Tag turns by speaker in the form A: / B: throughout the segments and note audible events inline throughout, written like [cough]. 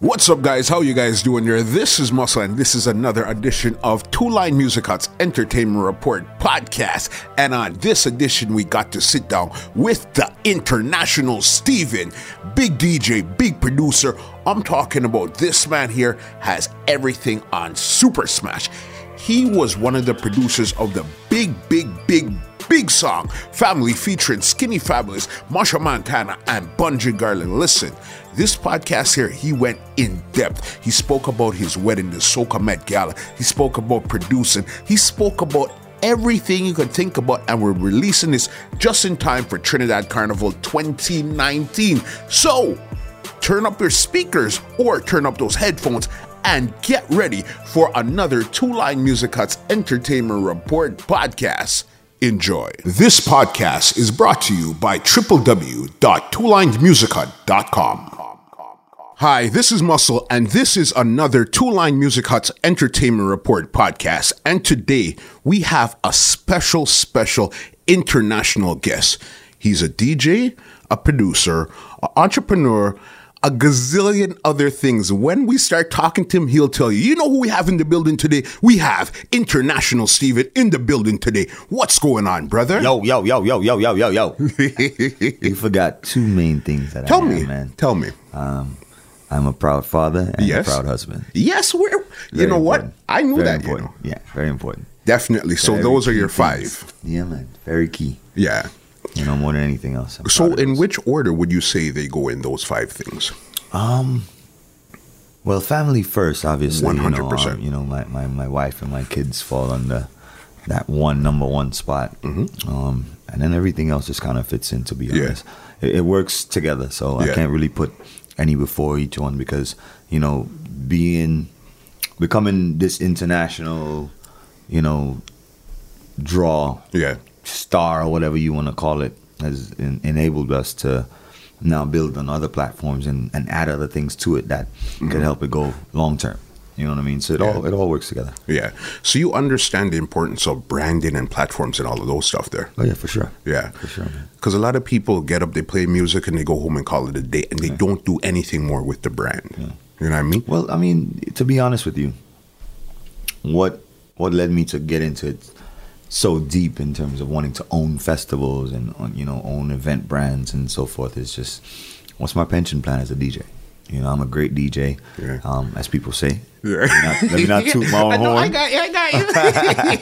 A: What's up, guys? How you guys doing here? This is Muscle, and this is another edition of Two Line Music Hut's Entertainment Report podcast. And on this edition, we got to sit down with the international Steven, big DJ, big producer. I'm talking about this man here has everything on Super Smash. He was one of the producers of the big, big, big, big song Family featuring Skinny Fabulous, Marsha Montana, and Bungie Garland. Listen, this podcast here, he went in depth. He spoke about his wedding, the Soca Met Gala. He spoke about producing. He spoke about everything you could think about, and we're releasing this just in time for Trinidad Carnival 2019. So, turn up your speakers or turn up those headphones and get ready for another Two Line Music Cuts Entertainment Report podcast. Enjoy. This podcast is brought to you by www.twolinedmusichut.com. Hi, this is Muscle, and this is another Two Line Music Hut's Entertainment Report podcast. And today we have a special, special international guest. He's a DJ, a producer, an entrepreneur, a gazillion other things. When we start talking to him, he'll tell you. You know who we have in the building today? We have International Steven in the building today. What's going on, brother?
B: Yo, yo, yo, yo, yo, yo, yo, yo. you forgot two main things that
A: [laughs] Tell
B: I am,
A: me,
B: man. Um,
A: tell me.
B: I'm a proud father and
A: Yes.
B: a proud husband.
A: Yes, we're. You
B: Very
A: know what?
B: important.
A: I knew
B: Very
A: that. You
B: Important.
A: know.
B: Yeah, very important.
A: Definitely. So
B: Very
A: those are your
B: key
A: five.
B: things. Yeah, man. Very key.
A: Yeah.
B: You know, more than anything else. I'm
A: So
B: proud of
A: in
B: those.
A: which order would you say they go in those five things?
B: Um, well, family first, obviously. you know,
A: 100%.
B: um, You know, my, my, my wife and my kids fall under that one number one spot. Mm-hmm. Um, and then everything else just kind of fits in, to be
A: Yeah.
B: honest. It, it works together, so
A: Yeah.
B: I can't really put any before each one because, you know, being, becoming this international, you know, draw
A: Yeah.
B: star or whatever you want to call it has en- enabled us to now build on other platforms and, and add other things to it that could help it go long term. You know what I mean? So it all it all works together.
A: Yeah. So you understand the importance of branding and platforms and all of those stuff there.
B: Oh yeah, for sure.
A: Yeah.
B: For sure, man.
A: Because a lot of people get up, they play music, and they go home and call it a day, and they don't do anything more with the brand. You know what I mean?
B: Well, I mean, to be honest with you, what what led me to get into it so deep in terms of wanting to own festivals and on- you know own event brands and so forth is just what's my pension plan as a DJ. You know, I'm a great DJ,
A: Yeah.
B: um, as people say.
A: [laughs] Yeah.
B: Let me not, let me not toot my own
A: [laughs]
B: horn.
A: I got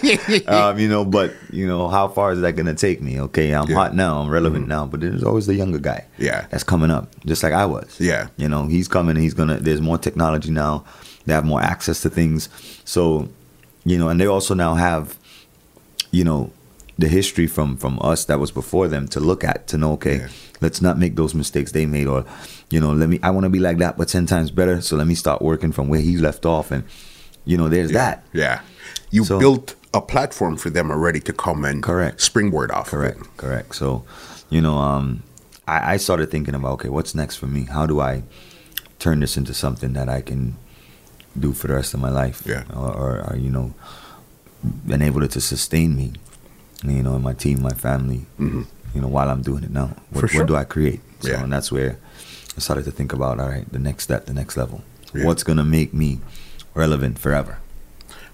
A: you. [laughs]
B: [laughs] um, you know, but you know, how far is that gonna take me? Okay, I'm
A: Yeah. Mm-hmm.
B: hot now, I'm relevant now, but there's always the younger guy.
A: Yeah.
B: That's coming up, just like I was.
A: Yeah.
B: You know, he's coming and he's gonna there's more technology now, they have more access to things. So, you know, and they also now have, you know, the history from from us that was before them to look at to know okay
A: Yeah.
B: let's not make those mistakes they made or you know let me i want to be like that but 10 times better so let me start working from where he left off and you know there's that
A: yeah. You
B: So-
A: built a platform for them already to come and
B: Correct.
A: springboard off. of it.
B: Correct, correct. So, you know, um, I, I started thinking about okay, what's next for me? How do I turn this into something that I can do for the rest of my life?
A: Yeah.
B: Or, or, or you know, enable it to sustain me. You know, and my team, my family. You know, while I'm doing it now, what,
A: Mm-hmm. For sure.
B: what do I create? So,
A: Yeah.
B: and that's where I started to think about all right, the next step, the next level.
A: Yeah.
B: What's gonna make me relevant forever?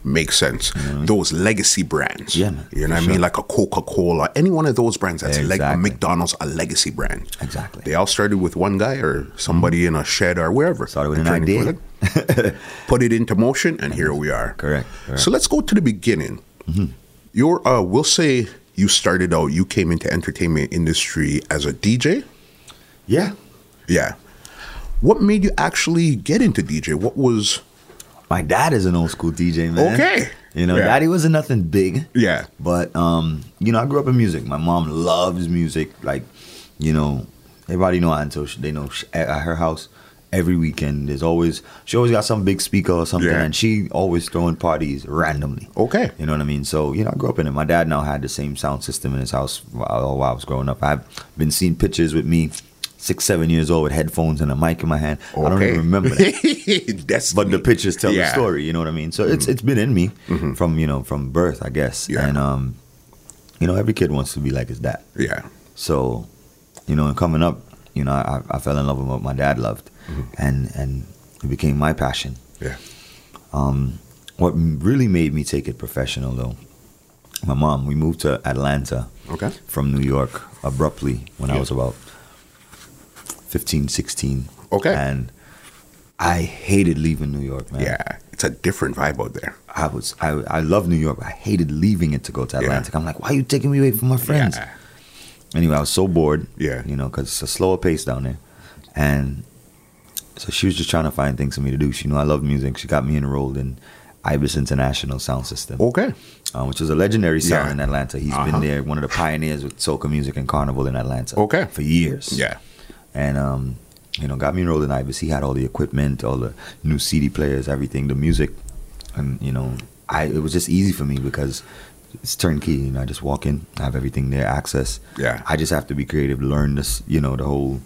A: Makes sense. Those legacy brands.
B: Mm-hmm. Yeah, man.
A: You know
B: For
A: what I
B: sure.
A: mean? Like a Coca Cola, any one of those brands that's like a
B: Exactly.
A: McDonald's, a legacy brand.
B: Exactly.
A: They all started with one guy or somebody in a shed or wherever.
B: Mm-hmm. Started with
A: And
B: an
A: turned into
B: idea.
A: it. Put it into motion, and here we are.
B: Correct, correct. Mm-hmm.
A: So let's go to the beginning. You're, uh, we'll say you started out. You came into entertainment industry as a DJ.
B: Yeah.
A: Yeah. What made you actually get into DJ? What was?
B: My dad is an old school DJ, man.
A: Okay.
B: You know,
A: Yeah.
B: daddy wasn't nothing big.
A: Yeah.
B: But um, you know, I grew up in music. My mom loves music. Like, you know, everybody know until she, they know she, at at her house every weekend. There's always she always got some big speaker or something,
A: Yeah.
B: and she always throwing parties randomly.
A: Okay.
B: You know what I mean? So you know, I grew up in it. My dad now had the same sound system in his house while, while I was growing up. I've been seeing pictures with me. Six, seven years old with headphones and a mic in my hand. I don't even
A: [laughs]
B: remember that
A: that.
B: but the pictures tell
A: Yeah. Mm-hmm.
B: the story. You know what I mean? So it's it's been in me from you know from birth, I guess.
A: Yeah.
B: And um, you know, every kid wants to be like his dad.
A: Yeah.
B: So, you know, and coming up, you know, I, I fell in love with what my dad loved, and and It became my passion.
A: Mm-hmm. Yeah.
B: Um, what m- really made me take it professional, though, my mom. We moved to Atlanta
A: Okay.
B: from New York abruptly when I
A: Yeah.
B: was about 15, 16.
A: Okay.
B: And I hated leaving New York, man.
A: Yeah. It's a different vibe out there.
B: I was I, I love New York. but I hated leaving it to go to
A: Yeah.
B: Atlantic. I'm like, why are you taking me away from my friends?
A: Yeah.
B: Anyway, I was so bored.
A: Yeah.
B: you know, because it's a slower pace down there, and so she was just trying to find things for me to do. She knew I loved music. She got me enrolled in Ibis International Sound System,
A: Okay.
B: uh, which was a legendary sound
A: Yeah.
B: in Atlanta. He's
A: Uh-huh.
B: been there, one of the pioneers with soca music and carnival in Atlanta.
A: Okay.
B: for years
A: Yeah.
B: and um, you know, got me enrolled in Ibis. He had all the equipment, all the new CD players, everything, the music, and you know, I it was just easy for me because it's turnkey. You know, I just walk in, I have everything there, access.
A: Yeah.
B: I just have to be creative, learn this, you know, the whole,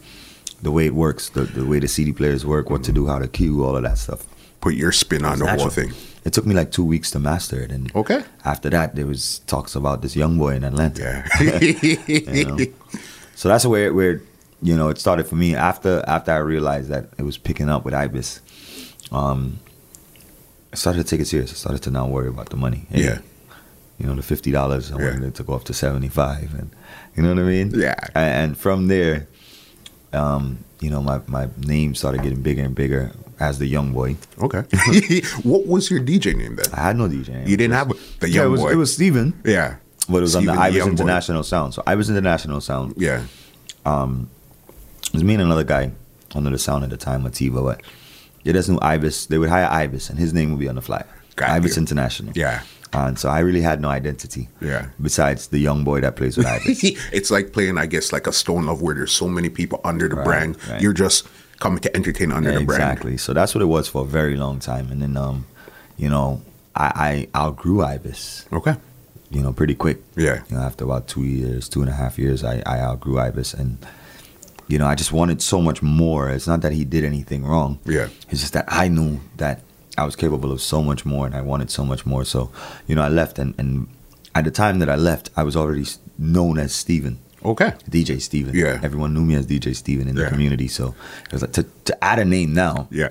B: the way it works, the the way the CD players work, what to do, how to cue, all of that stuff.
A: Put your spin on
B: It's
A: the whole
B: natural.
A: thing.
B: It took me like two weeks to master it, and
A: Okay.
B: after that, there was talks about this young boy in Atlanta.
A: Yeah.
B: You know? so that's where where you know it started for me after after I realized that it was picking up with Ibis. Um, I started to take it serious. I started to not worry about the money. And,
A: Yeah.
B: You know the fifty dollars. I
A: Yeah.
B: wanted it to go up to seventy five, and you know what I mean.
A: Yeah.
B: A- And, from there, um, you know my my name started getting bigger and bigger as the young boy.
A: [laughs] Okay. [laughs] what was your DJ name then?
B: I had no DJ. name.
A: You didn't have the young
B: yeah, it was,
A: boy.
B: It was Steven,
A: yeah.
B: but it was on
A: Steven
B: the
A: the
B: Ibis
A: Young Boy.
B: International Sound. So Ibis International Sound
A: Yeah.
B: It was me and another guy under the sound at the time, Matiba, but they just knew Ibis. They would hire Ibis, and his name would be on the flyer.
A: Got
B: Ibis
A: you.
B: International.
A: Yeah. [laughs]
B: And so I really had no identity.
A: Yeah.
B: Besides the young boy
A: [laughs]
B: that plays with Ibis.
A: it's like playing, I guess, like a Stone Love where there's so many people under the
B: Right,
A: brand.
B: right.
A: You're just coming to entertain under
B: Yeah,
A: the brand.
B: exactly. So that's what it was for a very long time, and then um, you know, I, I outgrew Ibis.
A: Okay.
B: You know, pretty quick.
A: Yeah.
B: You know, after about two years, two and a half years, I, I outgrew Ibis, and you know, I just wanted so much more. It's not that he did anything wrong.
A: Yeah.
B: It's just that I knew that I was capable of so much more and I wanted so much more. So, you know, I left and, and at the time that I left, I was already s- known as Steven,
A: Okay.
B: DJ Steven.
A: Yeah.
B: Everyone knew me as DJ Steven in
A: Yeah.
B: the community. So it was like to, to add a name now
A: Yeah.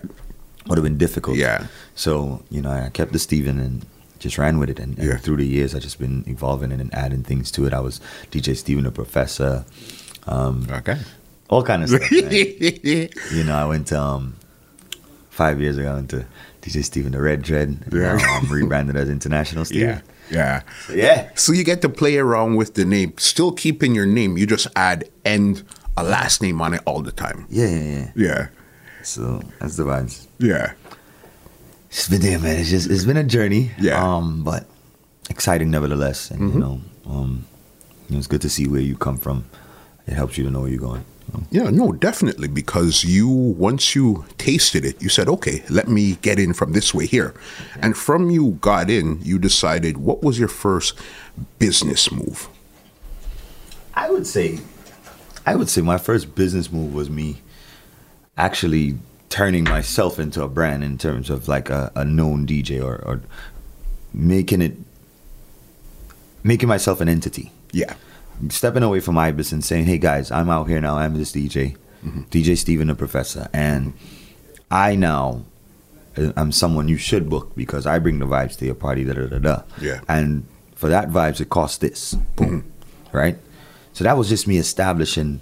B: would have been difficult.
A: Yeah.
B: So, you know, I kept the Steven and just ran with it. And, and
A: Yeah.
B: through the years, i just been evolving and adding things to it. I was DJ Steven, the professor,
A: Okay.
B: all kind of stuff. man. You know, I went um five years ago into DJ Steven the Red Dread. and
A: Yeah.
B: now I'm rebranded as International
A: [laughs] [laughs] yeah.
B: Steven.
A: Yeah.
B: Yeah. yeah.
A: So you get to play around with the name, still keeping your name. You just add and a last name on it all the time.
B: Yeah, yeah,
A: Yeah.
B: So that's the vibes.
A: Yeah.
B: It's been there, man. It's just it's been a journey.
A: Yeah. Mm-hmm.
B: Um, but exciting nevertheless. And you know, um you know, it's good to see where you come from. It helps you to know where you're going. you know?
A: Yeah, no, definitely. Because you, once you tasted it, you said, okay, let me get in from this way here. And from you got in, you decided what was your first business move?
B: I would say, I would say my first business move was me actually turning myself into a brand in terms of like a, a known DJ or, or making it, making myself an entity.
A: Yeah.
B: Stepping away from Ibis and saying, hey guys, I'm out here now. I'm this DJ,
A: Mm-hmm.
B: DJ Steven the Professor. And I now uh, I'm someone you should book because I bring the vibes to your party, da da da da.
A: Yeah.
B: And for that vibes, it costs this. Boom.
A: Mm-hmm.
B: Right? So that was just me establishing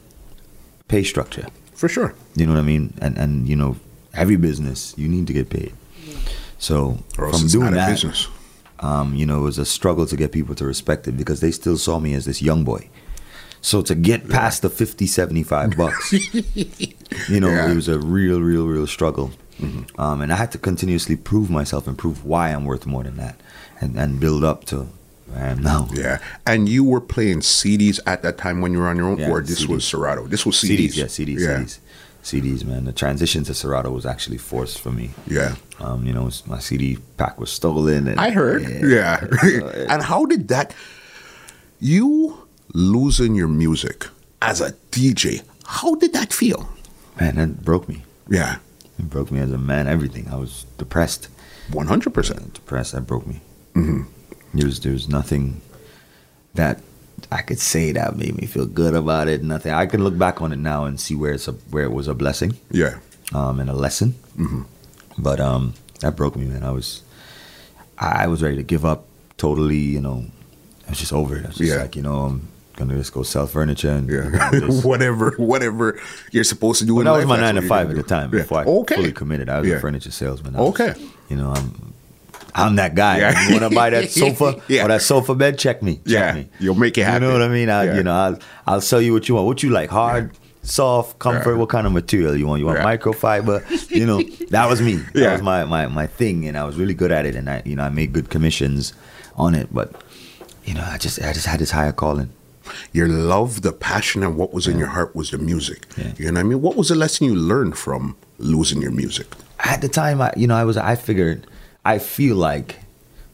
B: pay structure.
A: For sure.
B: You know what I mean? And and you know, every business you need to get paid. So
A: Or else
B: from
A: it's
B: doing
A: not a
B: that,
A: business.
B: um, you know, it was a struggle to get people to respect it because they still saw me as this young boy. So to get past the 50, 75 bucks, you know,
A: Yeah.
B: it was a real, real, real struggle. Um, and I had to continuously prove myself and prove why I'm worth more than that and, and build up to where I am now.
A: Yeah. And you were playing CDs at that time when you were on your own,
B: Yeah,
A: or this
B: CDs.
A: was Serato? This was CDs.
B: CDs, yeah, CDs, CDs. CDs, man. The transition to Serato was actually forced for me.
A: Yeah.
B: Um, you know, it's- my CD pack was stolen. And
A: I heard. [laughs] Yeah. Uh, and how did that, you losing your music as a DJ, how did that feel?
B: [laughs] Man, that broke me.
A: Yeah.
B: It broke me as a man, everything. I was depressed.
A: 100%.
B: depressed. That broke me. Mm-hmm. There was there was nothing that I could say that made me feel good about it. Nothing. I can look back on it now and see where it's a, where it was a blessing
A: Yeah. Mm-hmm.
B: um, and a lesson. But um, that broke me, man. I was, I was ready to give up totally. You know, I was just over it. I was just
A: Yeah.
B: like, you know, I'm gonna just go sell furniture and
A: [laughs] Yeah.
B: [laughs] just-
A: whatever, whatever you're supposed to do.
B: Well,
A: in
B: that was
A: life,
B: my
A: that's
B: nine to
A: what you're
B: five at
A: gonna
B: the
A: do.
B: time
A: Yeah.
B: before I
A: okay.
B: fully committed. I was
A: Yeah.
B: a furniture salesman. I was-
A: Okay.
B: you know, I'm I'm that guy.
A: Yeah.
B: You want to buy that sofa
A: [laughs] Yeah.
B: or that sofa bed? Check me. Check
A: Yeah.
B: me.
A: You'll make it happen.
B: You know what I mean? I,
A: Yeah.
B: You know, I'll, I'll sell you what you want. What you like? Hard, soft, comfort.
A: Yeah.
B: What kind of material you want? You want
A: Yeah.
B: microfiber?
A: [laughs]
B: you know, that was me. That
A: Yeah.
B: was my, my my thing, and I was really good at it. And I, you know, I made good commissions on it. But you know, I just I just had this higher calling.
A: Your love, the passion, and what was in your heart was the music.
B: Yeah.
A: You know what I mean? What was the lesson you learned from losing your music?
B: at the time I, you know i was i figured i feel like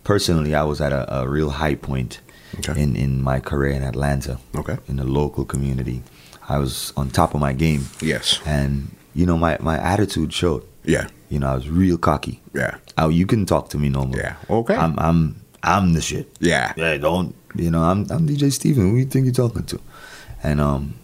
B: personally i was at a, a real high point
A: Okay.
B: in in my career in atlanta
A: Okay.
B: in the local community i was on top of my game
A: Yes.
B: and you know my my attitude showed
A: Yeah.
B: you know i was real cocky
A: Yeah.
B: oh you can talk to me no more
A: Yeah. Oh, Okay.
B: i'm i'm i'm the shit
A: Yeah.
B: yeah don't you know i'm i'm dj steven who you think you're talking to and um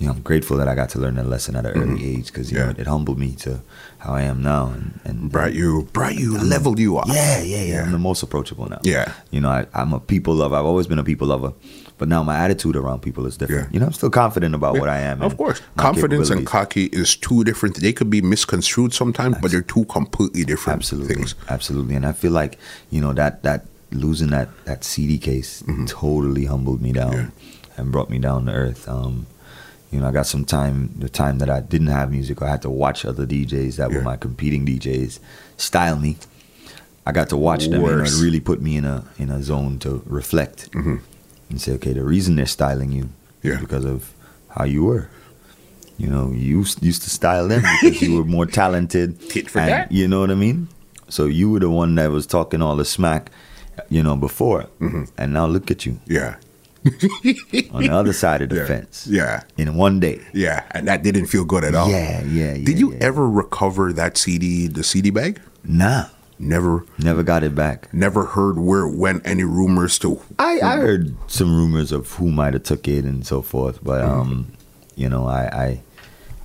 B: you know, I'm grateful that I got to learn that lesson at an early age because you
A: Mm-hmm. Yeah.
B: know it, it humbled me to how I am now and, and
A: Brought you, brought you, leveled you up.
B: um, yeah, yeah, yeah,
A: Yeah.
B: I'm the most approachable now.
A: Yeah.
B: You know, I, I'm a people lover. I've always been a people lover, but now my attitude around people is different.
A: Yeah.
B: You know, I'm still confident about what I am.
A: Of
B: and
A: course.
B: my
A: Confidence and
B: capabilities.
A: cocky is two different They could be misconstrued sometimes, but they're two completely different
B: absolutely,
A: things.
B: absolutely. And I feel like you know that that losing that that CD case totally humbled me down
A: Mm-hmm. Yeah.
B: and brought me down to earth. Um, you know, I got some time, the time that I didn't have music, I had to watch other DJs that
A: Yeah.
B: were my competing DJs style me. I got to watch them, and
A: Worse. Mm-hmm.
B: it really put me in a in a zone to reflect and say, okay, the reason they're styling you
A: Yeah.
B: is because of how you were. You know, you s- used to style them because [laughs] you were more talented.
A: Tit for
B: and-
A: tat.
B: You know what I mean? So you were the one that was talking all the smack, you know, before, and now look at you
A: Yeah.
B: on the other side [laughs] of the
A: Yeah.
B: fence.
A: Yeah.
B: In one day.
A: Yeah. And that didn't feel good at all.
B: Yeah, yeah, yeah.
A: Did you
B: yeah.
A: ever recover that CD, the CD bag?
B: Nah,
A: Never,
B: never got it back.
A: never heard where it went. Any rumors to?
B: I, I heard some rumors of who might have took it and so forth, but um, you know, I I,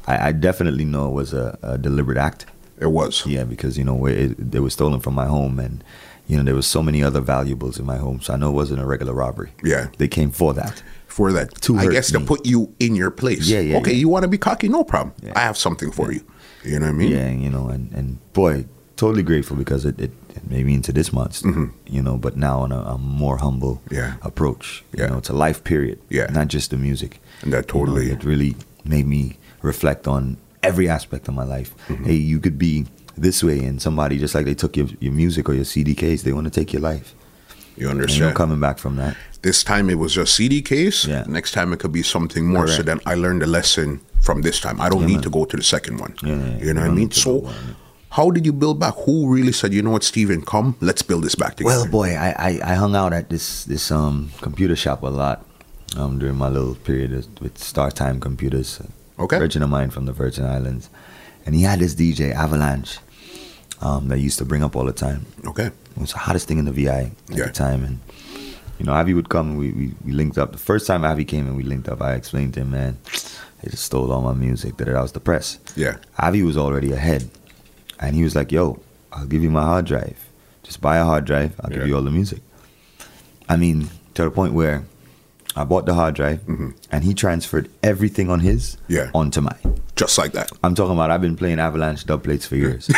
B: I, I definitely know it was a, a deliberate act.
A: It was.
B: Yeah, because you know where it, they were stolen from my home, and you know there was so many other valuables in my home, so I know it wasn't a regular robbery.
A: Yeah.
B: they came for that.
A: for that.
B: To
A: I
B: hurt
A: guess to
B: me.
A: put you in your place.
B: Yeah, yeah,
A: Okay,
B: yeah.
A: you want to be cocky? No problem.
B: Yeah.
A: I have something for you. You know what I mean?
B: Yeah, you know, and and boy, totally grateful because it it, it made me into this monster. You know, but now on a, a more humble
A: Mm-hmm. Yeah.
B: approach. You
A: Yeah.
B: know, to life period.
A: Yeah.
B: not just the music.
A: And that
B: You know,
A: totally.
B: it really made me reflect on every aspect of my life.
A: Mm-hmm.
B: Hey, you could be this way, and somebody just like they took your your music or your CD case, they want to take your life.
A: You
B: And you're
A: understand?
B: coming back from that.
A: this time it was a CD case.
B: Yeah.
A: Next time it could be something more. So
B: Correct.
A: then I learned a lesson from this time. I don't
B: Yeah,
A: need
B: man.
A: to go to the second one.
B: Yeah, yeah,
A: You know what I mean?
B: don't need to
A: So
B: go on.
A: how did you build back? Who really said, you know what, Steven, come, let's build this back together?
B: Well, boy, I, I, I hung out at this this um computer shop a lot um during my little period of- with Star Time Computers.
A: Okay.
B: Virgin of mine from the Virgin Islands, and he had this DJ Avalanche, um that he used to bring up all the time.
A: okay.
B: It was the hottest thing in the VI at
A: Yeah.
B: the time, and you know Avi would come and we, we we linked up. The first time Avi came and we linked up, I explained to him, man, they just stole all my music. That I was depressed.
A: Yeah.
B: Avi was already ahead, and he was like, "Yo, I'll give you my hard drive. Just buy a hard drive. I'll
A: Yeah.
B: give you all the music." I mean, to the point where I bought the hard drive, and he transferred everything on his
A: Mm-hmm. Yeah.
B: onto mine.
A: Just like that.
B: I'm talking about I've been playing Avalanche dub plates for
A: [laughs]
B: years.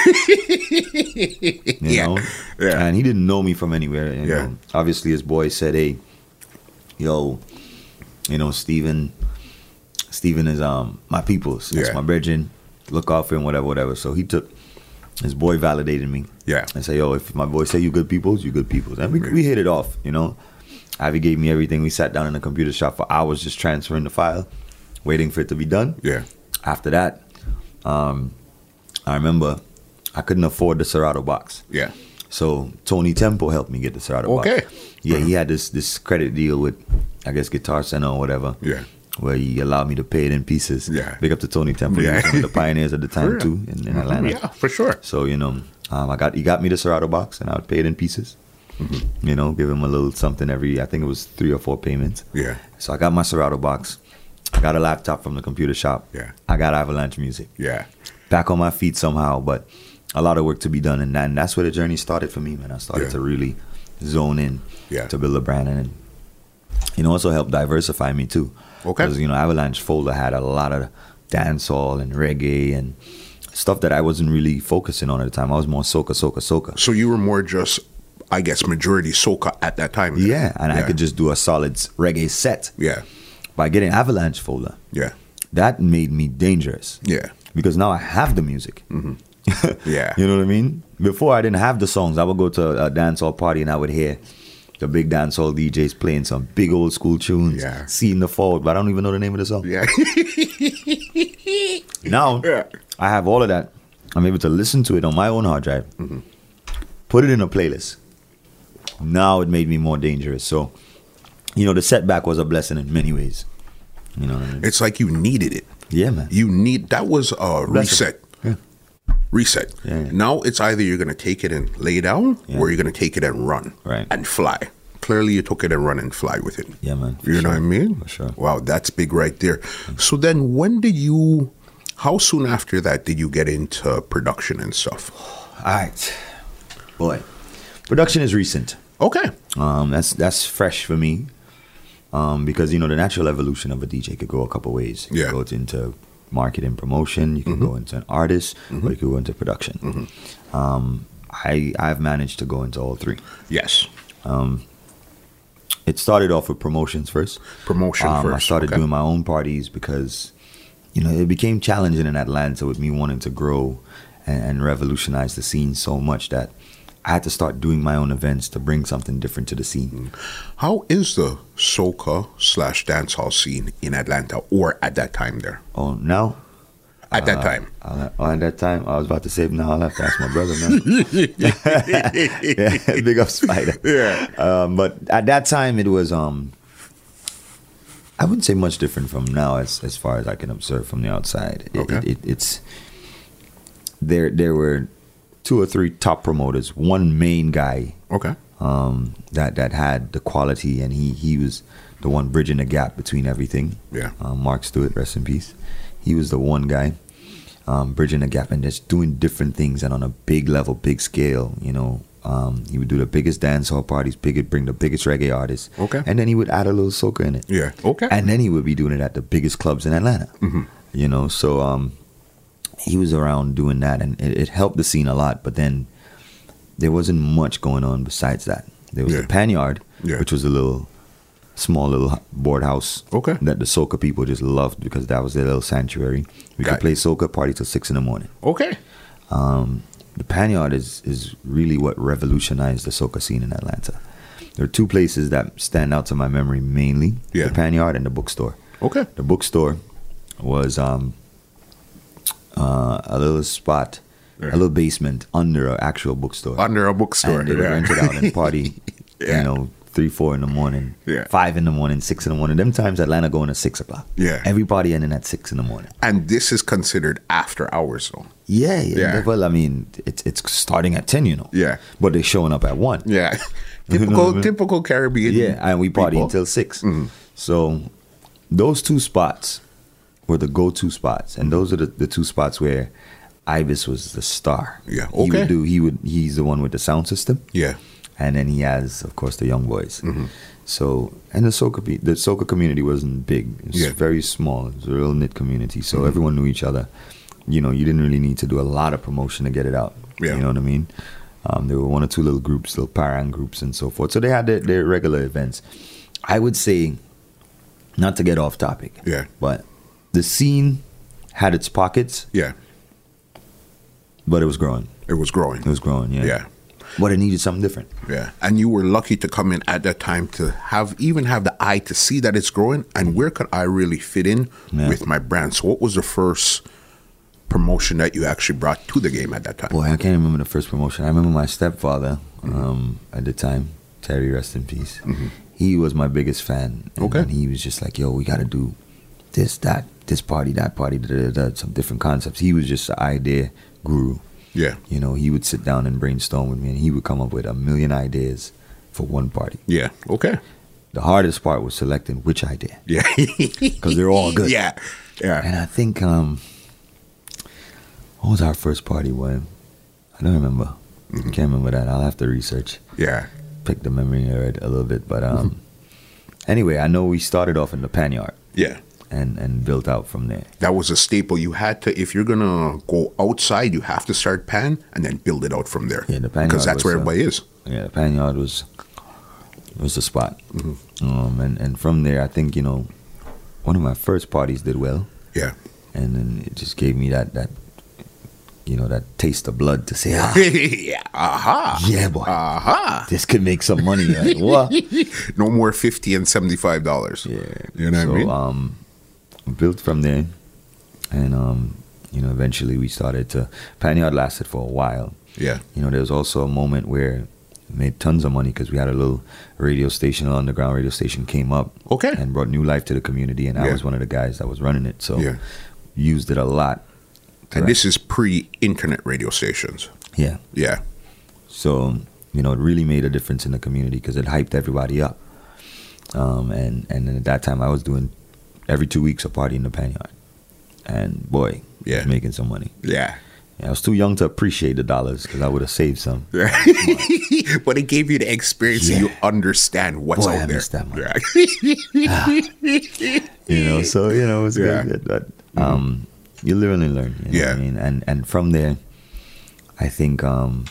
B: you
A: Yeah.
B: know?
A: Yeah.
B: And he didn't know me from anywhere. You
A: Yeah.
B: know? Obviously his boy said, Hey, yo, you know, Steven Steven is um my people's. That's
A: Yeah.
B: my brethren. Look out for him, whatever, whatever. So he took his boy validated me.
A: Yeah.
B: And say, yo, if my boy say you good peoples, you good peoples. And we, we hit it off, you know. Ivy gave me everything. We sat down in the computer shop for hours just transferring the file, waiting for it to be done
A: Yeah.
B: after that, um, I remember I couldn't afford the Serato box.
A: Yeah.
B: So Tony Tempo helped me get the Serato
A: Okay.
B: box. Yeah, he had this this credit deal with I guess Guitar Center or whatever.
A: Yeah.
B: Where he allowed me to pay it in pieces.
A: Yeah.
B: Big up to Tony Tempo. He
A: Yeah.
B: was one
A: [laughs]
B: of the pioneers at the
A: For
B: time
A: real. Mm-hmm.
B: too in, in Atlanta.
A: Yeah, for sure.
B: So, you know, um, I got he got me the Serato box and I would pay it in pieces.
A: Mm-hmm.
B: You know, give him a little something every I think it was three or four payments.
A: Yeah.
B: So I got my Serato box. I got a laptop from the computer shop.
A: Yeah.
B: I got Avalanche Music.
A: Yeah.
B: Back on my feet somehow, but a lot of work to be done, and, that, and that's where the journey started for me, man. I started
A: Yeah.
B: to really zone in
A: Yeah.
B: to build a brand, and you know, also helped diversify me too.
A: Okay.
B: because you know, Avalanche Folder had a lot of dancehall and reggae and stuff that I wasn't really focusing on at the time. I was more soca, soca, soca.
A: So you were more just, I guess, majority soca at that time. then.
B: Yeah, and I
A: Yeah.
B: could just do a solid s- reggae set
A: Yeah,
B: by getting Avalanche Folder.
A: yeah,
B: That made me dangerous.
A: yeah,
B: because now I have the music.
A: Mm-hmm. yeah.
B: You know what I mean? Before I didn't have the songs. I would go to a dancehall party and I would hear the big dancehall DJs playing some big old school tunes.
A: Yeah.
B: Seeing the forward, but I don't even know the name of the song.
A: yeah. [laughs]
B: Now
A: Yeah.
B: I have all of that. I'm able to listen to it on my own hard drive.
A: Mm-hmm.
B: Put it in a playlist. Now it made me more dangerous. So, you know, the setback was a blessing in many ways. You know what I mean?
A: it's like you needed it.
B: Yeah, man.
A: You need that was a
B: Bless
A: reset.
B: Yeah.
A: Reset.
B: Yeah, yeah.
A: Now it's either you're gonna take it and lay down,
B: Yeah.
A: or you're gonna take it and run
B: Right.
A: and fly. Clearly, you took it and run and fly with it.
B: Yeah, man. for
A: You know
B: sure.
A: what I mean?
B: For sure.
A: Wow, that's big right there. So then, when did you? How soon after that did you get into production and stuff?
B: All right, boy. Production is recent.
A: Okay.
B: Um, that's that's fresh for me, um, because you know the natural evolution of a DJ could go a couple ways. You
A: Yeah. Mm-hmm.
B: could go into marketing promotion. You can go into an artist, or you could go into production. Um, I I've managed to go into all three. Um,
A: Yes.
B: It started off with promotions first.
A: Promotion
B: Um,
A: first.
B: I started
A: okay.
B: doing my own parties because, you know, it became challenging in Atlanta with me wanting to grow and, and revolutionize the scene so much that I had to start doing my own events to bring something different to the scene.
A: How is the soca slash dancehall scene in Atlanta or at that time there?
B: Oh, now
A: At that time.
B: I'll, oh, at that time, I was about to say, now I'll have to ask my brother, man. [laughs] yeah, [laughs] big up Spider.
A: [laughs] Yeah.
B: Um, but at that time, it was, um, I wouldn't say much different from now as, as far as I can observe from the outside. It,
A: Okay.
B: it, it, it's, there, there were two or three top promoters, one main guy
A: Okay.
B: um, that that had the quality, and he he was the one bridging the gap between everything.
A: Yeah.
B: um, Mark Stewart, rest in peace. He was the one guy um, bridging the gap and just doing different things and on a big level, big scale. You know, um, he would do the biggest dance hall parties, big bring the biggest reggae artists.
A: Okay.
B: and then he would add a little soca in it.
A: Yeah. Okay. Mm-hmm.
B: And then he would be doing it at the biggest clubs in Atlanta. You know, so um, he was around doing that, and it, it helped the scene a lot. But then there wasn't much going on besides that. There was
A: Yeah.
B: the Panyard,
A: Yeah.
B: which was a little small little h- board house.
A: Okay.
B: That the soca people just loved because that was their little sanctuary. We
A: Got
B: could play soca party till six in the morning.
A: okay.
B: Um, the Panyard is is really what revolutionized the soca scene in Atlanta. There are two places that stand out to my memory mainly:
A: Yeah.
B: the Panyard and the bookstore
A: Okay.
B: the bookstore was um, uh, a little spot,
A: Yeah.
B: a little basement under an actual bookstore.
A: Under a bookstore.
B: And they would
A: yeah.
B: rent it out
A: [laughs]
B: and party,
A: Yeah.
B: you know, three, four in the morning,
A: Yeah.
B: five in the morning, six in the morning. Them times Atlanta going to six o'clock.
A: Yeah.
B: Everybody ending at six in the morning.
A: And this is considered after hours, though.
B: Yeah, yeah.
A: Yeah.
B: Well, I mean, it's it's starting at ten, you know.
A: Yeah.
B: But they showing up at one. [laughs]
A: Yeah.
B: You know
A: typical,
B: [laughs] what I mean?
A: typical Caribbean.
B: Yeah, and we party
A: people. Mm-hmm.
B: until 6 So those two spots were the go-to spots, and those are the, the two spots where Ibis was the star.
A: Yeah,
B: He
A: okay.
B: would do. He would. He's the one with the sound system,
A: Yeah.
B: and then he has, of course, the young boys.
A: Mm-hmm.
B: So and the soca pe- the soca community wasn't big. It was
A: Yeah. Mm-hmm.
B: very small. It was a real knit community. So everyone knew each other. You know, you didn't really need to do a lot of promotion to get it out.
A: Yeah.
B: You know what I mean? Um, there were one or two little groups, little parang groups and so forth. So they had their, their regular events. I would say, not to get off topic,
A: Yeah.
B: but the scene had its pockets,
A: Yeah.
B: but it was growing.
A: It was growing.
B: It was growing, yeah.
A: Yeah.
B: But it needed something different.
A: Yeah. And you were lucky to come in at that time to have even have the eye to see that it's growing and where could I really fit in
B: Yeah.
A: with my brand. So what was the first promotion that you actually brought to the game at that time?
B: Boy, I can't remember the first promotion. I remember my stepfather um, at the time, Terry, rest in peace. He was my biggest fan. And,
A: Mm-hmm. Okay.
B: And he was just like, yo, we got to do this, that, this party, that party, da, da, da, da, some different concepts. He was just an idea guru.
A: Yeah.
B: You know, he would sit down and brainstorm with me, and he would come up with a million ideas for one party.
A: Yeah. Okay. [laughs]
B: The hardest part was selecting which idea,
A: Yeah.
B: because they're all good.
A: yeah. Yeah.
B: And I think um, what was our first party when? I don't remember. I can't remember that. I'll have to research,
A: Yeah.
B: pick the memory or it a little bit. But [laughs] um, anyway, I know we started off in the panyard
A: Yeah.
B: and and built out from there.
A: That was a staple. You had to, if you're gonna go outside, you have to start pan and then build it out from there.
B: Yeah, the pan
A: because
B: yard
A: that's where
B: was, uh,
A: everybody is.
B: Yeah, the panyard was was the spot. Um, and and from there, I think you know, one of my first parties did well.
A: Yeah.
B: and then it just gave me that that you know that taste of blood to say, ah, [laughs]
A: yeah. Aha.
B: yeah, boy,
A: Aha.
B: this could make some money. Like, what?
A: No more fifty and seventy-five dollars.
B: Yeah,
A: You know
B: so,
A: what I mean?
B: Um, built from there, and um, you know, eventually we started to. Panyard lasted for a while.
A: yeah.
B: You know, there was also a moment where it made tons of money because we had a little radio station, an underground radio station, came up
A: Okay.
B: and brought new life to the community, and I
A: Yeah.
B: was one of the guys that was running it, so
A: Yeah.
B: used it a lot.
A: And this is pre-internet radio stations.
B: Yeah.
A: Yeah.
B: So you know, it really made a difference in the community because it hyped everybody up. Um, and and then at that time, I was doing every two weeks a party in the panyard, and boy, I
A: Yeah.
B: was making some money.
A: Yeah.
B: Yeah, I was too young to appreciate the dollars because I would have saved some.
A: [laughs] but it gave you the experience so you
B: Yeah.
A: understand what's
B: Boy,
A: out
B: I
A: there.
B: miss that money.
A: yeah.
B: You know, so you know, it was
A: Yeah. Mm-hmm.
B: good. But, um, you live and you learn. You know
A: Yeah.
B: What I mean, and and from there, I think um,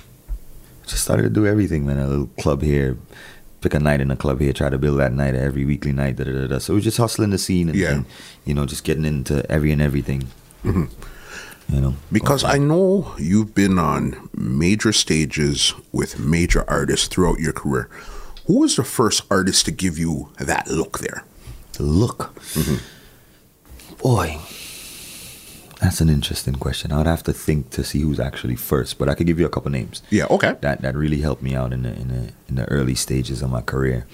B: just started to do everything. Man, a little club here. Pick a night in a club here, try to build that night every weekly night. Da, da, da, da. So it was just hustling the scene and,
A: Yeah. Mm-hmm.
B: and, you know, just getting into every and everything. You know,
A: Because I know you've been on major stages with major artists throughout your career. Who was the first artist to give you that look there?
B: The look.
A: Mm-hmm.
B: Boy, that's an interesting question. I'd have to think to see who's actually first, but I could give you a couple names.
A: Yeah, okay.
B: that that really helped me out in the in the, in the early stages of my career.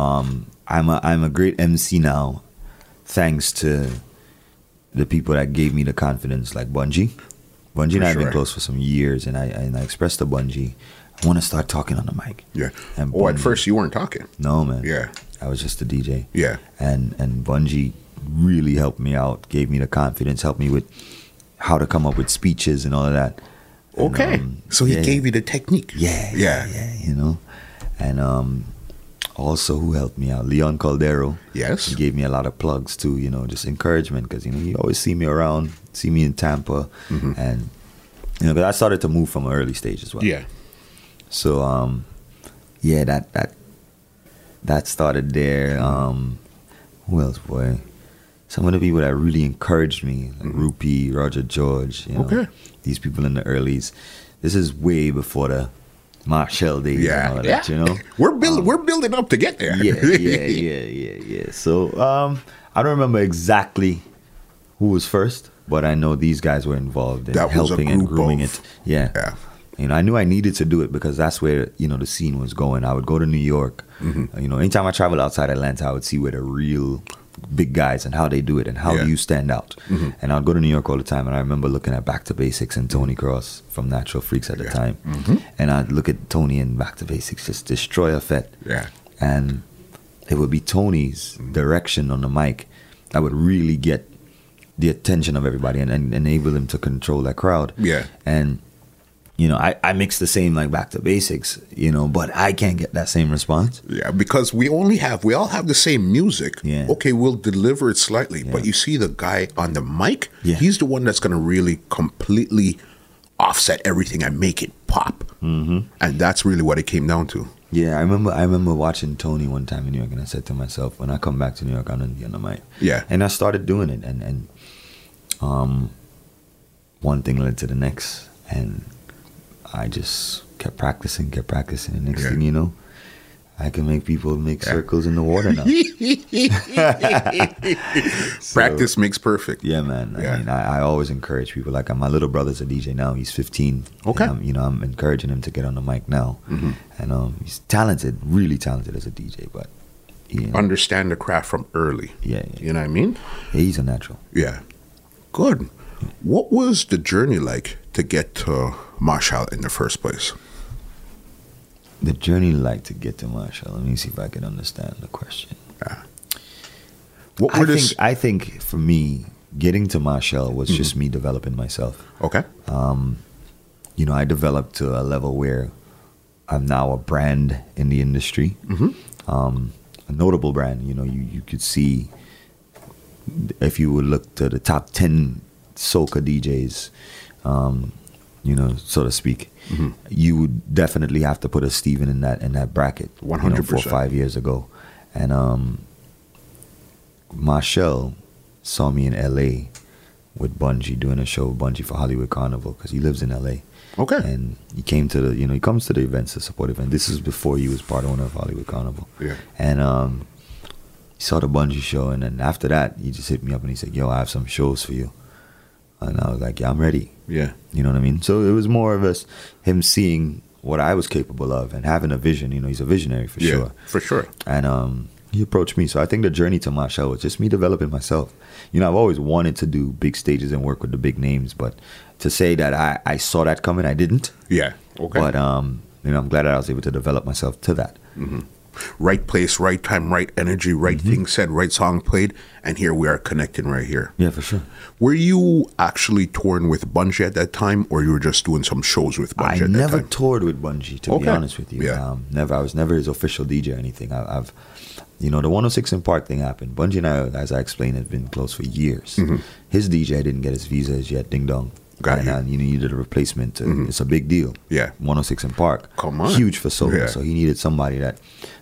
B: Um, I'm a I'm a great MC now, thanks to the people that gave me the confidence, like Bungie. Bungie and
A: For
B: I've
A: sure.
B: been close for some years, and I and I expressed to Bungie, I want to start talking on the mic.
A: Yeah.
B: And
A: oh, at
B: Bungie-
A: first you weren't talking.
B: no man,
A: Yeah.
B: I was just a DJ
A: Yeah.
B: and and Bungie really helped me out, gave me the confidence, helped me with how to come up with speeches and all of that. And,
A: Okay.
B: um,
A: so he
B: yeah,
A: gave you the technique.
B: yeah,
A: Yeah.
B: yeah, yeah, you know, and um, also who helped me out, Leon Caldero.
A: Yes.
B: he gave me a lot of plugs too, you know, just encouragement because you know he always see me around, see me in Tampa, and you know, because I started to move from an early stage as well.
A: Yeah.
B: So um, yeah, that that that started there. Um, who else, boy? Some of the people that really encouraged me, like Rupee, Roger George, you know,
A: Mm-hmm. Okay.
B: these people in the earlys. This is way before the Marshall days and all
A: Yeah.
B: of that, you know. Um,
A: We're building we're building up to get there.
B: yeah, yeah,
A: [laughs]
B: yeah, yeah, yeah. So um, I don't remember exactly who was first, but I know these guys were involved in
A: That was a
B: helping and
A: group
B: grooming
A: of-
B: it. Yeah.
A: Yeah.
B: You know, I knew I needed to do it because that's where you know the scene was going. I would go to New York.
A: Mm-hmm.
B: uh, You know, anytime I traveled outside Atlanta, I would see where the real big guys and how they do it and how
A: Yeah. Mm-hmm.
B: do you stand out. And I'd go to New York all the time. And I remember looking at Back to Basics and Tony Cross from Natural Freaks at the
A: Yeah. Mm-hmm.
B: time. And I'd look at Tony and Back to Basics just destroy a fet
A: Yeah.
B: and it would be Tony's direction on the mic that would really get the attention of everybody and, and enable him to control that crowd.
A: Yeah.
B: And you know, I, I mix the same like back to basics, you know, but I can't get that same response.
A: Yeah, because we only have we all have the same music.
B: Yeah.
A: Okay, we'll deliver it slightly, but
B: Yeah.
A: you see the guy on the mic,
B: Yeah.
A: he's the one that's going to really completely offset everything and make it pop. Mm-hmm. And that's really what it came down to.
B: Yeah, I remember I remember watching Tony one time in New York and I said to myself, when I come back to New York, I'm gonna be on the mic.
A: Yeah.
B: [laughs] And I started doing it and, and um one thing led to the next and I just kept practicing, kept practicing, and next
A: Yeah.
B: thing you know, I can make people make circles in the water
A: [laughs]
B: now.
A: Practice makes perfect.
B: Yeah, man.
A: Yeah.
B: I mean, I, I always encourage people. Like my little brother's a DJ now. He's 15.
A: Okay. Mm-hmm.
B: And I'm, you know, I'm encouraging him to get on the mic now, and um, he's talented, really talented as a DJ. But you know,
A: Understand the craft from early.
B: yeah, yeah,
A: You know what I mean?
B: Yeah, he's a natural.
A: Yeah. Good. What was the journey like to get to Marshall in the first place?
B: The journey like to get to Marshall. Let me see if I can understand the question.
A: What
B: I
A: were
B: think
A: this?
B: I think for me, getting to Marshall was just me developing myself.
A: okay.
B: you know, I developed to a level where I'm now a brand in the industry, um, a notable brand. You know, you, you could see if you would look to the top 10 soca DJs, um, you know, so to speak, you would definitely have to put a Steven in that in that bracket. you know, four
A: 100%.
B: or five years ago, and um, Michelle saw me in L.A. with Bungie doing a show with Bungie for Hollywood Carnival because he lives in L.A.
A: Okay.
B: and he came to the you know he comes to the events to support event. This is before he was part owner of Hollywood Carnival.
A: Yeah.
B: and um, he saw the Bungie show, and then after that, he just hit me up and he said, "Yo, I have some shows for you," and I was like, "Yeah, I'm ready."
A: Yeah.
B: You know what I mean? So it was more of us him seeing what I was capable of and having a vision. You know, he's a visionary for
A: yeah.
B: sure.
A: For sure.
B: And um, he approached me. So I think the journey to my show was just me developing myself. You know, I've always wanted to do big stages and work with the big names, but to say that I, I saw that coming, I didn't.
A: Yeah. Okay.
B: But um, you know, I'm glad that I was able to develop myself to that.
A: right place, right time, right energy, right
B: Mm-hmm.
A: thing said, right song played, and here we are connecting right here.
B: Yeah, for sure.
A: Were you actually touring with Bungie at that time, or you were just doing some shows with Bungie?
B: I
A: at
B: never
A: That time?
B: toured with Bungie, to
A: Okay.
B: be honest with you.
A: Yeah.
B: Um, never. I was never his official DJ or anything. I, I've, you know, the 106 in Park thing happened. Bungie and I, as I explained, had been close for years. His DJ didn't get his visa as yet. Ding dong.
A: Mm-hmm. Got
B: and,
A: you. Mm-hmm.
B: uh, you know, you did a replacement. To, It's a big deal.
A: Yeah.
B: 106 in Park.
A: Come on.
B: Huge for soul.
A: Yeah.
B: So he needed somebody that,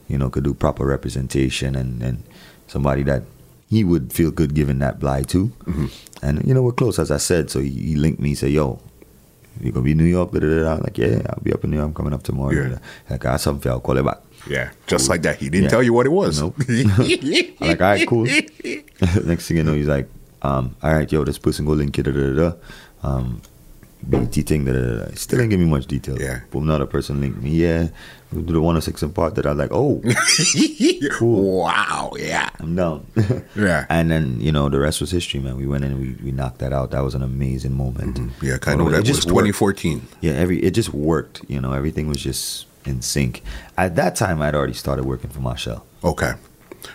B: you know, could do proper representation and and somebody that he would feel good giving that bly to.
A: Mm-hmm.
B: And you know, we're close, as I said. So he, he linked me. He said, "Yo, you gonna be in New York?" Da, da, da, da. I'm like, yeah, I'll be up in New York. I'm coming up tomorrow.
A: Yeah.
B: Da, da, da. Like, I have something. for you. I'll call it back.
A: Yeah, just like that. He didn't
B: Oh, Yeah.
A: tell you what it was. [laughs]
B: Nope. [laughs] I'm like, all right, cool. [laughs] Next thing you know, he's like, um, all right, yo, this person go link it, da, da, da, da. Um, BT thing, da, da, da, da. He Still didn't give me much detail.
A: Yeah.
B: But another person linked me, yeah, we do the 106 in part that I was like,
A: [laughs]
B: oh, Cool.
A: Wow. Yeah.
B: I'm down.
A: Yeah.
B: And then, you know, the rest was history, man. We went in and we, we knocked that out. That was an amazing moment.
A: Yeah, kind
B: But
A: of.
B: it
A: That was
B: just worked.
A: 2014.
B: yeah every it just worked you know everything was just in sync at that time i'd already started working for Marshall.
A: Okay.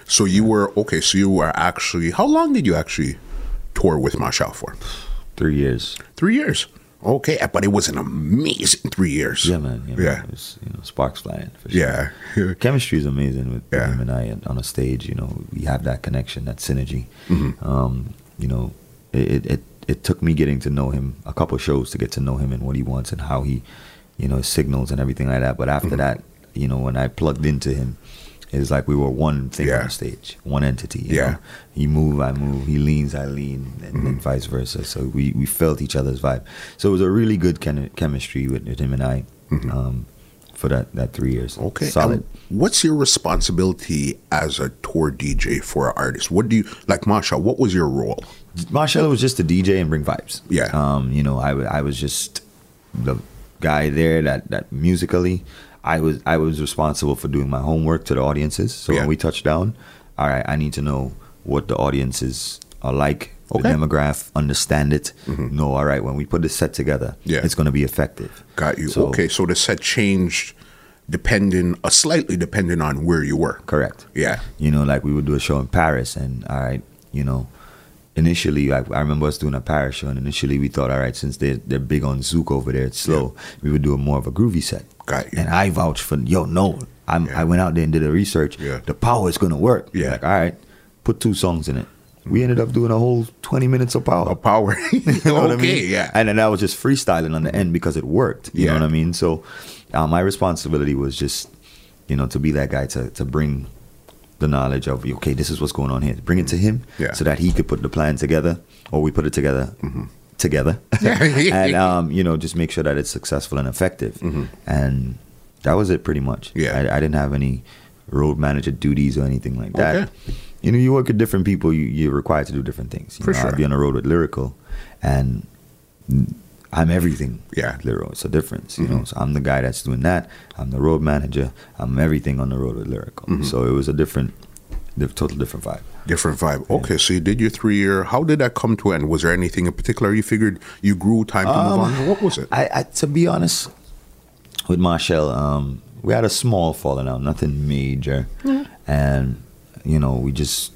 A: So you were okay. So you were actually. How long did you actually tour with Marshall for?
B: three years
A: Three years. Okay, but it was an amazing three years.
B: yeah man yeah, man.
A: Yeah.
B: It was, you know sparks flying for sure.
A: Yeah.
B: [laughs] chemistry is amazing with
A: Yeah.
B: him and i and on a stage you know we have that connection that synergy
A: Mm-hmm.
B: um you know it, it it it took me getting to know him a couple shows to get to know him and what he wants and how he you know signals and everything like that but
A: Mm-hmm.
B: after that you know when i plugged into him it's like we were one thing
A: Yeah.
B: on the stage one entity you
A: Yeah. Mm-hmm.
B: know? he move i move he leans i lean and, and vice versa so we, we felt each other's vibe so it was a really good chem- chemistry with, with him and i um, for that, that three years
A: Mm-hmm. Okay.
B: solid
A: And what's your responsibility as a tour DJ for an artist? What do you like, Masha? What was your role?
B: Marshall was just a DJ and bring vibes.
A: Yeah.
B: Um, you know, I, wa- I was just the guy there that, that musically I was I was responsible for doing my homework to the audiences. So
A: Yeah.
B: when we touch down, all right, I need to know what the audiences are like,
A: Okay. Mm-hmm.
B: the demographic, understand it. Know, all right, when we put this set together,
A: Yeah.
B: it's gonna be effective.
A: Got you.
B: So-
A: okay, so the set changed depending, uh, slightly depending on where you were.
B: Correct.
A: Yeah.
B: You know, like we would do a show in Paris, and all right, you know, initially, I, I remember us doing a Paris show, and initially we thought, all right, since they're, they're big on Zouk over there, it's slow, we would do a more of a groovy set.
A: Got you.
B: And I vouch for, yo, no, I'm,
A: Yeah.
B: I went out there and did the research.
A: Yeah.
B: The power is going to work.
A: Yeah.
B: Like, all right, put two songs in it. We ended up doing a whole 20 minutes of power.
A: A power. [laughs]
B: You know
A: okay,
B: what I mean?
A: yeah.
B: And then I was just freestyling on the end because it worked. You
A: Yeah.
B: know what I mean? So uh, my responsibility was just, you know, to be that guy to, to bring the knowledge of, okay, this is what's going on here. Bring it to him
A: Yeah. Mm-hmm.
B: so that he could put the plan together or we put it together
A: [laughs]
B: together. [laughs]
A: Yeah.
B: and, um, you know, just make sure that it's successful and effective.
A: Mm-hmm.
B: And that was it pretty much.
A: Yeah.
B: I, I didn't have any road manager duties or anything like that.
A: Okay.
B: You know, you work with different people, you, you're required to do different things. You
A: For
B: know,
A: sure.
B: I'd be on the road with Lyrical, and I'm everything.
A: Yeah. Mm-hmm.
B: with Lyrical. It's a difference, you know. So I'm the guy that's doing that. I'm the road manager. I'm everything on the road with Lyrical.
A: Mm-hmm.
B: So it was a different, diff- total different vibe.
A: Different vibe. Okay, so you did your three year. How did that come to an end? Was there anything in particular you figured you grew time to move on? What was it?
B: I, I to be honest with Marshall, um, we had a small falling out, nothing major, and you know we just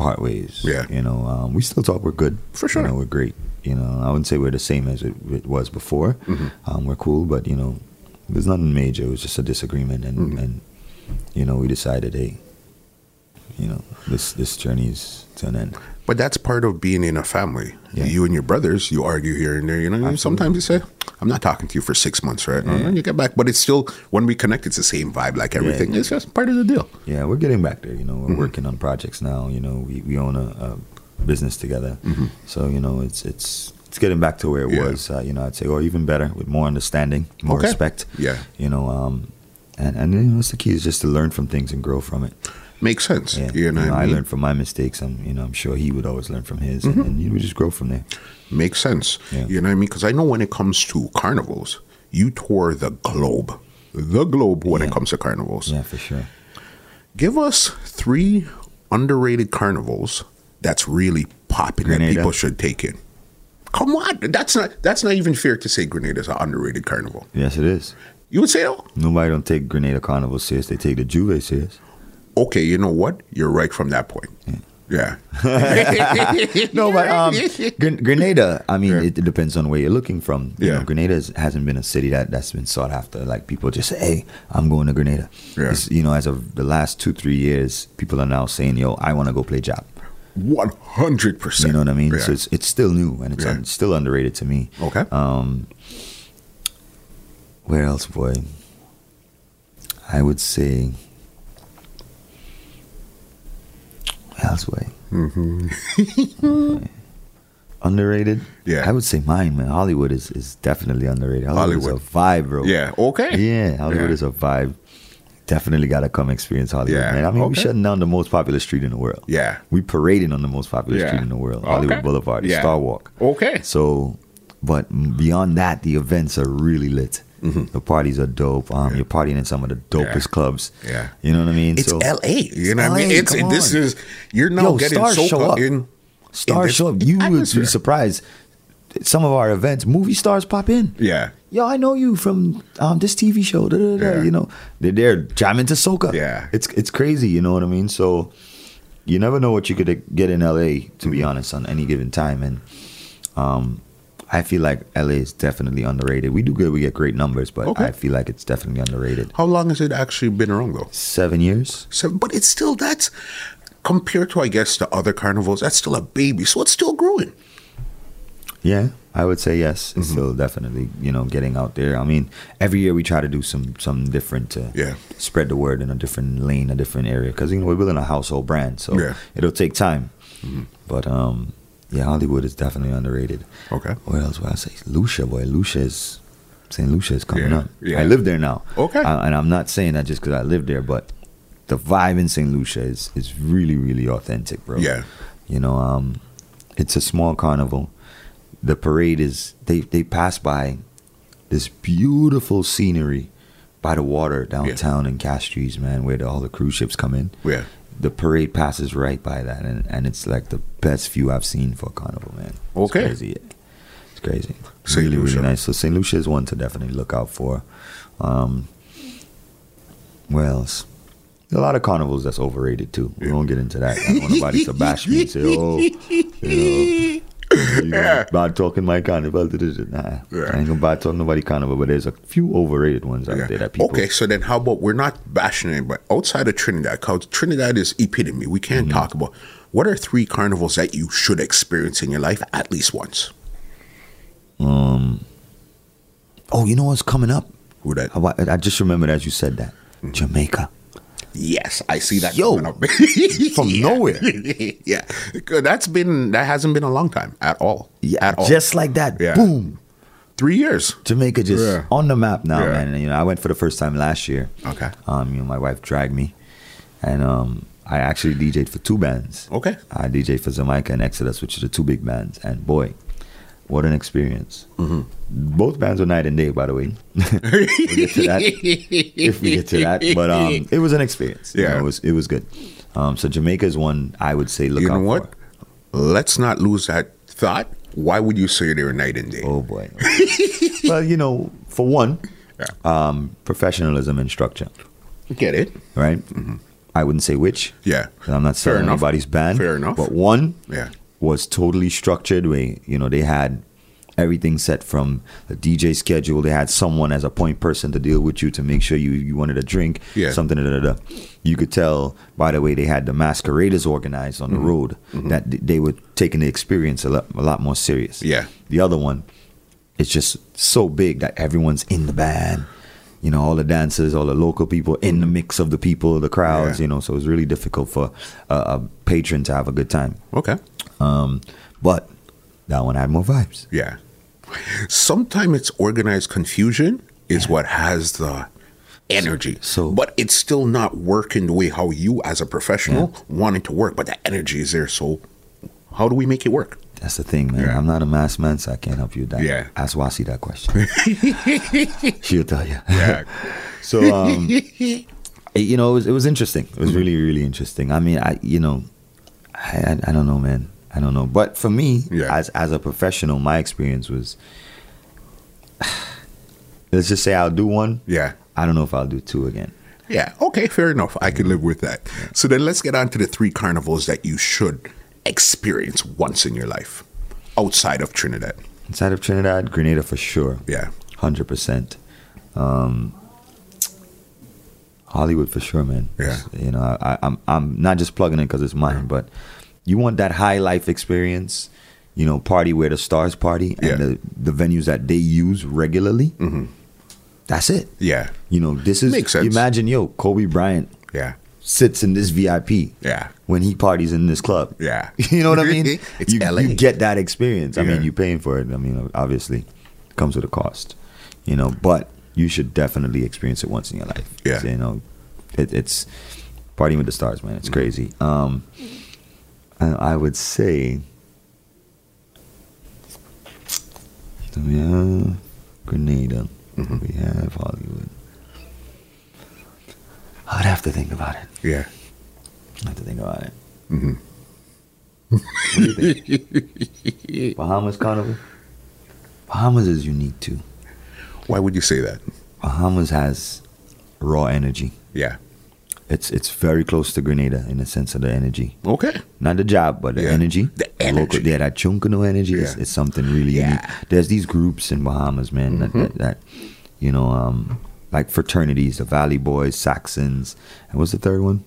B: part ways.
A: Yeah.
B: you know um, we still talk. We're good
A: For sure.
B: You know, we're great. You know, I wouldn't say we're the same as it, it was before.
A: Mm-hmm.
B: Um, we're cool, but you know, there's nothing major. It was just a disagreement, and
A: Mm-hmm.
B: and you know, we decided, hey, you know, this this journey is to an end.
A: But that's part of being in a family.
B: Yeah.
A: You and your brothers, you argue here and there. You know, and sometimes you say, "I'm not talking to you for six months, right?" And then you get back, but it's still when we connect, it's the same vibe, like everything. It's just part of the deal.
B: Yeah, we're getting back there. You know, we're
A: Mm-hmm.
B: working on projects now. You know, we, we own a, a business together, so you know it's it's it's getting back to where it
A: Mm-hmm. Yeah.
B: was. Uh, you know, I'd say, or even better, with more understanding, more
A: Okay.
B: respect.
A: Yeah.
B: you know, um, and and you know, that's the key is just to learn from things and grow from it.
A: Makes sense.
B: Yeah,
A: You know, what I mean?
B: I
A: Mm-hmm.
B: learned from my mistakes. I'm you know I'm sure he would always learn from his, and, and you know, we just grow from there.
A: Makes sense.
B: Yeah.
A: You know what I mean? Because I know when it comes to carnivals, you tour the globe, the globe when it
B: Yeah.
A: comes to carnivals.
B: Yeah, for sure.
A: Give us three underrated carnivals that's really popping that
B: Grenada.
A: people should take in. Come on, that's not that's not even fair to say Grenada's an underrated carnival.
B: Yes, it is.
A: You would say, oh,
B: Nobody don't take Grenada Carnival serious. They take the Juve serious.
A: okay, you know what? You're right from that point. Yeah.
B: Hmm. [laughs] No, but um,
A: [laughs]
B: Gren- Grenada. I mean,
A: Yeah.
B: it, it depends on where you're looking from. You
A: Yeah.
B: know, Grenada is- hasn't been a city that that's been sought after. Like people just say, "Hey, I'm going to Grenada."
A: Yeah.
B: It's, you know, as of the last two three years, people are now saying, "Yo, I want to go play job."
A: one hundred percent.
B: You know what I mean?
A: Yeah.
B: So it's it's still new and it's
A: Yeah.
B: un- still underrated to me.
A: okay.
B: Um, where else, boy? I would say. where Else way. [laughs] underrated.
A: Mm-hmm. Yeah.
B: I would say mine, man. Hollywood is, is definitely underrated. Hollywood,
A: Hollywood.
B: is a vibe, bro.
A: yeah. Okay.
B: Yeah, Hollywood
A: Yeah.
B: is a vibe. Definitely gotta come experience Hollywood,
A: Yeah,
B: man. I mean, we
A: okay.
B: shutting down the most popular street in the world.
A: Yeah.
B: we parading on the most popular
A: Yeah.
B: street in the world,
A: Okay.
B: Hollywood Boulevard, the
A: Yeah.
B: Star Walk.
A: Okay.
B: So, but beyond that, the events are really lit. The parties are dope. Um, You're partying in some of the dopest
A: Mm-hmm. Yeah.
B: clubs.
A: Yeah.
B: you know what I mean.
A: It's L.A. You know what I mean?
B: LA,
A: It's
B: come
A: this
B: on.
A: is you're now
B: Yo,
A: getting
B: stars
A: so
B: show
A: caught
B: up.
A: in
B: stars
A: this
B: show up. You would
A: atmosphere.
B: be surprised. Some of our events, movie stars pop in.
A: yeah.
B: Yo, I know you from um, this TV show. Da, da, da,
A: Yeah.
B: da, You know, they're, they're jamming to soca.
A: Yeah.
B: it's it's crazy. You know what I mean? So you never know what you could get in LA. To be honest, on any given time, and um, I feel like LA is definitely underrated. We do good. We get great numbers, but
A: Okay.
B: I feel like it's definitely underrated.
A: How long has it actually been around though?
B: Seven years.
A: So, but it's still that's compared to I guess the other carnivals, that's still a baby. So it's still growing.
B: Yeah, I would say yes.
A: Mm-hmm.
B: It's still definitely you know getting out there. I mean, every year we try to do some something different to
A: Yeah.
B: spread the word in a different lane, a different area. Because you know we're building a household brand, so
A: Yeah. Mm-hmm.
B: it'll take time. But um, yeah, Hollywood is definitely underrated.
A: Okay.
B: Where else would I say Lucia? Boy, Lucia is Saint Lucia is coming
A: Yeah,
B: up.
A: yeah.
B: I live there now.
A: Okay.
B: I- and I'm not saying that just because I live there, but the vibe in Saint Lucia is is really really authentic, bro.
A: Yeah.
B: You know, um, it's a small carnival. The parade is they they pass by this beautiful scenery by the water downtown in Castries, man, where the, all the cruise ships come in.
A: Yeah.
B: The parade passes right by that, and, and it's like the best view I've seen for a carnival, man. It's
A: Okay. [laughs]
B: crazy. It's crazy.
A: Saint
B: really,
A: Lucia.
B: really nice. So St. Lucia is one to definitely look out for. Um, where else? There are A lot of carnivals that's overrated too. We won't get into that. I don't want nobody to bash me and say, "Oh,
A: [laughs]
B: you know, you know, bad talking my carnival." [laughs] Nah,
A: Yeah.
B: I ain't gonna bad talk nobody carnival. But there's a few overrated ones out
A: Yeah.
B: there that people.
A: Okay, so then how about we're not bashing anybody outside of Trinidad? Cause Trinidad is epitome. We can't talk about what are three carnivals that you should experience in your life at least once.
B: um, Oh, you know what's coming up?
A: Who that?
B: I, I just remembered as you said that
A: Mm-hmm.
B: Jamaica.
A: Yes, I see that.
B: Yo,
A: coming [laughs] up.
B: from
A: Yeah.
B: nowhere.
A: [laughs] yeah, that's been that hasn't been a long time at all.
B: Yeah,
A: at all.
B: just like that.
A: Yeah.
B: Boom.
A: three years.
B: Jamaica just
A: Yeah.
B: on the map now,
A: Yeah.
B: man. And, you know, I went for the first time last year.
A: Okay.
B: Um, you know, my wife dragged me, and um, I actually DJ'd for two bands.
A: Okay.
B: I DJ'd for Jamaica and Exodus, which are the two big bands, and boy, what an experience! Mm-hmm. Both bands were night and day, by the way. [laughs] we'll get to that if we get to that, but um, it was an experience. You
A: Yeah.
B: know, it was it was good. Um, so Jamaica is one I would say look
A: you
B: out
A: know what?
B: for.
A: Let's not lose that thought. Why would you say they're night and day?
B: Oh boy. [laughs] well, you know, for one,
A: Yeah.
B: um, professionalism and structure,
A: Get it?
B: right? I wouldn't say which.
A: Yeah.
B: 'cause I'm not selling
A: Mm-hmm. enough.
B: anybody's band.
A: Fair enough.
B: But one,
A: Yeah.
B: was totally structured. Way you know they had everything set from the DJ schedule. They had someone as a point person to deal with you to make sure you, you wanted a drink,
A: Yeah.
B: something. Da, da, da, da. You could tell by the way they had the masqueraders organized on
A: Mm-hmm.
B: the road that th- they were taking the experience a lot, a lot more serious.
A: Yeah.
B: The other one, it's just so big that everyone's in the band. You know, all the dancers, all the local people in the mix of the people, the crowds.
A: Yeah.
B: You know, so it was really difficult for a, a patron to have a good time.
A: Okay.
B: Um, but that one had more vibes.
A: Yeah. Sometimes it's organized confusion is what has the energy.
B: So-
A: but it's still not working the way how you as a professional wanting to work, but the energy is there. So how do we make it work?
B: That's the thing, man.
A: Yeah.
B: I'm not a mass man, so I can't help you with that.
A: Yeah.
B: Ask Wasi that
A: [laughs]
B: question. [laughs] She'll tell you.
A: Yeah.
B: [laughs] So, um, it- you know, it was, it was interesting. It
A: Mm-hmm.
B: was really, really interesting. I mean, I, you know, I, I, I don't know, man. I don't know. But for me,
A: Yeah.
B: as as a professional, my experience was, [sighs] let's just say I'll do one.
A: yeah.
B: I don't know if I'll do two again.
A: Yeah. Okay. Fair enough. I could live with that. So then let's get on to the three carnivals that you should experience once in your life outside of Trinidad.
B: Inside of Trinidad, Grenada for sure.
A: Yeah.
B: hundred percent. Um, Hollywood for sure, man.
A: Yeah.
B: you know, I, I'm I'm not just plugging it because it's mine, but you want that high life experience. You know, party where the stars party and
A: Yeah.
B: the, the venues that they use regularly. That's it.
A: Yeah.
B: You know, this is
A: Makes sense.
B: Imagine, yo, Kobe Bryant
A: Yeah.
B: sits in this VIP.
A: Yeah.
B: When he parties in this club.
A: Yeah.
B: [laughs] You know what I mean?
A: It's
B: you,
A: LA.
B: you get that experience. I
A: Yeah.
B: mean, you're paying for it. I mean, obviously, it comes with a cost. You know, but you should definitely experience it once in your life.
A: Yeah.
B: You know, it, it's partying with the stars, man. It's
A: Mm-hmm.
B: crazy. Um, and I would say, so we have Grenada.
A: Mm-hmm.
B: We have Hollywood. I'd have to think about it.
A: Yeah.
B: I have to think about it. What do
A: Mm-hmm.
B: you think? [laughs] Bahamas Carnival? Bahamas is unique too.
A: Why would you say that?
B: Bahamas has raw energy.
A: Yeah.
B: It's it's very close to Grenada in the sense of the energy.
A: Okay.
B: Not the job, but the
A: Yeah,
B: energy.
A: the energy.
B: yeah, that chunkano energy is,
A: Yeah.
B: is something really
A: Yeah. Mm-hmm.
B: unique. There's these groups in Bahamas, man, that, that, that, you know, um, like fraternities, the Valley Boys, Saxons, and what's the third one?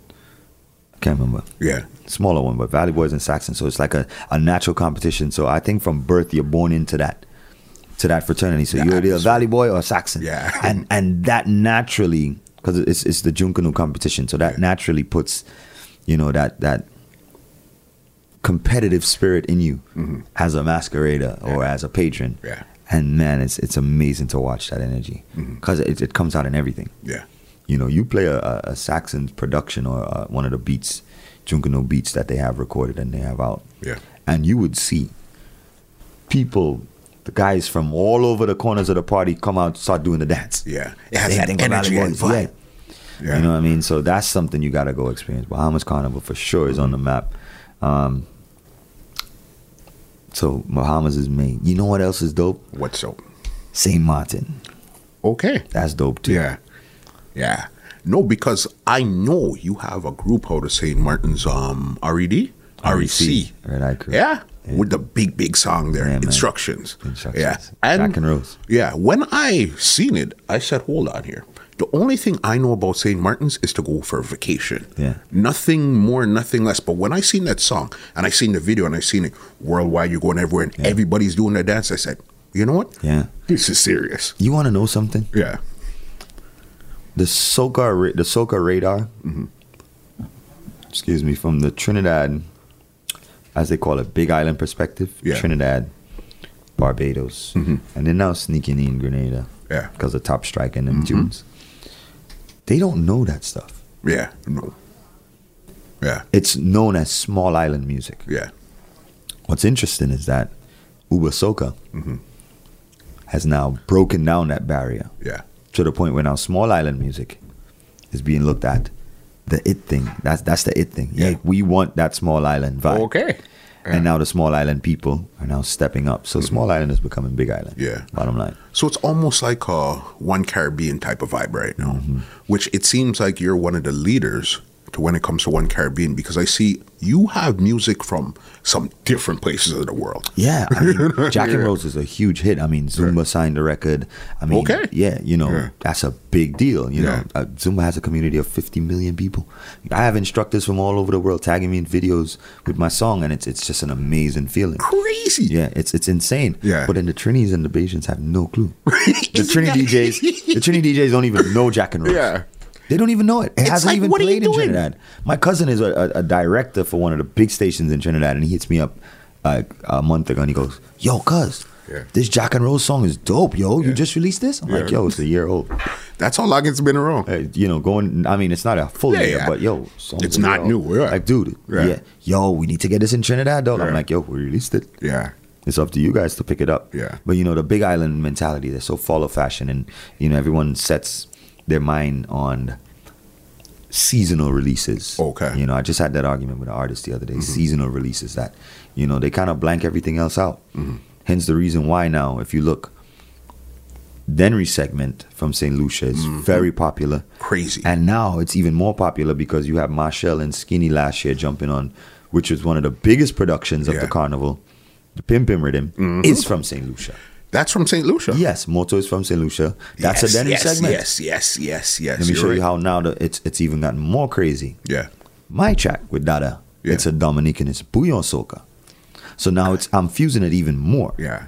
B: I can't remember.
A: Yeah.
B: smaller one, but Valley Boys and Saxon. So it's like a, a natural competition. So I think from birth you're born into that to that fraternity. So
A: Yeah,
B: you're either a
A: that's
B: Valley Boy or a Saxon.
A: Yeah. [laughs]
B: And and that naturally because it's it's the Junkanu competition. So that naturally puts you know that that competitive spirit in you as a masquerader or as a patron.
A: Mm-hmm. Yeah.
B: And man, it's it's amazing to watch that energy
A: Mm-hmm.
B: because it, it comes out in everything.
A: Yeah.
B: You know, you play a, a, a Saxon production or uh, one of the beats, Junkanoo beats that they have recorded and they have out,
A: Yeah.
B: and you would see people, the guys from all over the corners of the party come out, start doing the dance.
A: Yeah. It has
B: They
A: that
B: think about
A: energy
B: it,
A: and vibe.
B: yeah. You know what I mean? So that's something you got to go experience. Bahamas Carnival for sure is on the map. Um, so Bahamas is me. You know what else is dope?
A: What's up?
B: St. Martin.
A: Okay.
B: That's dope too.
A: Yeah. Yeah. No, because I know you have a group out of St. Martin's um RED?
B: E
A: REC.
B: Red Eye Crew.
A: E Yeah. With the big, big song there.
B: Yeah, man.
A: Instructions. Yeah.
B: Instructions.
A: And
B: Jack and Rose.
A: Yeah. When I seen it, I said, hold on here. The only thing I know about St. Martin's is to go for a vacation.
B: Yeah.
A: Nothing more, nothing less. But when I seen that song and I seen the video and I seen it worldwide, you're going everywhere and everybody's doing their dance, I said, you know what?
B: Yeah.
A: This is serious.
B: You want to know something?
A: Yeah.
B: The Soca, ra- the Soca radar.
A: Mm-hmm.
B: Excuse me, from the Trinidad, as they call it, Big Island perspective.
A: Yeah. Mm-hmm.
B: Trinidad, Barbados, and they're now sneaking in Grenada.
A: Yeah. Mm-hmm.
B: Because of Top Strike and them dudes. They don't know that stuff.
A: Yeah. No. Yeah.
B: It's known as small island music.
A: Yeah.
B: What's interesting is that Uba Soca
A: Mm-hmm.
B: has now broken down that barrier.
A: Yeah.
B: to the point where now small island music is being looked at the it thing. That's that's the it thing. Yeah,
A: Yeah.
B: we want that small island vibe.
A: Okay. Mm-hmm.
B: And now the small island people are now stepping up. So small island is becoming big island.
A: Yeah.
B: Bottom line.
A: So it's almost like
B: Mm-hmm.
A: a one Caribbean type of vibe right now, which it seems like you're one of the leaders to when it comes to One Caribbean because I see you have music from some different places of the world.
B: Yeah,
A: [laughs]
B: I mean, Jack and Rose is a huge hit. I mean, Zumba signed the record. I mean,
A: Okay.
B: yeah, you know,
A: Yeah.
B: that's a big deal. You
A: Yeah.
B: know, uh, Zumba has a community of 50 million people. I have instructors from all over the world tagging me in videos with my song, and it's it's just an amazing
A: [laughs]
B: feeling.
A: Crazy.
B: Yeah, it's it's insane.
A: Yeah.
B: But then the Trinis and the Bajans have no
A: [laughs]
B: clue. the
A: Isn't
B: Trini
A: that-
B: DJs, the Trini DJs don't even know Jack and Rose.
A: Yeah.
B: They don't even know it. It hasn't
A: like,
B: even
A: what are you
B: played in
A: doing?
B: Trinidad. My cousin is a, a, a director for one of the big stations in Trinidad, and he hits me up like a month ago, and he goes, "Yo, cuz,
A: Yeah.
B: this Jack and Rose song is dope, yo.
A: Yeah.
B: You just released this? I'm like,
A: Yeah.
B: yo, it's a year old.
A: That's how long it's been around.
B: Uh, you know, going. I mean, it's not a full
A: Yeah,
B: year,
A: yeah.
B: but yo, song's
A: It's
B: a year
A: not
B: old.
A: new, yeah.
B: Like, dude,
A: Yeah.
B: yeah. yo, we need to get this in Trinidad, dog.
A: Yeah.
B: I'm like, yo, we released it
A: Yeah.
B: it's up to you guys to pick it up.
A: Yeah.
B: But you know the Big Island mentality. They're so follow fashion, and you know everyone sets their mind on seasonal releases.
A: Okay. Mm-hmm.
B: You know, I just had that argument with an artist the other day. Seasonal releases that, you know, they kind of blank everything else out.
A: Mm-hmm.
B: Hence the reason why now, if you look, Denry segment from St. Lucia is
A: Mm-hmm.
B: very popular.
A: Crazy.
B: And now it's even more popular because you have Marshall and Skinny last year jumping on, which was one of the biggest productions of
A: Yeah. Mm-hmm.
B: the carnival. The Pim Pim Rhythm is from St. Lucia.
A: That's from St. Lucia.
B: Yes, Moto is from St. Lucia. That's
A: yes,
B: a Denny
A: yes,
B: segment.
A: Yes, yes, yes, yes.
B: Let me
A: You're
B: show you
A: right.
B: how now the, it's it's even gotten more crazy.
A: Yeah.
B: My track with Dada,
A: Yeah.
B: it's a Dominican, it's Bouillon Soca. So now it's I'm fusing it even more.
A: Yeah.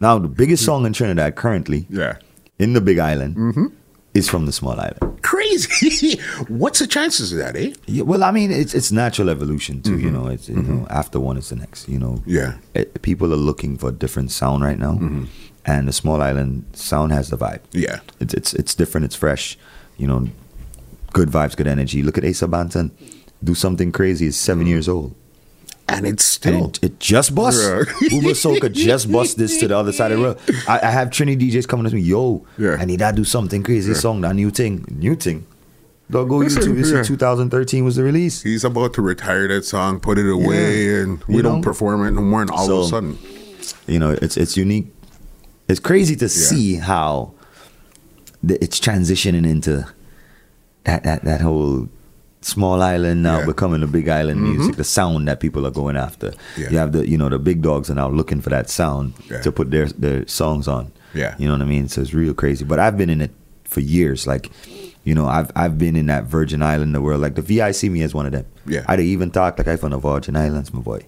B: Now the biggest song in Trinidad currently
A: Yeah.
B: in the Big Island
A: Mm-hmm.
B: is from the Small Island.
A: Crazy. [laughs] What's the chances of that, eh?
B: Yeah, well, I mean, it's it's natural evolution too. You know, it's you know after one is the next. You know,
A: Mm-hmm. Yeah. Mm-hmm.
B: It- people are looking for a different sound right now, and the small island sound has the vibe.
A: Yeah.
B: It's it's it's different. It's fresh. You know, good vibes, good energy. Look at Asa Banton, do something crazy. Is
A: Mm-hmm.
B: 7 years old,
A: And it's still.
B: and it, it just bust. [laughs]
A: Yeah.
B: Uber Soka just bust this to the other side of the road. I, I have Trini DJs coming to me. Yo,
A: Yeah.
B: I need to do something crazy. Song that new thing, new thing. Dog, go
A: Listen,
B: YouTube. You
A: yeah.
B: see, 2013 was the release.
A: He's about to retire that song, put it away, and we
B: You
A: don't
B: know?
A: perform it no more. And all of a
B: So-
A: sudden,
B: you know it's it's unique it's crazy to see how the, it's transitioning into that that that whole small island now
A: Yeah. Mm-hmm.
B: becoming a big island music the sound that people are going after
A: Yeah.
B: you have the you know the big dogs are now looking for that sound
A: Yeah.
B: to put their their songs on
A: Yeah.
B: you know what i mean so it's real crazy but i've been in it for years like you know i've i've been in that virgin island the world like the vic me as one of them
A: Yeah.
B: i'd even talk like i from the virgin islands my boy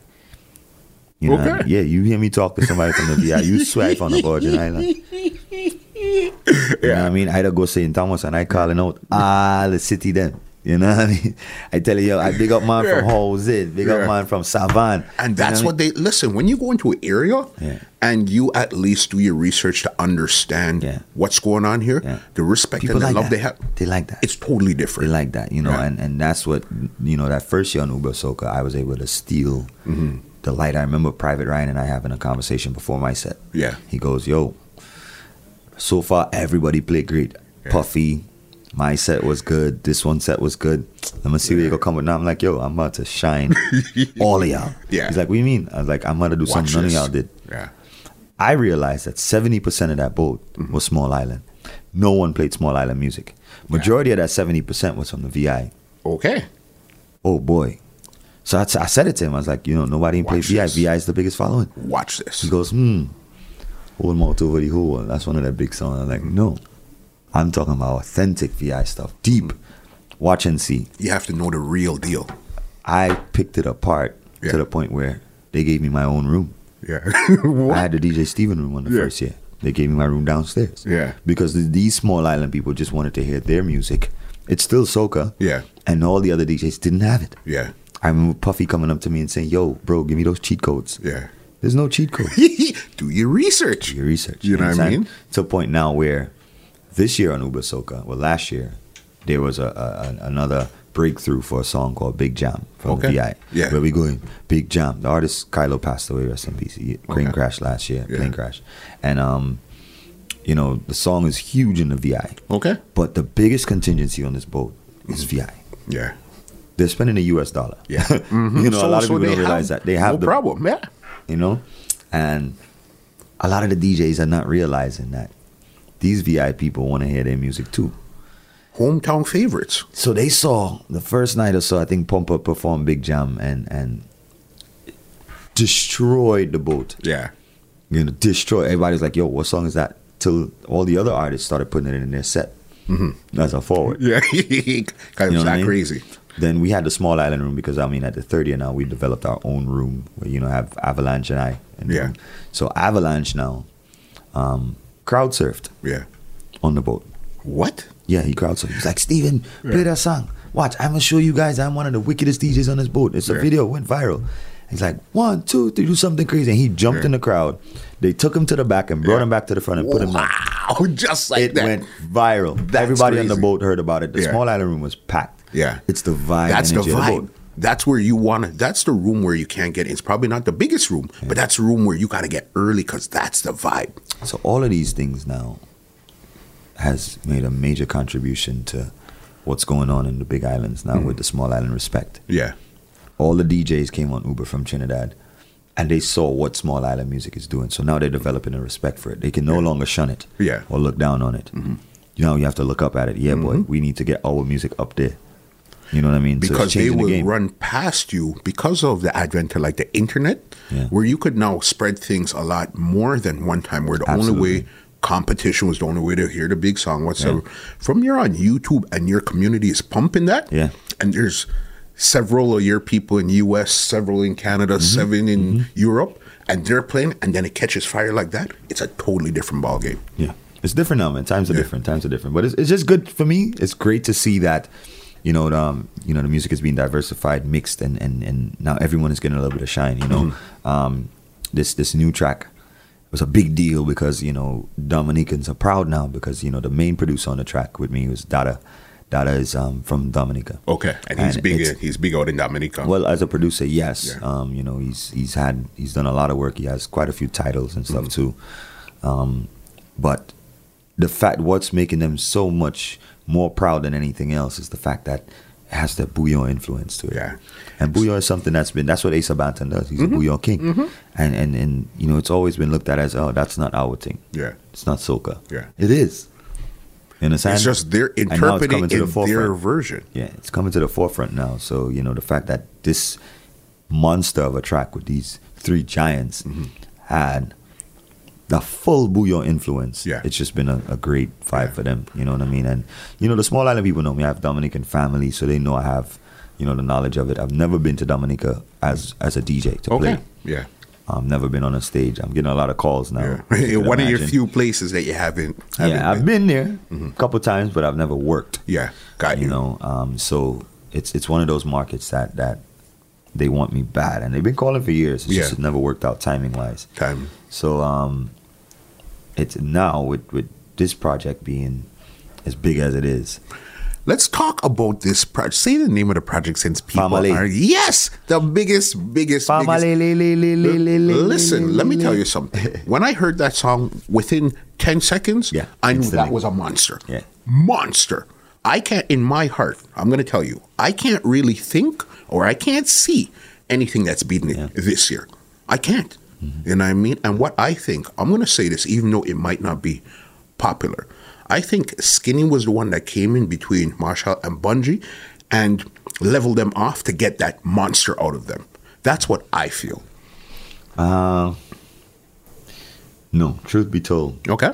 B: you know,
A: Okay.
B: yeah, you hear me talk to somebody from the VI, you swipe on the Virgin
A: [laughs]
B: Island. You know what I mean? I don't go St. Thomas and I calling out all the city then. You know what I mean? I tell you, yo, I big up man from
A: Yeah.
B: Jose, big
A: Yeah.
B: up man from Savan.
A: and that's what they listen. When you go into an area
B: Yeah.
A: and you at least do your research to understand
B: Yeah.
A: what's going on here,
B: Yeah.
A: the respect
B: people
A: and the
B: like
A: love
B: that.
A: they have,
B: They like that.
A: it's totally different.
B: they like that, you know,
A: Yeah.
B: and, and that's what you know, that first year on Uber Soca, I was able to steal
A: Mm-hmm.
B: the light. I remember Private Ryan and I having a conversation before my set.
A: Yeah.
B: He goes, Yo, so far everybody played great.
A: Yeah.
B: Puffy, my set was good, this one set was good. Let me see where you gonna come with now. I'm like, yo, I'm about
A: [laughs]
B: to shine all of y'all.
A: Yeah.
B: He's like, What do you mean? I was like, I'm about to do
A: Watch
B: something none of
A: this.
B: y'all did.
A: Yeah.
B: I realized that 70% of that boat
A: Mm-hmm.
B: was Small Island. No one played Small Island music. Majority of that 70% was from the VI.
A: Okay.
B: Oh boy. So I, I said it to him. I was like, you know, nobody ain't played
A: Watch
B: VI.
A: this.
B: VI is the biggest following.
A: Watch this.
B: He goes, hmm, whole mouth over the whole. world." That's one of their big songs. I'm like, no, I'm talking about authentic VI stuff, deep. Watch and see.
A: You have to know the real deal.
B: I picked it apart
A: Yeah.
B: to the point where they gave me my own room.
A: Yeah. [laughs]
B: I had the DJ Steven room on the
A: Yeah.
B: first year. They gave me my room downstairs.
A: Yeah.
B: Because th- these small island people just wanted to hear their music. It's still soca.
A: Yeah.
B: And all the other DJs didn't have it.
A: yeah.
B: I remember Puffy coming up to me and saying, "Yo, bro, give me those cheat codes."
A: Yeah. [laughs]
B: There's no cheat code.
A: do your research.
B: Do your research.
A: You know what I
B: understand?
A: mean?
B: To a point now where this year on Uber Soca, well, last year there was a, a, a- another breakthrough for a song called Big Jam from
A: Okay.
B: the VI.
A: Yeah.
B: Where we going? Big Jam. The artist Kylo passed away. Rest in peace. He- Plane
A: Okay.
B: crash last year.
A: Yeah.
B: Plane crash. And um, you know the song is huge in the VI,
A: Okay.
B: but the biggest contingency on this boat is VI.
A: Yeah.
B: They're spending a U.S. dollar.
A: Yeah. Mhm.
B: [laughs] you know,
A: So-
B: a lot of
A: so
B: people
A: they
B: don't realize that they have
A: no
B: the
A: problem. Yeah.
B: you know? And a lot of the DJs are not realizing that these VI people want to hear their music too.
A: hometown favorites.
B: So they saw the first night or so. I think Pump Up performed Big Jam and and destroyed the boat.
A: Yeah.
B: You know, destroyed. Everybody's like, "Yo, what song is that?" Till all the other artists started putting it in their set as a
A: [laughs]
B: forward.
A: Yeah. kind
B: You
A: of
B: know what
A: not
B: I mean?
A: crazy.
B: Then we had the small island room because I mean at the 30th now we developed our own room where you know have Avalanche and I. And
A: Yeah.
B: So Avalanche now, um, crowd surfed
A: Yeah.
B: on the boat.
A: What?
B: Yeah, he crowd surfed. He's like, Steven, play that song. Watch, I'm gonna show you guys I'm one of the wickedest DJs on this boat. It's a
A: Yeah.
B: video, went viral. He's like, one, two, three, do something crazy. And he jumped
A: Yeah.
B: in the crowd. They took him to the back and brought
A: Yeah.
B: him back to the front and put him on.
A: Wow. Just [laughs] like
B: It
A: that.
B: went viral. Everybody on the
A: crazy.
B: boat heard about it. The
A: Yeah.
B: small island room was packed.
A: Yeah.
B: It's the vibe.
A: that's the
B: energy of
A: vibe.
B: boat.
A: that's where you want to. That's the room where you can't get in. It's probably not the biggest room, but that's the room where you got to get early because that's the vibe.
B: So all of these things now has made a major contribution to what's going on in the big islands
A: Mm-hmm.
B: now with the small island respect.
A: Yeah.
B: All the DJs came on Uber from Trinidad and they saw what small island music is doing. So now they're developing a respect for it. They can no longer shun it
A: Yeah. Mm-hmm.
B: or look down on it. You know, you have to look up at it. Yeah, boy, we need to get our music up there. You know what I mean? So it's
A: because they
B: changing
A: will
B: game.
A: run past you because of the advent of like the internet,
B: Yeah.
A: where you could now spread things a lot more than one time, where the only way
B: Absolutely.
A: competition was the only way to hear the big song whatsoever. From you're on YouTube and your community is pumping that,
B: Yeah.
A: and there's several of your people in U.S., several in Canada,
B: Mm-hmm.
A: seven in Europe, and they're playing, and then it catches fire like that. It's a totally different ballgame.
B: Yeah, it's different now, man. Times are
A: Yeah.
B: different. Times are different, but it's, it's just good for me. It's great to see that, you know, the, um, you know, the music is being diversified, mixed, and and and now everyone is getting a little bit of shine. You know,
A: Mm-hmm.
B: um, this this new track was a big deal because you know Dominicans are proud now because you know the main producer on the track with me was Dada. Dada is um, from Dominica.
A: Okay, and he's big.
B: it's-
A: in- He's big out in Dominica.
B: well, as a producer, yes.
A: Yeah.
B: Um, you know, he's he's had he's done a lot of work. He has quite a few titles and
A: Mm-hmm.
B: stuff too. Um, but the fact what's making them so much more proud than anything else is the fact that it has that Bouillon influence to it.
A: Yeah. Mm-hmm.
B: And Bouillon is something that's been that's what Asa Banton does. He's a Bouillon king. And, and and you know, it's always been looked at as oh, that's not our thing.
A: yeah.
B: It's not soca.
A: Yeah.
B: It is. You understand?
A: It's just they're
B: And now it's coming
A: interpreting
B: to the
A: in their
B: forefront.
A: version.
B: Yeah, it's coming to the forefront now. So you know the fact that this monster of a track with these three giants
A: Mm-hmm.
B: had the full Bouillon influence.
A: Yeah.
B: it's just been a, a great vibe
A: Yeah.
B: for them. You know what I mean? And you know the small island people know me. I have Dominican family, so they know I have you know the knowledge of it. I've never been to Dominica as as a DJ to
A: Okay.
B: play.
A: Yeah.
B: I've never been on a stage. I'm getting a lot of calls now. [laughs]
A: Yeah.
B: Oh, you can
A: [laughs] One of your
B: imagine.
A: few Mm-hmm. places that you haven't. haven't
B: Yeah, I've been there a couple times, but I've never worked.
A: Yeah, got you.
B: you know um, so it's it's one of those markets that that they want me bad and they've been calling for years it's just
A: Yeah.
B: it never worked out timing wise
A: Time.
B: so um it's now with with this project being as big as it is
A: Let's talk about this project. Say the name of the project since people
B: Family.
A: are yes, the biggest, biggest, biggest. Listen,
B: listen
A: let me tell
B: [laughs]
A: you something. When I heard that song within 10 seconds,
B: Yeah,
A: I knew that
B: instantly.
A: was a monster.
B: Yeah.
A: Monster. I can't, in my heart, I'm going to tell you, I can't really think or I can't see anything that's beaten it
B: Yeah. Mm-hmm.
A: this year. I can't. You know what I mean? And what I think, I'm going to say this, even though it might not be popular. I think Skinny was the one that came in between Marshall and Bungie and leveled them off to get that monster out of them. That's what I feel.
B: uh, no truth be told
A: Okay.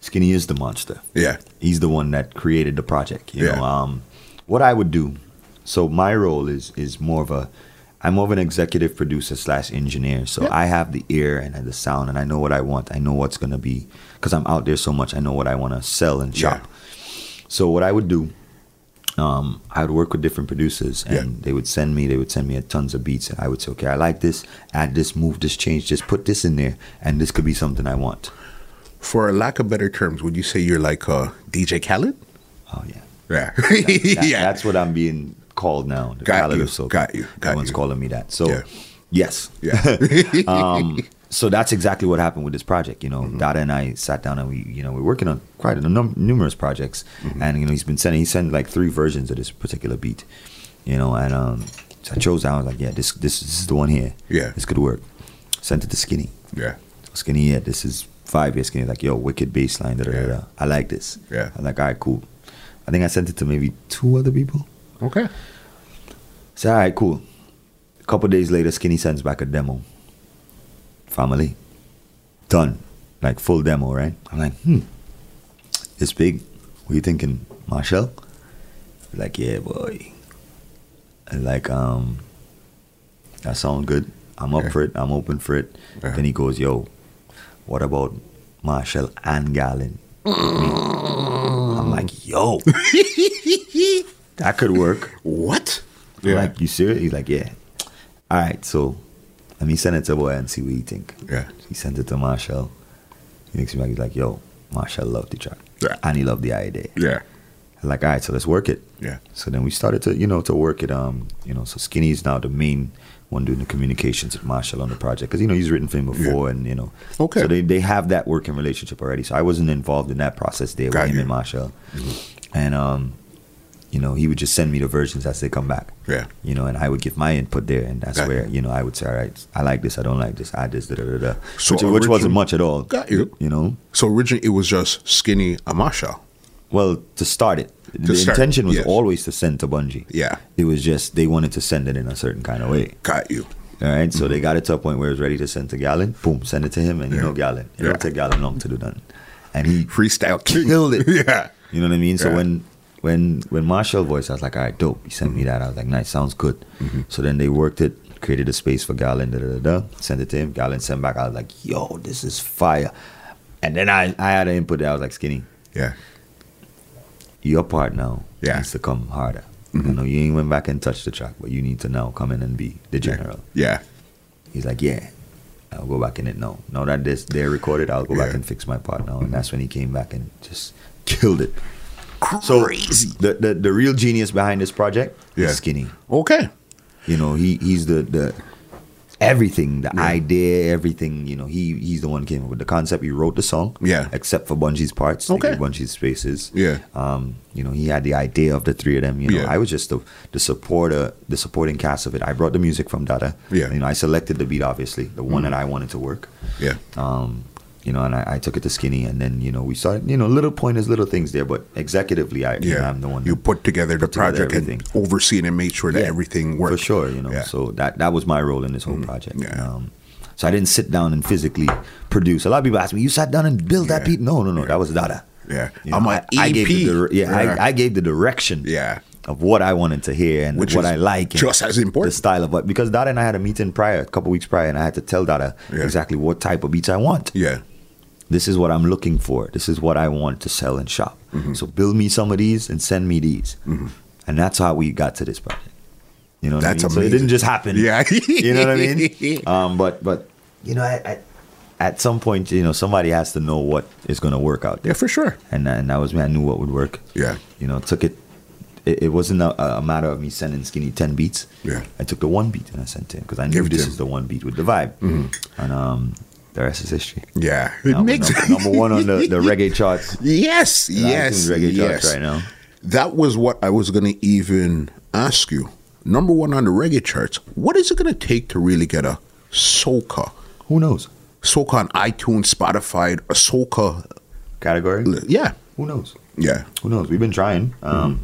B: skinny is the monster
A: Yeah.
B: he's the one that created the project. You
A: Yeah.
B: know, um, what I would do. So my role is is more of a, I'm more of an executive producer slash engineer. So
A: Yeah.
B: I have the ear and the sound, and I know what I want. I know what's gonna be because I'm out there so much. I know what I want to sell and
A: Yeah.
B: shop. So what I would do, um, I would work with different producers, and
A: Yeah.
B: they would send me they would send me a tons of beats, and I would say, okay, I like this, add this, move this, change this, put this in there, and this could be something I want.
A: For lack of better terms, would you say you're like uh, DJ Khaled?
B: Oh yeah.
A: [laughs] Yeah.
B: That-
A: yeah.
B: That's what I'm being called now. the
A: Got
B: Ballad
A: you,
B: of Soca.
A: got you, got
B: Everyone's
A: you.
B: calling me that. So,
A: Yeah.
B: yes.
A: yeah.
B: [laughs]
A: [laughs]
B: Um, so that's exactly what happened with this project. You know,
A: Mm-hmm.
B: Dada and I sat down and we, you know, we're working on quite a num- numerous projects,
A: Mm-hmm.
B: and you know, he's been sending he sent like three versions of this particular beat, you know, and um, so I chose that. I was like, yeah, this this, this is the one here.
A: Yeah.
B: this could work. Sent it to Skinny.
A: yeah.
B: Skinny, yeah, this is five years skinny. Like, yo, wicked bass line. Da, da, da, da. I like this.
A: Yeah.
B: I'm like, all right, cool. I think I sent it to maybe two other people.
A: Okay.
B: So all right, cool. A couple days later, Skinny sends back a demo. Family, done, like full demo, right? I'm like, hmm, it's big. What you thinking, Marshall? Like, yeah, boy. And like, um, that sounds good. I'm up
A: Yeah.
B: for it. I'm open for it.
A: Yeah.
B: Then he goes, yo, what about Marshall and
A: [laughs]
B: Gallon? I'm like, yo, that could work.
A: [laughs] what?
B: I'm Like, you serious? He's like, yeah. All right, so let me send it to boy and see what he think.
A: Yeah.
B: He sent it to Marshall. He thinks back. He's like, yo, Marshall loved the track.
A: Yeah.
B: And he loved the idea.
A: yeah.
B: I'm like, all right, so let's work it.
A: Yeah.
B: So then we started to, you know, to work it. Um, you know, so Skinny is now the main one doing the communications with Marshall on the project because you know he's written for him before, and you know,
A: Okay.
B: So they, they have that working relationship already. So I wasn't involved in that process there
A: Got
B: with him
A: you. Mm-hmm.
B: and Marshall, and um, you know, he would just send me the versions as they come back.
A: Yeah.
B: You know, and I would give my input there, and that's
A: Got you.
B: where you know I would say, all right, I like this, I don't like this, I this, da da da da,
A: So
B: which, which
A: original-
B: wasn't much at all.
A: Got you.
B: You know,
A: So originally it was just skinny Amasha.
B: well, to start it, the
A: start,
B: intention was
A: yes.
B: always to send to Bungie.
A: Yeah.
B: It was just they wanted to send it in a certain kind of way.
A: Got you.
B: All right? So they got it to a point where it was ready to send to Gallon. Boom, send it to him, and you know Gallon. It
A: Mm-hmm. Yeah.
B: don't take Gallon long to do that. And he,
A: Freestyle king.
B: Killed [laughs] it.
A: yeah.
B: you know what I mean? So
A: Yeah.
B: when when when Marshall voice, I was like, all right, dope. He sent me that. I was like, nice, sounds good.
A: Mm-hmm.
B: So then they worked it, created a space for Gallon, da da da da. Sent it to him. Gallon sent back. I was like, yo, this is fire. And then I, I had an input there. I was like, skinny,
A: Yeah.
B: your part now
A: Yeah. Mm-hmm.
B: needs to come harder. You know, you ain't went back and touched the track, but you need to now come in and be the general.
A: Yeah.
B: He's like, yeah, I'll go back in it now. Now that this they're recorded, I'll go
A: Yeah. Mm-hmm.
B: back and fix my part now. And that's when he came back and just [laughs] killed it. So
A: Crazy.
B: the the, the real genius behind this project
A: Yeah.
B: is Skinny.
A: Okay.
B: You know, he he's the the everything, the idea, everything. You know, he he's the one who came up with the concept. He wrote the song,
A: Yeah.
B: except for Bungie's parts. They
A: Okay.
B: gave Bungie's spaces,
A: Yeah.
B: Um, you know, he had the idea of the three of them. You know,
A: Yeah.
B: I was just the the supporter, the supporting cast of it. I brought the music from Dada.
A: Yeah. Mm.
B: you know, I selected the beat, obviously, the one that I wanted to work.
A: Yeah.
B: Um, you know, and I, I took it to Skinny, and then you know we started. You know, little pointers, little things there, but executively, I you know,
A: Yeah.
B: I'm the one
A: you
B: that-
A: put together the
B: put together
A: project and
B: everything.
A: oversee it and make sure that
B: Yeah,
A: everything works.
B: for sure. You know,
A: Yeah. Mm-hmm.
B: so that that was my role in this whole project.
A: yeah.
B: And, um, so I didn't sit down and physically produce. A lot of people ask me, "You sat down and built that
A: Yeah.
B: beat?" No, no, no. That was Dada.
A: Yeah.
B: You know,
A: I'm
B: I-
A: an
B: I gave the
A: EP.
B: dir- yeah,
A: E Yeah.
B: I, I gave the direction.
A: Yeah.
B: Of what I wanted to hear and
A: Which
B: what
A: is
B: I like, and
A: just as important.
B: The style of what because Dada and I had a meeting prior, a couple weeks prior, and I had to tell Dada
A: Yeah.
B: exactly what type of beats I want
A: yeah.
B: this is what I'm looking for. This is what I want to sell and shop.
A: Mm-hmm.
B: So build me some of these and send me these. And that's how we got to this project. You know, what
A: That's
B: I mean? So it
A: amazing.
B: didn't just happen.
A: [laughs] Yeah.
B: you know what I [laughs] mean.
A: [laughs]
B: Um, but but you know, I, I, at some point, you know, somebody has to know what is going to work out there.
A: Yeah, for sure.
B: And that, and that was me. I knew what would work.
A: Yeah.
B: You know, took it. It, it wasn't a, a matter of me sending Skinny ten beats.
A: Yeah.
B: I took the one beat and I sent to him because I knew
A: Give it to
B: this
A: him. Mm-hmm.
B: is the one beat with the vibe. And um, the rest is history.
A: Yeah. It
B: Now we're
A: makes
B: num- number one on the, the reggae charts.
A: [laughs] Yes, yes,
B: iTunes reggae
A: yes.
B: charts right now.
A: That was what I was going to even ask you. Number one on the reggae charts. What is it going to take to really get a soca,
B: Who knows?
A: soca on iTunes, Spotify, a soca?
B: Category?
A: Yeah,
B: Who knows?
A: yeah,
B: Who knows? We've been trying.
A: Mm-hmm.
B: Um,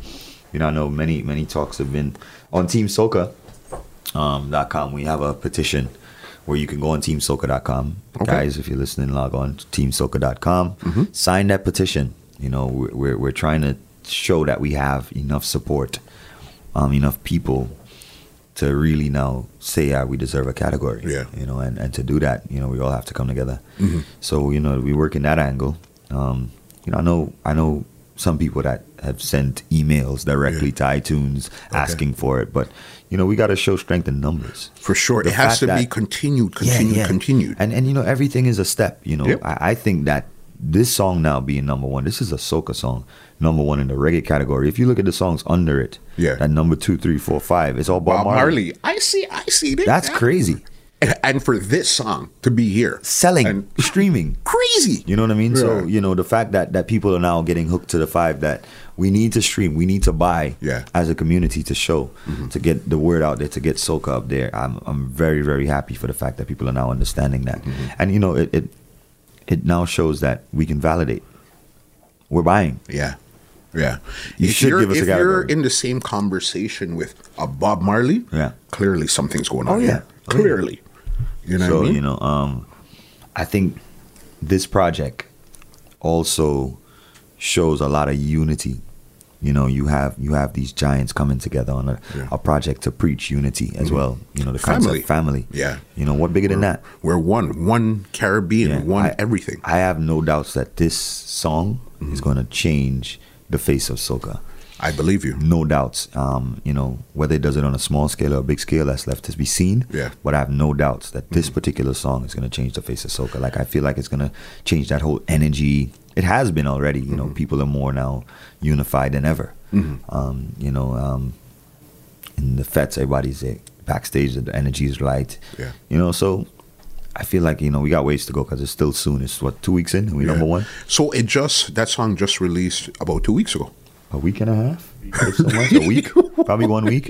B: You know, I know many many talks have been on Team Soca. Um, dot com. We have a petition where you can go on teamsoca.com.
A: Okay. Mm-hmm.
B: Guys, if you're listening, log on to teamsoca.com. Sign that petition. You know, we're, we're, we're trying to show that we have enough support, um, enough people to really now say, yeah, we deserve a category.
A: Yeah. Mm-hmm.
B: You know, and, and to do that, you know, we all have to come together. So, you know, we work in that angle. Um, you know, I know I know some people that have sent emails directly to iTunes asking for it, but you know, we gotta show strength in numbers.
A: for sure.
B: The
A: it has
B: fact
A: to be
B: that-
A: continued, continued, continued.
B: And and you know, everything is a step. You know,
A: Yep.
B: I, I think that this song now being number one, this is a soca song, number one in the reggae category. If you look at the songs under it,
A: Yeah.
B: that number two, three, four, five, it's all Bob,
A: Bob
B: Marley.
A: Marley, I see, I see. that-
B: That's
A: that-
B: crazy.
A: And for this song to be here,
B: Selling,
A: And-
B: streaming.
A: crazy.
B: You know what I mean? So
A: Yeah.
B: you know the fact that that people are now getting hooked to the five that we need to stream, we need to buy
A: Yeah. Mm-hmm.
B: as a community to show to get the word out there to get soca up there. I'm I'm very very happy for the fact that people are now understanding that,
A: Mm-hmm.
B: and you know it, it it now shows that we can validate. We're buying.
A: Yeah, Yeah.
B: You
A: if
B: should
A: you're,
B: give us a
A: if you're
B: category.
A: in the same conversation with a Bob Marley,
B: Yeah.
A: clearly something's going on.
B: Oh, yeah.
A: here.
B: Oh, yeah.
A: Clearly. You know
B: so
A: what I mean?
B: you know, um, I think this project also shows a lot of unity. You know, you have you have these giants coming together on a,
A: Yeah. Mm-hmm.
B: a project to preach unity as well. You know, the
A: Family.
B: concept family.
A: Yeah.
B: You know, what bigger than that?
A: We're one. One Caribbean,
B: Yeah,
A: one
B: I-
A: everything.
B: I have no doubts that this song
A: Mm-hmm.
B: is going to change the face of soca.
A: I believe you.
B: No doubts. Um, you know, whether it does it on a small scale or a big scale, that's left to be seen.
A: Yeah. Mm-hmm.
B: But I have no doubts that this particular song is going to change the face of soca. Like I feel like it's going to change that whole energy. It has been already. You
A: Mm-hmm.
B: know, people are more now unified than ever. Um, you know, um, in the fets, everybody's eh, backstage. The energy is light.
A: Yeah.
B: You know, so I feel like you know we got ways to go because it's still soon. It's what two weeks in. and We number
A: Yeah.
B: one.
A: So it just that song just released about two weeks ago,
B: A week and a half. If so
A: [laughs]
B: much, a week. Probably one week.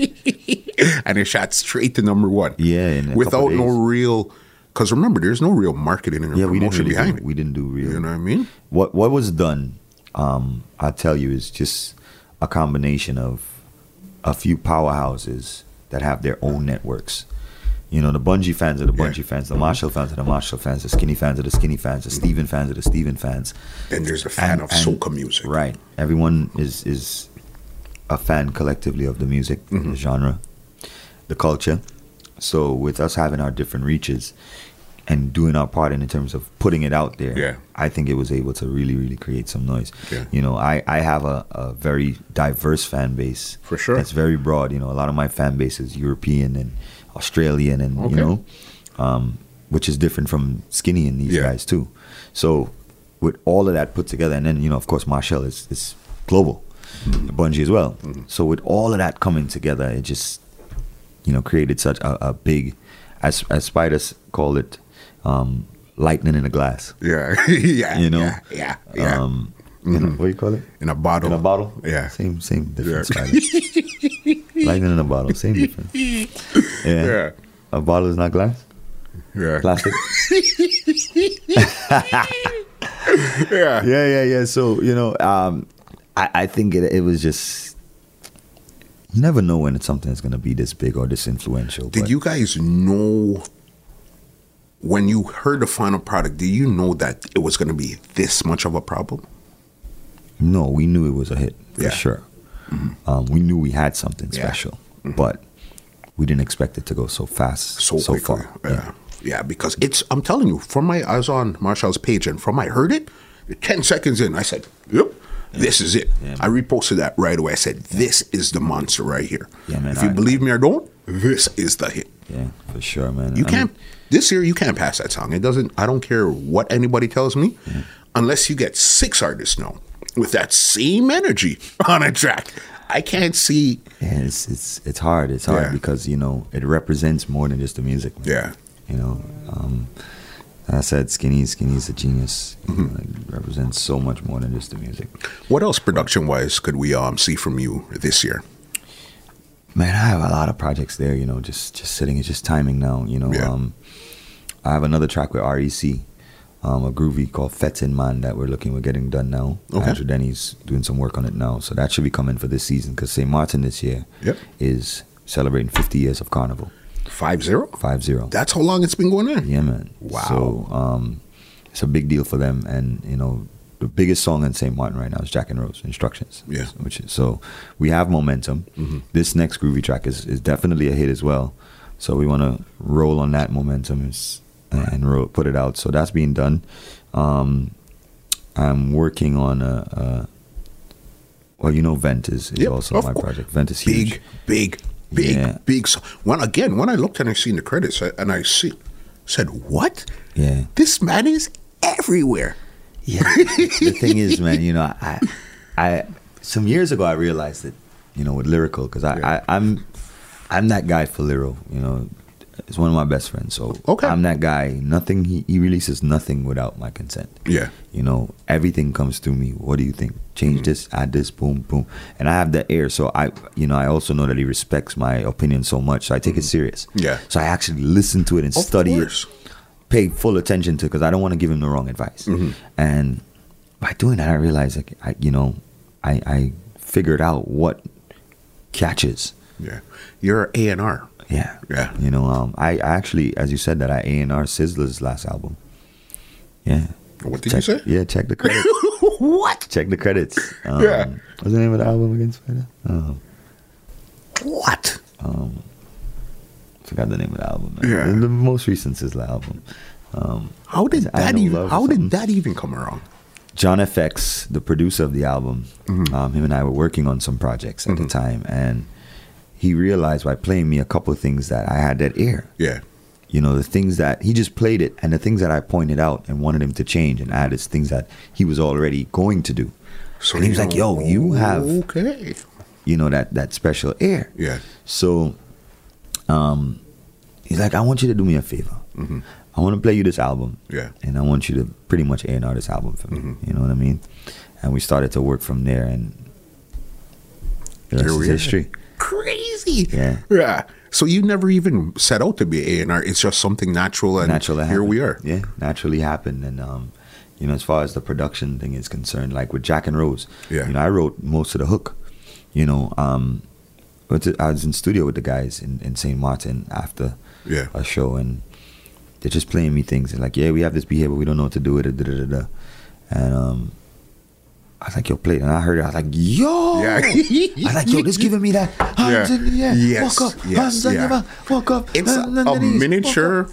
A: and it shot straight to number one.
B: Yeah, in a couple
A: without no
B: days.
A: real. Because remember, there's no real marketing and
B: Yeah, we didn't
A: promotion
B: really
A: behind
B: do,
A: it.
B: we didn't do real.
A: you know what I mean?
B: What what was done, um, I tell you, is just a combination of a few powerhouses that have their own networks. You know, the Bungie fans are the
A: Yeah.
B: Bungie fans, the Marshall fans are the Marshall fans, the Skinny fans are the Skinny fans, the Steven fans are the Steven fans.
A: Then there's the fan
B: And-
A: of
B: and-
A: soca music.
B: Right. Everyone is is a fan collectively of the music,
A: Mm-hmm.
B: the genre, the culture. So with us having our different reaches and doing our part in terms of putting it out there,
A: Yeah.
B: I think it was able to really, really create some noise.
A: Yeah.
B: You know, I, I have a, a very diverse fan base.
A: For sure.
B: That's very broad. You know, a lot of my fan base is European and Australian and
A: Okay.
B: you know, um, which is different from Skinny and these
A: Yeah.
B: guys too. So with all of that put together, and then you know, of course, Marshall is is global,
A: Mm-hmm.
B: Bungie as well. So with all of that coming together, it just you know created such a, a big, as as spiders call it, um, lightning in a glass.
A: Yeah, [laughs] yeah,
B: You know,
A: yeah, yeah. yeah.
B: Um, in a, what do you call it?
A: in a bottle.
B: In a bottle?
A: Yeah.
B: Same same difference.
A: [laughs]
B: Tyler. Lightning in a bottle, same difference. Yeah.
A: Yeah.
B: A bottle is not glass.
A: Yeah. [laughs]
B: Plastic.
A: yeah.
B: yeah, yeah, yeah. So, you know, um I, I think it it was just you never know when it's something that's gonna be this big or this influential.
A: Did
B: but
A: you guys know when you heard the final product? Did you know that it was going to be this much of a problem?
B: No, we knew it was a hit for
A: Yeah. Mm-hmm.
B: sure. Um, we knew we had something
A: Yeah. Mm-hmm.
B: special, but we didn't expect it to go so fast,
A: so,
B: so,
A: quickly.
B: far.
A: Yeah. yeah, because it's. I'm telling you, from my I was on Marshall's page, and from I heard it, ten seconds in, I said, "Yep, this is it."
B: Yeah, man.
A: I reposted that right away. I said, "This is the monster right here."
B: Yeah, man,
A: if you
B: I-
A: believe me or don't, this is the hit.
B: Yeah, for sure, man.
A: You
B: I mean,
A: can't this year. You can't pass that song. It doesn't. I don't care what anybody tells me,
B: Mm-hmm.
A: unless you get six artists now with that same energy [laughs] on a track. I can't see.
B: Yeah, it's it's it's hard. It's hard
A: Yeah.
B: because you know it represents more than just the music. man.
A: Yeah.
B: You know, um, I said Skinny Skinny's a genius. You
A: Mm-hmm.
B: know, it represents so much more than just the music.
A: What else production wise could we um see from you this year?
B: Man, I have a lot of projects there. You know, just just sitting. It's just timing now. You know,
A: Yeah.
B: um, I have another track with REC, um, a groovy called Fetin Man that we're looking. We're getting done now.
A: Okay.
B: Andrew Denny's doing some work on it now, so that should be coming for this season. Because St. Martin this year
A: Yep.
B: is celebrating 50 years of Carnival
A: Five zero.
B: five zero.
A: That's how long it's been going on.
B: Yeah, man.
A: Wow.
B: So um, it's a big deal for them, and you know the biggest song in St. Martin right now is Jack and Rose Instructions.
A: Yeah. Mm-hmm.
B: Which is, so we have momentum. This next groovy track is, is definitely a hit as well. So we want to roll on that momentum is, and roll, put it out. So that's being done. Um, I'm working on a. a well, you know, Vent is, is
A: Yep,
B: also
A: of
B: my
A: course.
B: project. Vent is huge.
A: Big, big, big,
B: Yeah.
A: big. So- When again, when I looked and I seen the credits I- and I see, said what?
B: Yeah.
A: This man is everywhere. [laughs]
B: Yeah. the thing is, man, you know, I, I, some years ago, I realized that, you know, with lyrical, because I,
A: Yeah.
B: I, I'm, I'm that guy for lyrical. You know, it's one of my best friends. So
A: Okay.
B: I'm that guy. Nothing. He, he releases nothing without my consent.
A: Yeah.
B: You know, everything comes through me. What do you think? Change
A: Mm-hmm.
B: this, add this, boom, boom. And I have that air. So I, you know, I also know that he respects my opinion so much. So I take it serious.
A: Mm-hmm. Yeah.
B: So I actually listen to it and
A: Of
B: study
A: course.
B: it pay full attention
A: Mm-hmm.
B: to because I don't want to give him the wrong advice. And by doing that, I realized like I, you know, I, I figured out what catches.
A: Yeah. You're A and R.
B: Yeah.
A: Yeah.
B: You know, um, I, I actually, as you said, that I A and R Sizzler's last album. Yeah.
A: What did
B: check,
A: you say?
B: Yeah, check the
A: [laughs]
B: [laughs] credits.
A: what?
B: check the credits. Um,
A: Yeah.
B: What's the name of the album again, Spider? Oh,
A: What?
B: um, forgot the name of the album.
A: Yeah.
B: The, the most recent Sizzler album. Um,
A: How did
B: I
A: that
B: Know
A: even?
B: Love or
A: How
B: something.
A: did that even come around?
B: John FX, the producer of the album, um, him and I were working on some projects at the time, and he realized by playing me a couple of things that I had that ear.
A: Yeah.
B: You know, the things that he just played it, and the things that I pointed out and wanted him to change and add is things that he was already going to do. So he was like, "Yo, you have
A: okay.
B: you know that that special air."
A: Yeah.
B: So, um, he's like, "I want you to do me a favor. I want to play you this album,
A: Yeah. Mm-hmm.
B: and I want you to pretty much A and R this album for me. You know what I mean?" And we started to work from there, and the rest
A: Here we
B: is
A: are.
B: history.
A: Crazy.
B: Yeah.
A: Yeah. So you never even set out to be A and R. It's just something natural, and
B: Natural. that
A: here we are.
B: happened. Yeah, naturally happened, and um, you know, as far as the production thing is concerned, like with Jack and Rose,
A: Yeah.
B: you know, I wrote most of the hook. You know, um, but I was in studio with the guys in, in St. Martin after
A: Yeah.
B: a show and they're just playing me things and like, yeah, we have this behavior, we don't know what to do with it, da, da, da, da. and um, I was like, yo, play it, and I heard it, I was like, yo,
A: Yeah.
B: [laughs] I was like, yo, this giving me that hands
A: Yeah.
B: in the air,
A: Yes,
B: walk up,
A: yes,
B: hands in the
A: yeah.
B: air, walk up,
A: It's a,
B: hands in the
A: a
B: knees, walk
A: miniature
B: up.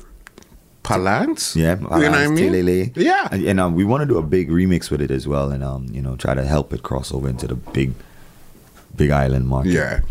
A: palance.
B: Yeah,
A: you know what I mean?
B: Telele.
A: Yeah.
B: and, and, um, we want to do a big remix with it as well, and um, you know, try to help it cross over into the big, big island market
A: Yeah.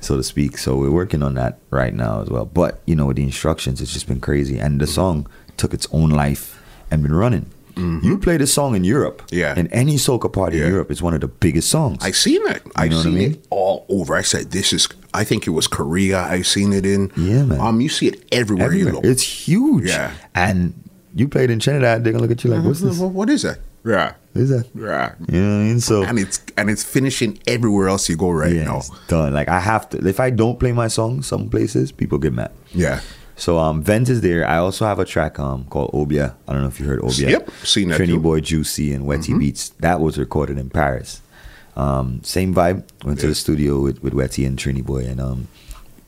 B: so to speak. So we're working on that right now as well. But you know, with the instructions, it's just been crazy, and the song took its own life and been running. You play this song in Europe,
A: Mm-hmm. Yeah.
B: in any soca party
A: Yeah.
B: in Europe, it's one of the biggest songs.
A: I seen it. I've
B: know what I
A: seen
B: mean?
A: it all over. I said this is. I think it was Korea. I've seen it in.
B: Yeah, man.
A: Um, you see it everywhere.
B: Everywhere.
A: You look.
B: It's huge,
A: Yeah.
B: and you played in Trinidad, they're gonna look at you like, "What's this? What
A: Well, What is that? Yeah.
B: is that?"
A: Yeah.
B: You know what I mean? So
A: And it's and it's finishing everywhere else you go right
B: yeah,
A: now.
B: it's done. Like I have to. If I don't play my song, some places people get mad.
A: Yeah.
B: So um, Vent is there. I also have a track um called Obia. I don't know if you heard Obia.
A: Yep, seen that
B: Trini
A: too. Mm-hmm.
B: Boy Juicy and Wetty Beats. That was recorded in Paris. Um, same vibe. Went to
A: Yeah.
B: the studio with, with Wetty and Trini Boy and um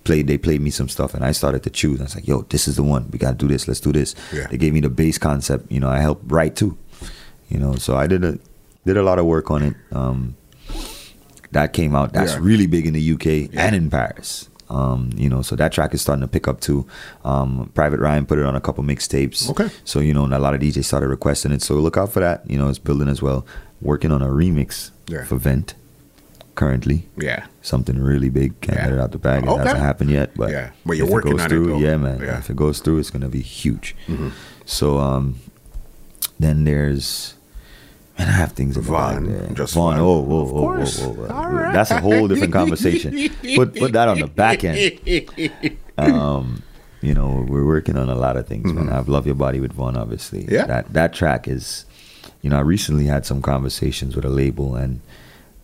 B: played. They played me some stuff and I started to choose. I was like, Yo, this is the one. We gotta do this. Let's do this.
A: Yeah.
B: They gave me the bass concept. You know, I helped write too. You know, so I did a did a lot of work on it. Um, that came out. That's
A: Yeah.
B: really big in the UK
A: Yeah.
B: and in Paris. Um, you know, so that track is starting to pick up too. Um, Private Ryan put it on a couple mixtapes.
A: Okay.
B: So you know, and a lot of DJs started requesting it. So look out for that. You know, it's building as well. Working on a remix
A: Yeah.
B: for Vent currently.
A: Yeah.
B: Something really big. Can't
A: Yeah.
B: let it out the bag. It
A: Okay.
B: hasn't happened yet, but
A: Yeah. But you're
B: if it
A: working
B: goes
A: on it,
B: through,
A: though.
B: Yeah, man.
A: Yeah. Mm-hmm.
B: If it goes through, it's gonna be huge. So um, then there's. Man, I have things in the bag
A: Vaughn,
B: there.
A: just
B: Vaughn.
A: Vaughn.
B: Oh, whoa,
A: Of
B: whoa, whoa,
A: course.
B: whoa, whoa.
A: All right. [laughs]
B: That's a whole different conversation. put, put that on the back end. Um, you know, we're working on a lot of things, man. I've Love Your Body with Vaughn, obviously.
A: Mm-hmm. Yeah.
B: That, that track is, you know, I recently had some conversations with a label and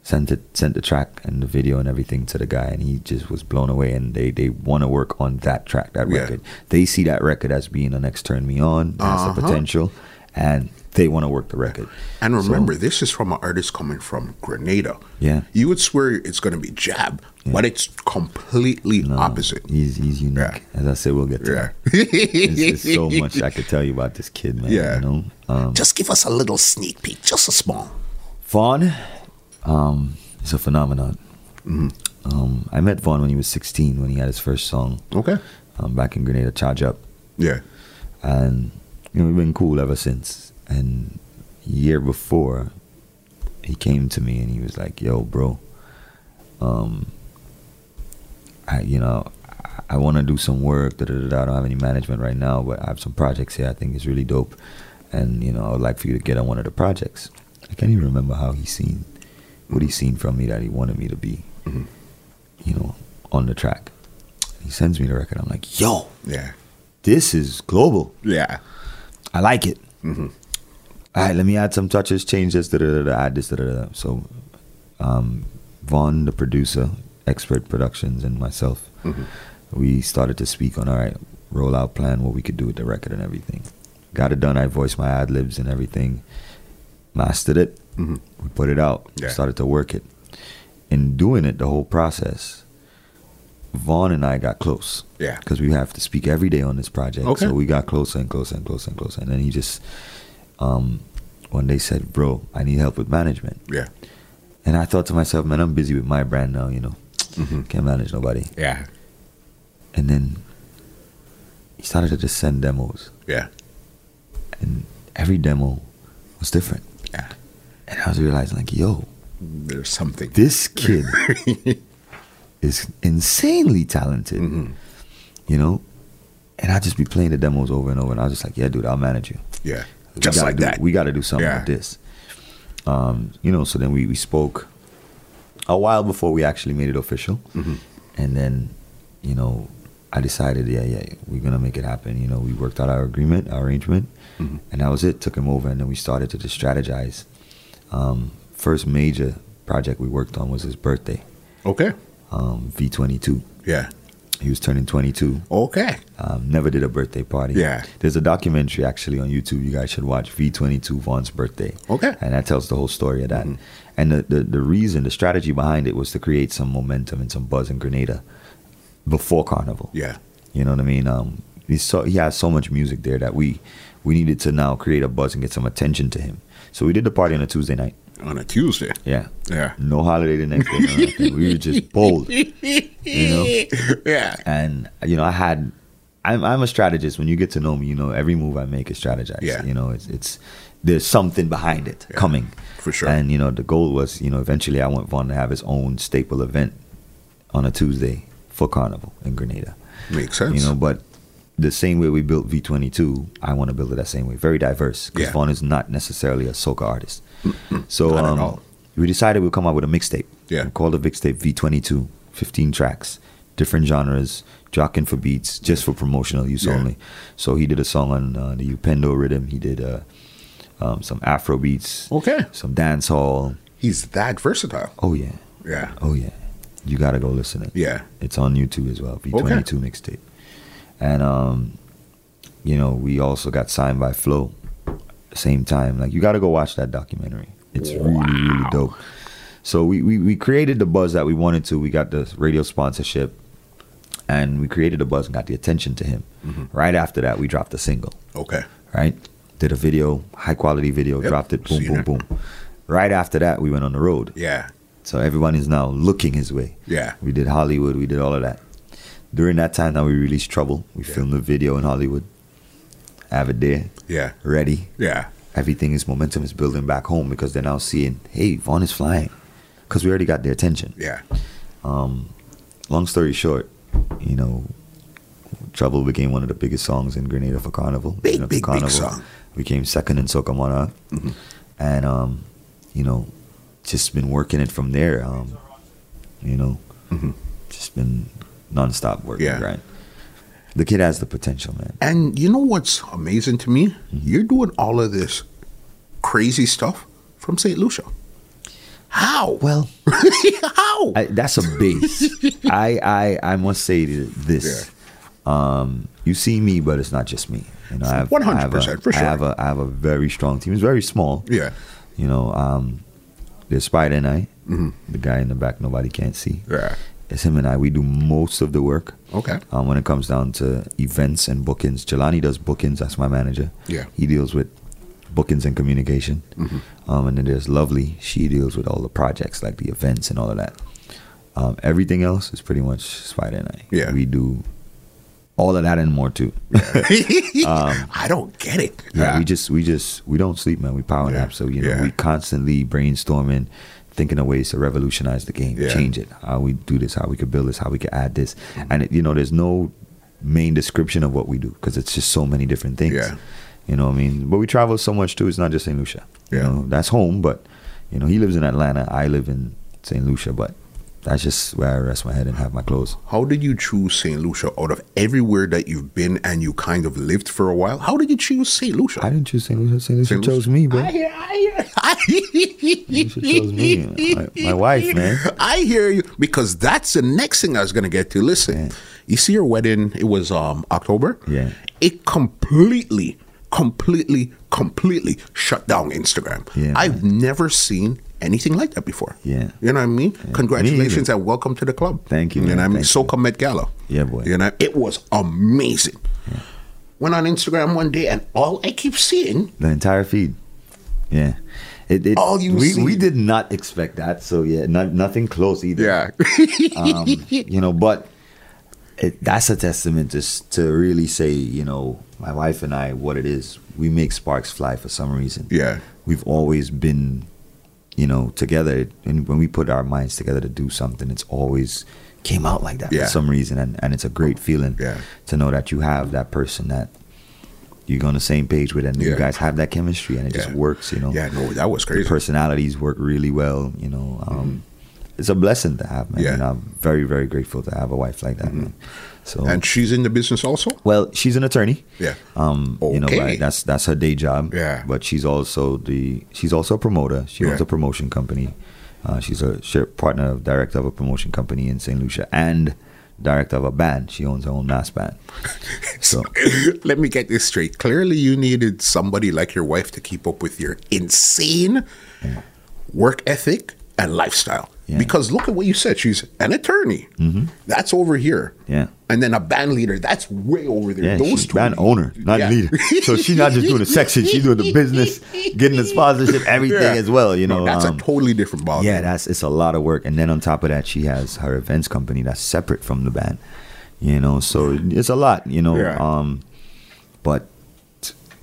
B: sent it, sent the track and the video and everything to the guy, and he just was blown away. And they, they want to work on that track, that
A: Yeah.
B: record. They see that record as being the next Turn Me On, as
A: Uh-huh.
B: the potential, and they want to work the record.
A: [laughs] And
B: So-
A: remember, this is from an artist coming from Grenada.
B: Yeah.
A: You would swear it's going to be jab, but it's completely
B: No,
A: opposite.
B: He's he's unique. As I said, we'll get to
A: Yeah.
B: that. There's there's
A: [laughs]
B: so much I could tell you about this kid, man.
A: Yeah.
B: You know? Um,
A: Just give us a little sneak peek, just a small.
B: Vaughn um, is a phenomenon. Um, I met Vaughn when he was 16, when he had his first song
A: Okay.
B: um, back in Grenada, Charge Up.
A: Yeah.
B: And you know, we've been cool ever since. And a year before, he came to me and he was like, "Yo, bro, um, I, you know, I, I want to do some work. Da, da, da, da. I don't have any management right now, but I have some projects here. I think it's really dope, and you know, I would like for you to get on one of the projects. I can't even remember how he seen what he seen from me that he wanted me to be, you know, on the track. He sends me the record. I'm like, "Yo,
A: Yeah.
B: this is global."
A: Yeah.
B: I like it.
A: Mm-hmm.
B: All right, let me add some touches, change this, da da da, da, add this, da da da. So, um, Vaughn, the producer, Expert Productions, and myself, we started to speak on all right, rollout plan, what we could do with the record and everything. Got it done. I voiced my ad libs and everything, mastered it, We put it out.
A: Yeah.
B: Started to work it. In doing it, the whole process, Vaughn and I got close.
A: Yeah.
B: Because we have to speak every day on this project.
A: Okay.
B: So we got closer and closer and closer and closer. And then he just, um, one day said, "Bro, I need help with management."
A: Yeah.
B: And I thought to myself, "Man, I'm busy with my brand now. You know,
A: Mhm.
B: can't manage nobody."
A: Yeah.
B: And then he started to just send demos,
A: Yeah.
B: and every demo was different.
A: Yeah.
B: And I was realizing, like, yo,
A: There's something.
B: this
A: [laughs]
B: kid is insanely talented,
A: Mm-hmm.
B: you know? And I'd just be playing the demos over and over, and I was just like, yeah, dude, I'll manage you.
A: Yeah.
B: We
A: Just
B: gotta
A: like
B: do-
A: that.
B: We got to do something
A: Yeah.
B: with this. Um, you know, so then we, we spoke a while before we actually made it official.
A: Mm-hmm.
B: And then, you know, I decided, yeah, yeah, we're going to make it happen. You know, we worked out our agreement, our arrangement,
A: Mm-hmm.
B: and that was it. Took him over, and then we started to just strategize. Um, first major project we worked on was his birthday,
A: Okay.
B: um, V22.
A: Yeah.
B: He was turning 22.
A: Okay.
B: Um, never did a birthday party.
A: Yeah.
B: There's a documentary actually on YouTube you guys should watch V22 Vaughn's birthday.
A: Okay.
B: And that tells the whole story of
A: Mm-hmm.
B: that. And the, the, the reason, the strategy behind it was to create some momentum and some buzz in Grenada before Carnival.
A: Yeah.
B: You know what I mean? Um, he so he has so much music there that we we needed to now create a buzz and get some attention to him. So we did the party on a Tuesday night.
A: On a Tuesday.
B: Yeah.
A: Yeah.
B: No holiday the next day. no nothing. we were just bold. You
A: [laughs]
B: know?
A: [laughs] Yeah.
B: and you know I had I'm I'm a strategist when you get to know me you know every move I make is strategized
A: Yeah.
B: you know it's it's there's something behind it coming
A: for sure.
B: and you know the goal was you know eventually I want Vaughn to have his own staple event on a Tuesday for Carnival in Grenada
A: Makes sense.
B: you know but the same way we built V22 I want to build it that same way very diverse because
A: Yeah.
B: Vaughn is not necessarily a soca
A: [clears throat]
B: artist so
A: Not at
B: um,
A: all.
B: we decided we'd come out with a mixtape
A: Yeah.
B: we called the mixtape V22 15 tracks different genres jocking for beats just for promotional use
A: Yeah.
B: only so he did a song on uh, the Upendo rhythm he did uh, um, some Afro beats
A: Okay.
B: some dance hall
A: He's that versatile.
B: oh yeah
A: Yeah.
B: oh yeah you gotta go listen to it
A: Yeah.
B: it's on YouTube as well. V22 mixtape. And um, you know, we also got signed by Flow. Same time, like you got to go watch that documentary. It's really really dope. So we, we we created the buzz that we wanted to. We got the radio sponsorship, and we created the buzz and got the attention to him.
A: Mm-hmm.
B: Right after that, we dropped a single
A: Okay.
B: right? Did a video, high quality video,
A: Yep,
B: dropped it, boom,
A: seen
B: boom,
A: it.
B: boom. Right after that, we went on the road.
A: Yeah.
B: So everyone is now looking his way.
A: Yeah.
B: We did Hollywood, we did all of that. During that time, now we released Trouble. We
A: Yeah.
B: filmed the video in Hollywood. Have it there,
A: Yeah.
B: ready.
A: Yeah.
B: Everything is momentum is building back home because they're now seeing, hey, Vaughn is flying. Because we already got their attention.
A: Yeah.
B: Um, long story short, you know, Trouble became one of the biggest songs in Grenada for Carnival.
A: Big,
B: You know, for
A: big, big
B: Carnival,
A: song. Mm-hmm.
B: We came second in Soca Monarch. And, um, you know, just been working it from there. Um, you know, just been nonstop working,
A: Mm-hmm. Yeah.
B: right? The kid has the potential, man.
A: And you know what's amazing to me? You're doing all of this crazy stuff from St. Lucia. How?
B: Well,
A: [laughs] How?
B: I, that's a base.
A: [laughs]
B: I, I I must say th- this. Um, you see me, but it's not just me. You know, I have, I have a-
A: 100% for
B: I have
A: sure.
B: a I have a very strong team. It's very small.
A: yeah.
B: You know, um, there's Spider and I, the guy in the back nobody can't see.
A: Mm-hmm. Yeah.
B: It's him and I. We do most of the work.
A: [laughs] Okay.
B: Um, when it comes down to events and bookings, Jelani does bookings. That's my manager.
A: Yeah.
B: He deals with bookings and communication.
A: Mm-hmm.
B: Um, and then there's Lovely. She deals with all the projects, like the events and all of that. Um, everything else is pretty much Spider and I.
A: Yeah.
B: We do all of that and more too. Yeah.
A: [laughs] I don't get it.
B: We just we just we don't sleep, man. We power
A: Yeah.
B: nap. So you know
A: Yeah.
B: we constantly brainstorming, thinking of ways to revolutionize the game,
A: Yeah.
B: change it. How we do this, how we could build this, how we could add this,
A: Mm-hmm.
B: and it, you know there's no main description of what we do because it's just so many different things.
A: Yeah.
B: You know what I mean? But we travel so much too. It's not just St. Lucia. You
A: Yeah.
B: know, that's home, but you know he lives in Atlanta. I live in St. Lucia, but that's just where I rest my head and have my clothes.
A: How did you choose St. Lucia out of everywhere that you've been and you kind of lived for a while? How did you choose St. Lucia?
B: I didn't choose St. Lucia. St. Lucia
A: St. Lucia.
B: chose me, bro.
A: I hear, [laughs] I hear.
B: St. Lucia chose me. My, my wife, man.
A: I hear you because that's the next thing I was gonna get to. Listen, you see your wedding. It was um October.
B: Yeah.
A: It completely completely, completely shut down Instagram.
B: Yeah,
A: I've never seen anything like that before.
B: Yeah.
A: You know what I mean? Congratulations and welcome to the club.
B: Thank you,
A: And
B: man.
A: I'm
B: Thank
A: SoCa Met Gala.
B: Yeah, boy.
A: You know, it was amazing. Went on Instagram one day and all I keep seeing
B: The entire feed. Yeah. It, it,
A: All you
B: we,
A: see.
B: we did not expect that. So, yeah, no, nothing close either. [laughs]
A: [laughs]
B: um, you know, but it, that's a testament to s- to really say, you know, my wife and I, what it is. We make sparks fly for some reason.
A: Yeah.
B: we've always been, you know, together, and when we put our minds together to do something, it's always came out like that
A: Yeah.
B: for some reason, and and it's a great feeling
A: Yeah.
B: to know that you have that person that. You're on the same page with, and
A: Yeah.
B: you guys have that chemistry, and it just
A: Yeah.
B: works, you know.
A: Yeah, no, that was
B: The
A: crazy. Mm-hmm.
B: personalities work really well, you know. Um, It's a blessing to have, man.
A: Yeah. Mm-hmm.
B: And I'm very, very grateful to have a wife like that, man. So,
A: And she's in the business also?
B: well, she's an attorney.
A: Yeah.
B: Um, you know,
A: Okay.
B: right? That's that's her day job.
A: Yeah.
B: But she's also the she's also a promoter. She owns
A: Yeah.
B: a promotion company. Uh, she's a share partner, of director of a promotion company in St. Lucia, and director of a band. She owns her own mass band. So
A: [laughs] Let me get this straight. Clearly, you needed somebody like your wife to keep up with your insane work ethic and lifestyle.
B: Yeah. Mm-hmm.
A: Because look at what you said. She's an attorney. That's over here.
B: Yeah.
A: And then a band leader. That's way over there.
B: yeah,
A: Those
B: she's
A: two.
B: band owner, not
A: Yeah.
B: leader. So she's
A: [laughs]
B: not just doing the section; she's doing the business, getting the sponsorship, everything
A: Yeah.
B: as well. You know,
A: No, that's
B: um,
A: a totally different ball.
B: Yeah,
A: game.
B: that's it's a lot of work, and then on top of that, she has her events company that's separate from the band. You know, so it's a lot. You know,
A: Yeah.
B: um, but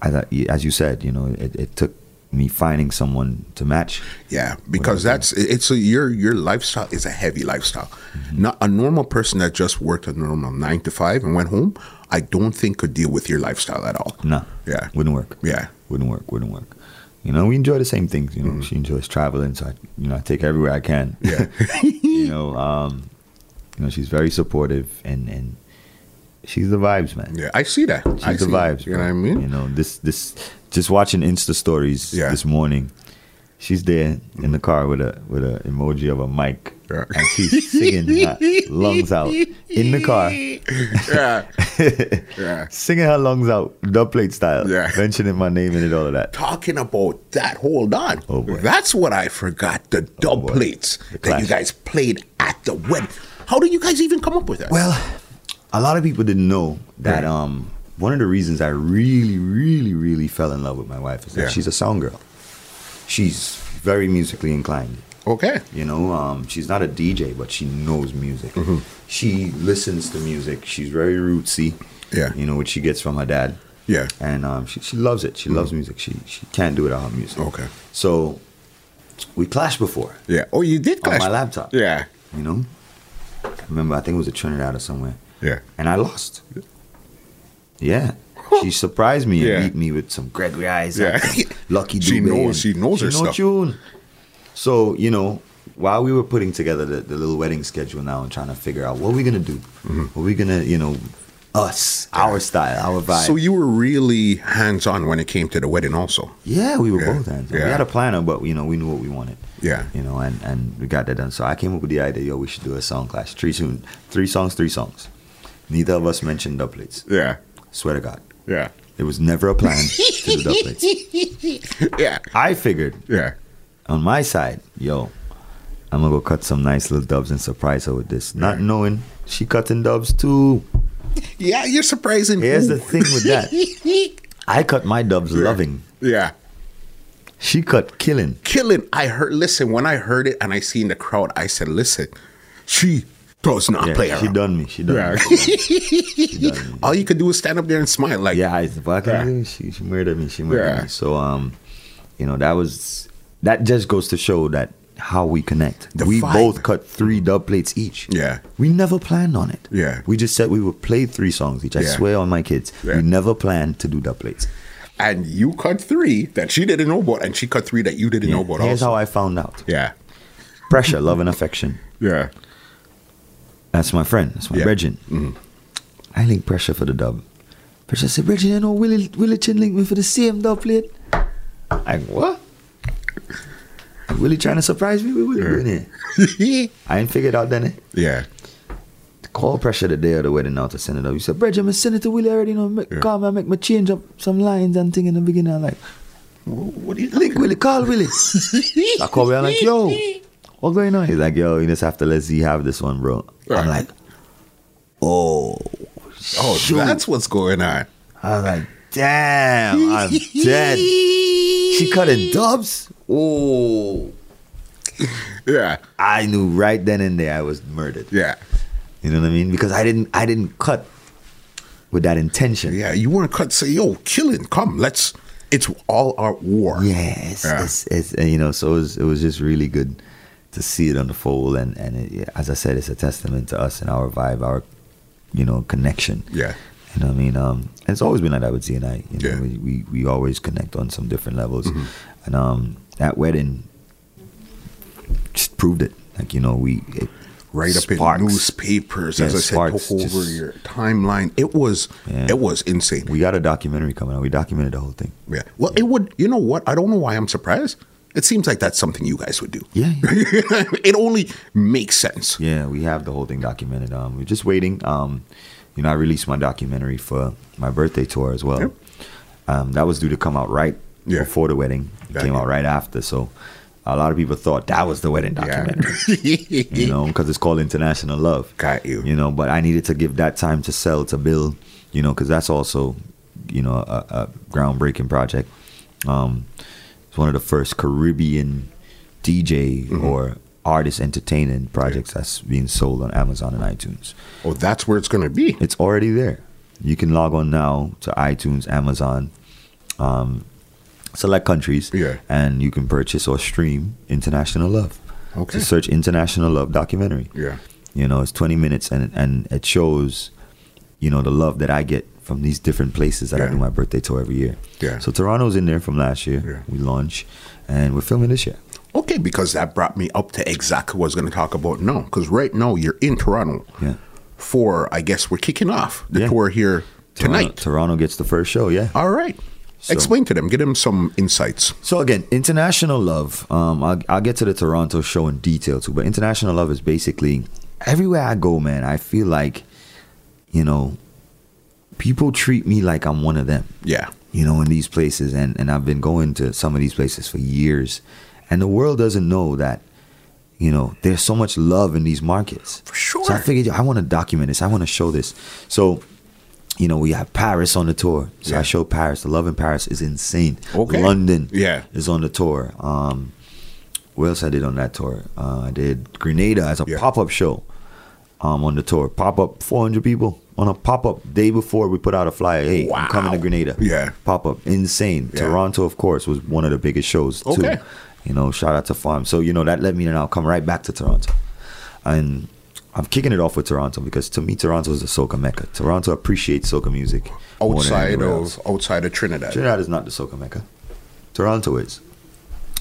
B: as, I- as you said, you know, it, it took me finding someone to match.
A: Yeah, because that's it's a your your lifestyle is a heavy lifestyle.
B: Mm-hmm.
A: Not a normal person that just worked a normal nine to five and went home. I don't think could deal with your lifestyle at all.
B: No,
A: Yeah.
B: wouldn't work.
A: Yeah.
B: wouldn't work. Wouldn't work. You know, we enjoy the same things. You know, she enjoys traveling, so I, you know, I take her everywhere I can.
A: Mm-hmm. Yeah.
B: [laughs] you know, um, you know, she's very supportive, and and she's the vibes, man.
A: yeah, I see that. I
B: She's the
A: see
B: vibes.
A: You know
B: bro.
A: what I mean?
B: You know this this just watching Insta stories
A: Yeah.
B: this morning. She's there in the car with a with a emoji of a mic,
A: Yeah.
B: and she's singing her
A: [laughs]
B: lungs out in the car,
A: Yeah.
B: [laughs]
A: yeah.
B: singing her lungs out, dub plate style,
A: Yeah.
B: mentioning my name and it, all of that.
A: Talking about that, hold on.
B: Oh, boy. Oh,
A: That's what I forgot. The dub
B: boy.
A: plates
B: The
A: that you
B: classic.
A: guys played at the wedding. How did you guys even come up with that?
B: Well, a lot of people didn't know that.
A: Right.
B: Um, one of the reasons I really, really, really fell in love with my wife is that
A: Yeah.
B: she's a sound girl. She's very musically inclined.
A: okay.
B: You know, um, she's not a DJ, but she knows music.
A: Mm-hmm.
B: She listens to music. She's very rootsy.
A: Yeah.
B: You know, which she gets from her dad.
A: Yeah.
B: And um, she, she loves it. She loves music. She she can't do without her music.
A: Mm-hmm. Okay.
B: So we clashed before,
A: Yeah. Oh, you did
B: On my
A: clash.
B: laptop.
A: Yeah.
B: you know? I remember, I think it was a Trinidad or somewhere.
A: Yeah.
B: And I lost. Yeah. She surprised me
A: Yeah.
B: and beat me with some Gregory Isaac,
A: Yeah.
B: and [laughs] Lucky Dube.
A: She knows-
B: and
A: she knows her
B: know
A: stuff.
B: tune. So, you know, while we were putting together the, the little wedding schedule now and trying to figure out what we going to do,
A: Mm-hmm.
B: what we going to, you know, us, our style, our vibe.
A: So you were really hands on when it came to the wedding, also.
B: Yeah, we were
A: Yeah,
B: both hands. on.
A: yeah.
B: We had a planner, but you know, we knew what we wanted.
A: Yeah.
B: You know, and and we got that done. So I came up with the idea, yo, we should do a song clash. Three soon three songs, three songs. Neither of us mentioned doublets.
A: Yeah,
B: Swear to God.
A: yeah,
B: There was never a plan to do doublets.
A: [laughs] yeah,
B: I figured
A: yeah,
B: on my side, yo, I'm gonna go cut some nice little dubs and surprise her with this. Not knowing she cutting dubs too.
A: yeah. You're surprising.
B: Here's the
A: Ooh.
B: thing
A: [laughs]
B: with that. I cut my dubs loving.
A: yeah,
B: She cut killing.
A: killing. I heard. Listen, when I heard it and I seen the crowd, I said, "Listen, she does not
B: Yeah,
A: play
B: she
A: around."
B: done me. She done
A: Yeah.
B: me. She done me. She done me.
A: All you could do is stand up there and smile. Like,
B: Yeah, I fucking
A: Yeah.
B: do. She, she murdered me. She murdered
A: Yeah.
B: me. So um, you know that was that just goes to show that how we connect.
A: The
B: we
A: vibe.
B: both cut three dub plates each.
A: Yeah.
B: we never planned on it.
A: Yeah.
B: we just said we would play three songs each. I
A: Yeah.
B: swear on my kids,
A: Yeah.
B: we never planned to do dub plates.
A: and you cut three that she didn't know about, and she cut three that you didn't know about.
B: Here's
A: also.
B: how I found out:
A: yeah,
B: pressure, love, and affection.
A: [laughs] yeah,
B: That's my friend. That's my
A: Yeah. Mm-hmm.
B: Bridget. I link pressure for the dub. Pressure said, Bridget, you know, Willie, Willie Chin linked me for the same dub plate. Like, what? Like, Willie trying to surprise me? What Willie doing here? I ain't figured out then. eh?
A: yeah,
B: Call pressure the day of the wedding now to send it up. You said, Bridget, I'm send it to Willie already. You know, make, call me, I make me change up some lines and thing in the beginning. I'm like,
A: What do you
B: link [laughs] Willie, call Willie. I call Willie, I'm like, yo, what going on? He's like, yo, you just have to let Z have this one, bro.
A: Right.
B: I'm like, oh,
A: Oh,
B: shoot.
A: that's what's going on.
B: I was like, damn,
A: [laughs]
B: I'm dead. She cut it dubs. Oh,
A: Yeah,
B: I knew right then and there I was murdered.
A: yeah,
B: You know what I mean? Because I didn't, I didn't cut with that intention.
A: yeah. You want to cut? Say, yo, killing. Come, let's. It's all out war.
B: Yes,
A: Yeah.
B: it's, it's, and, you know, so it was, it was just really good to see it unfold, and and it, yeah, as I said, it's a testament to us and our vibe, our you know connection.
A: Yeah.
B: You know what I mean? Um, and it's always been like that with Z and I. You know,
A: Yeah. Mm-hmm.
B: we, we we always connect on some different levels, and um, that wedding just proved it. Like you know, we it
A: Right up
B: sparks.
A: in newspapers, as
B: Yeah,
A: I said,
B: sparks
A: took over
B: just-
A: your timeline. It was,
B: Yeah.
A: it was insane.
B: We got a documentary coming out. We documented the whole thing.
A: Yeah. Well, it would. You know what? I don't know why I'm surprised. It seems like that's something you guys would do.
B: Yeah, yeah.
A: [laughs] it only makes sense.
B: [laughs] Yeah, we have the whole thing documented. Um, we're just waiting. Um, you know, I released my documentary for my birthday tour as well.
A: Yep.
B: Um, that was due to come out right
A: Yeah.
B: before the wedding. It
A: Got
B: came
A: you.
B: out right after, so a lot of people thought that was the wedding documentary. you know, because it's called International Love.
A: Got you.
B: You know, but I needed to give that time to sell to build. You know, because that's also, you know, a, a groundbreaking project. Um, it's one of the first Caribbean DJ
A: Mm-hmm.
B: or artist entertaining projects that's being sold on Amazon and iTunes.
A: [laughs] Oh, that's where it's going to be.
B: It's already there. You can log on now to iTunes, Amazon, um, select countries,
A: Yeah.
B: and you can purchase or stream International Love.
A: Okay.
B: Just search International Love documentary.
A: Yeah.
B: You know, it's 20 minutes and, and it shows, you know, the love that I get from these different places that I
A: Yeah.
B: do my birthday tour every year.
A: Yeah.
B: So Toronto's in there from last year.
A: Yeah.
B: We launch and we're filming this year.
A: Okay, because that brought me up to exactly what I was going to talk about now. Because right now you're in Toronto
B: Yeah.
A: for, I guess, we're kicking off the
B: Yeah.
A: tour here
B: Toronto-
A: tonight.
B: Toronto gets the first show, yeah.
A: All right.
B: So-
A: Explain to them, give them some insights.
B: So again, international love. Um, I'll, I'll get to the Toronto show in detail too, but international love is basically everywhere I go, man. I feel like, you know, people treat me like I'm one of them.
A: Yeah.
B: You know, in these places, and and I've been going to some of these places for years, and the world doesn't know that. You know, there's so much love in these markets.
A: For sure.
B: So I figured I want to document this. I want to show this. So, you know, we have Paris on the tour. So
A: Yeah.
B: I show Paris. The love in Paris is insane.
A: Okay.
B: London
A: Yeah.
B: is on the tour. Um, what else I did on that tour? Uh, I did Grenada as a
A: Yeah.
B: pop up show um, on the tour. Pop up, 400 people on a pop up day before we put out a flyer. Hey,
A: Wow.
B: I'm coming to Grenada.
A: Yeah.
B: Pop up, insane.
A: Yeah.
B: Toronto, of course, was one of the biggest shows too.
A: Okay.
B: You know, shout out to Farm. So, you know, that let me know. I'll come right back to Toronto. And I'm kicking it off with Toronto because to me, Toronto is the soca mecca. Toronto appreciates soca music more than
A: Outside
B: anywhere
A: of
B: else.
A: outside of Trinidad.
B: Trinidad is not the soca mecca. Toronto is.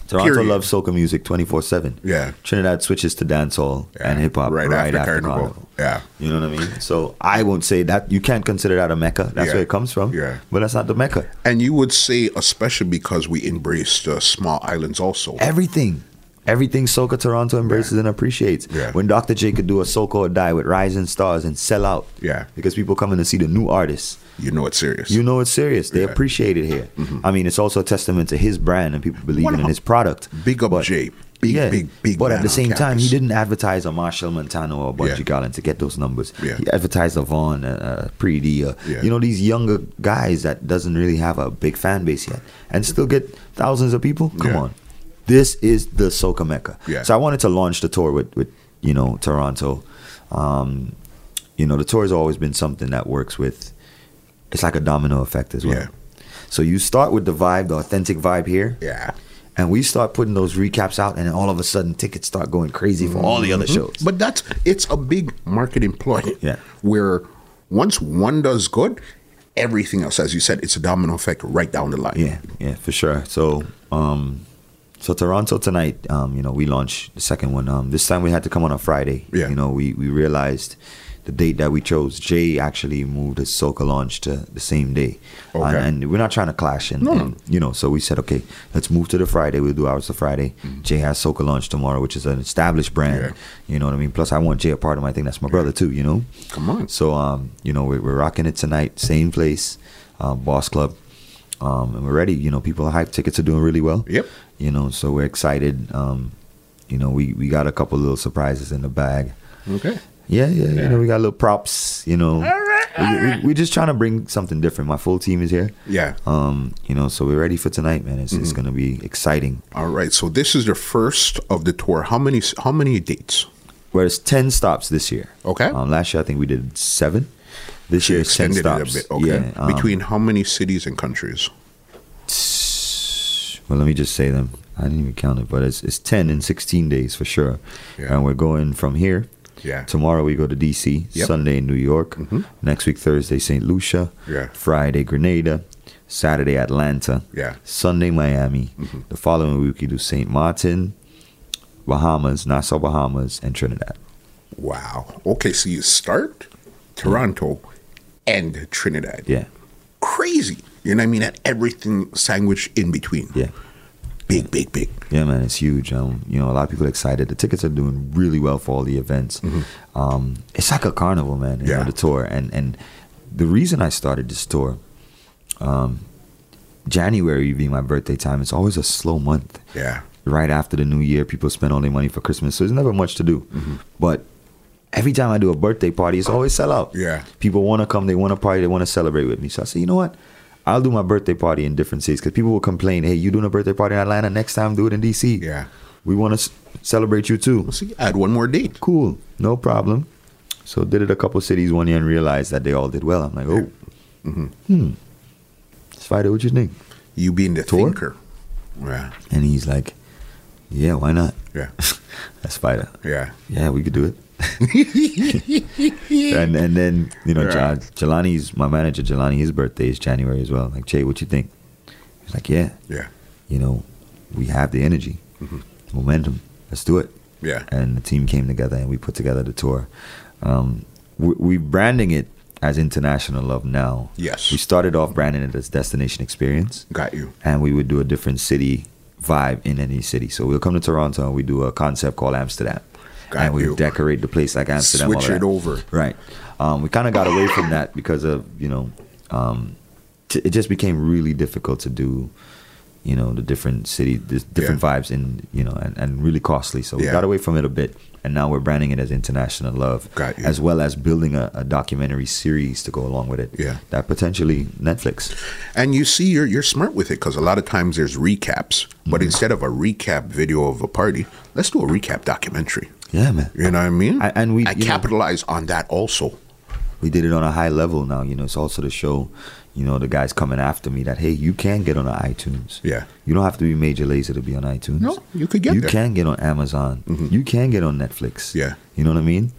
B: Toronto
A: Period.
B: loves soca music 24 7.
A: Yeah.
B: Trinidad switches to dancehall
A: Yeah,
B: and hip hop
A: right
B: right,
A: after
B: after,
A: Carnival.
B: Carnival.
A: Yeah.
B: You know what I mean? So I won't say that. You can't consider that a mecca. That's
A: Yeah.
B: where it comes from.
A: Yeah.
B: But that's not the mecca.
A: And you would say, especially because we embraced uh, small islands also.
B: Eh. everything. Everything Soca Toronto embraces and appreciates.
A: Yeah.
B: When Dr. J could do a Soca or Die with Rising Stars and sell out.
A: Yeah.
B: Because people coming to see the new artists.
A: You know it's serious.
B: You know it's serious. They
A: Yeah. Mm-hmm.
B: appreciate it here. I mean, it's also a testament to his brand and people believing in his product.
A: Big up Jay. Big, big, big
B: But
A: man
B: at the
A: on
B: same time, he
A: campus.
B: didn't advertise a Marshall Montano or a Budgie
A: Yeah.
B: Garland to get those numbers.
A: Yeah.
B: He advertised a Vaughn, uh, a, a Preedy, a,
A: Yeah.
B: uh, you know, these younger guys that doesn't really have a big fan base yet and still get thousands of people. Come
A: Yeah.
B: on. This is the Soca Mecca.
A: Yeah.
B: So I wanted to launch the tour with, with you know, Toronto. Um, you know, the tour has always been something that works with, it's like a domino effect as well.
A: Yeah.
B: So you start with the vibe, the authentic vibe here.
A: Yeah.
B: And we start putting those recaps out, and then all of a sudden, tickets start going crazy for all the other shows.
A: Mm-hmm. But that's it's a big marketing ploy.
B: Yeah.
A: Where once one does good, everything else, as you said, it's a domino effect right down the line.
B: Yeah, yeah, for sure. So, um, so Toronto tonight, um, you know, we launched the second one. Um, this time we had to come on a Friday.
A: Yeah.
B: You know, we we realized the date that we chose, Jay actually moved his soca launch to the same day,
A: Okay.
B: and, and we're not trying to clash. And,
A: No, no.
B: and, you know, so we said, okay, let's move to the Friday. We'll do ours to Friday. Jay has soca launch tomorrow, which is an established brand.
A: Mm-hmm. Yeah.
B: You know what I mean? Plus, I want Jay a part of my thing. That's my brother too. You know.
A: Come on.
B: So um, you know, we're, we're rocking it tonight, same place, uh, Boss Club, um, and we're ready. You know, people are hyped. Tickets are doing really well.
A: Yep.
B: You know, so we're excited. Um, you know, we we got a couple little surprises in the bag.
A: Okay.
B: Yeah, yeah,
A: Yeah.
B: You know, we got little props. You know,
A: right,
B: We- we, we're just trying to bring something different. My full team is here.
A: Yeah.
B: Um, you know, so we're ready for tonight, man. It's
A: Mm-hmm.
B: it's gonna be exciting.
A: All right. So this is the first of the tour. How many? How many dates?
B: Whereas ten stops this year.
A: Okay.
B: Um, last year I think we did seven. This year it's ten
A: Extended it
B: stops.
A: a bit. Okay.
B: Yeah, um,
A: Between how many cities and countries?
B: Well, let me just say them. I didn't even count it, but it's it's ten and sixteen days for sure.
A: Yeah.
B: And we're going from here.
A: Yeah.
B: Tomorrow we go to DC.
A: Yep. Mm-hmm.
B: Sunday in New York. Next week Thursday St. Lucia.
A: Yeah.
B: Friday Grenada. Saturday Atlanta.
A: Yeah.
B: Sunday Miami.
A: Mm-hmm.
B: The following week we do St. Martin, Bahamas, Nassau, Bahamas, and Trinidad.
A: Wow. Okay. So you start Toronto and Trinidad.
B: Yeah.
A: Crazy. You know what I mean? And everything sandwiched in between.
B: Yeah.
A: Big, big, big.
B: Yeah, man, it's huge. Um, you know, a lot of people are excited. The tickets are doing really well for all the events. Um, it's like a carnival, man. You
A: Yeah.
B: know, the tour and and the reason I started this tour, um, January being my birthday time, it's always a slow month.
A: Yeah.
B: Right after the new year, people spend all their money for Christmas, so there's never much to do.
A: Mm-hmm.
B: But every time I do a birthday party, it's always sell out.
A: Yeah.
B: People want to come, they want to party, they want to celebrate with me. So I said, you know what? I'll do my birthday party in different cities because people will complain, hey, you doing a birthday party in Atlanta? Next time, do it in DC.
A: Yeah.
B: We want to s- celebrate you too.
A: So you add one more date.
B: Cool, no problem. So did it a couple cities one year and realized that they all did well. I'm like, oh, hmm.
A: Mm-hmm.
B: Spider, what you think?
A: You being the
B: Tour?
A: thinker. Yeah.
B: And he's like, yeah, why not? [laughs]
A: Yeah.
B: That's Spider. [laughs]
A: Yeah.
B: Yeah, we could do it. and and then you know,
A: Yeah.
B: Ja Jelani's my manager. Jelani, his birthday is January as well. Like Jay, what you think? He's like, yeah,
A: Yeah.
B: you know, we have the energy, momentum. Let's do it.
A: Mm-hmm. Yeah.
B: And the team came together and we put together the tour. Um, we, we branding it as International Love now.
A: Yes.
B: We started off branding it as Destination Experience
A: Got you.
B: and we would do a different city vibe in any city. So we'll come to Toronto and we do a concept called Amsterdam.
A: Got
B: and we
A: you.
B: decorate the place like Amsterdam. all
A: Switch
B: of
A: it
B: that.
A: over.
B: Right. Um, we kind of got away from that because of, you know, um, t- it just became really difficult to do, you know, the different city, the different vibes in, you know, and, and really costly. So we
A: Yeah.
B: got away from it a bit. And now we're branding it as International Love,
A: Got you.
B: as well as building a, a documentary series to go along with it.
A: Yeah.
B: That potentially Netflix.
A: And you see, you're you're smart with it because a lot of times there's recaps,
B: Mm-hmm.
A: but instead of a recap video of a party, let's do a recap documentary.
B: Yeah, man.
A: You know what I mean?
B: I- and we-
A: I
B: you know-
A: capitalize on that also.
B: we did it on a high level now you know it's also to show you know the guys coming after me that hey you can get on the itunes
A: Yeah.
B: you don't have to be major laser to be on itunes
A: No, you could get
B: you
A: there.
B: can get on amazon you can get on netflix
A: Mm-hmm. Yeah.
B: you know what i mean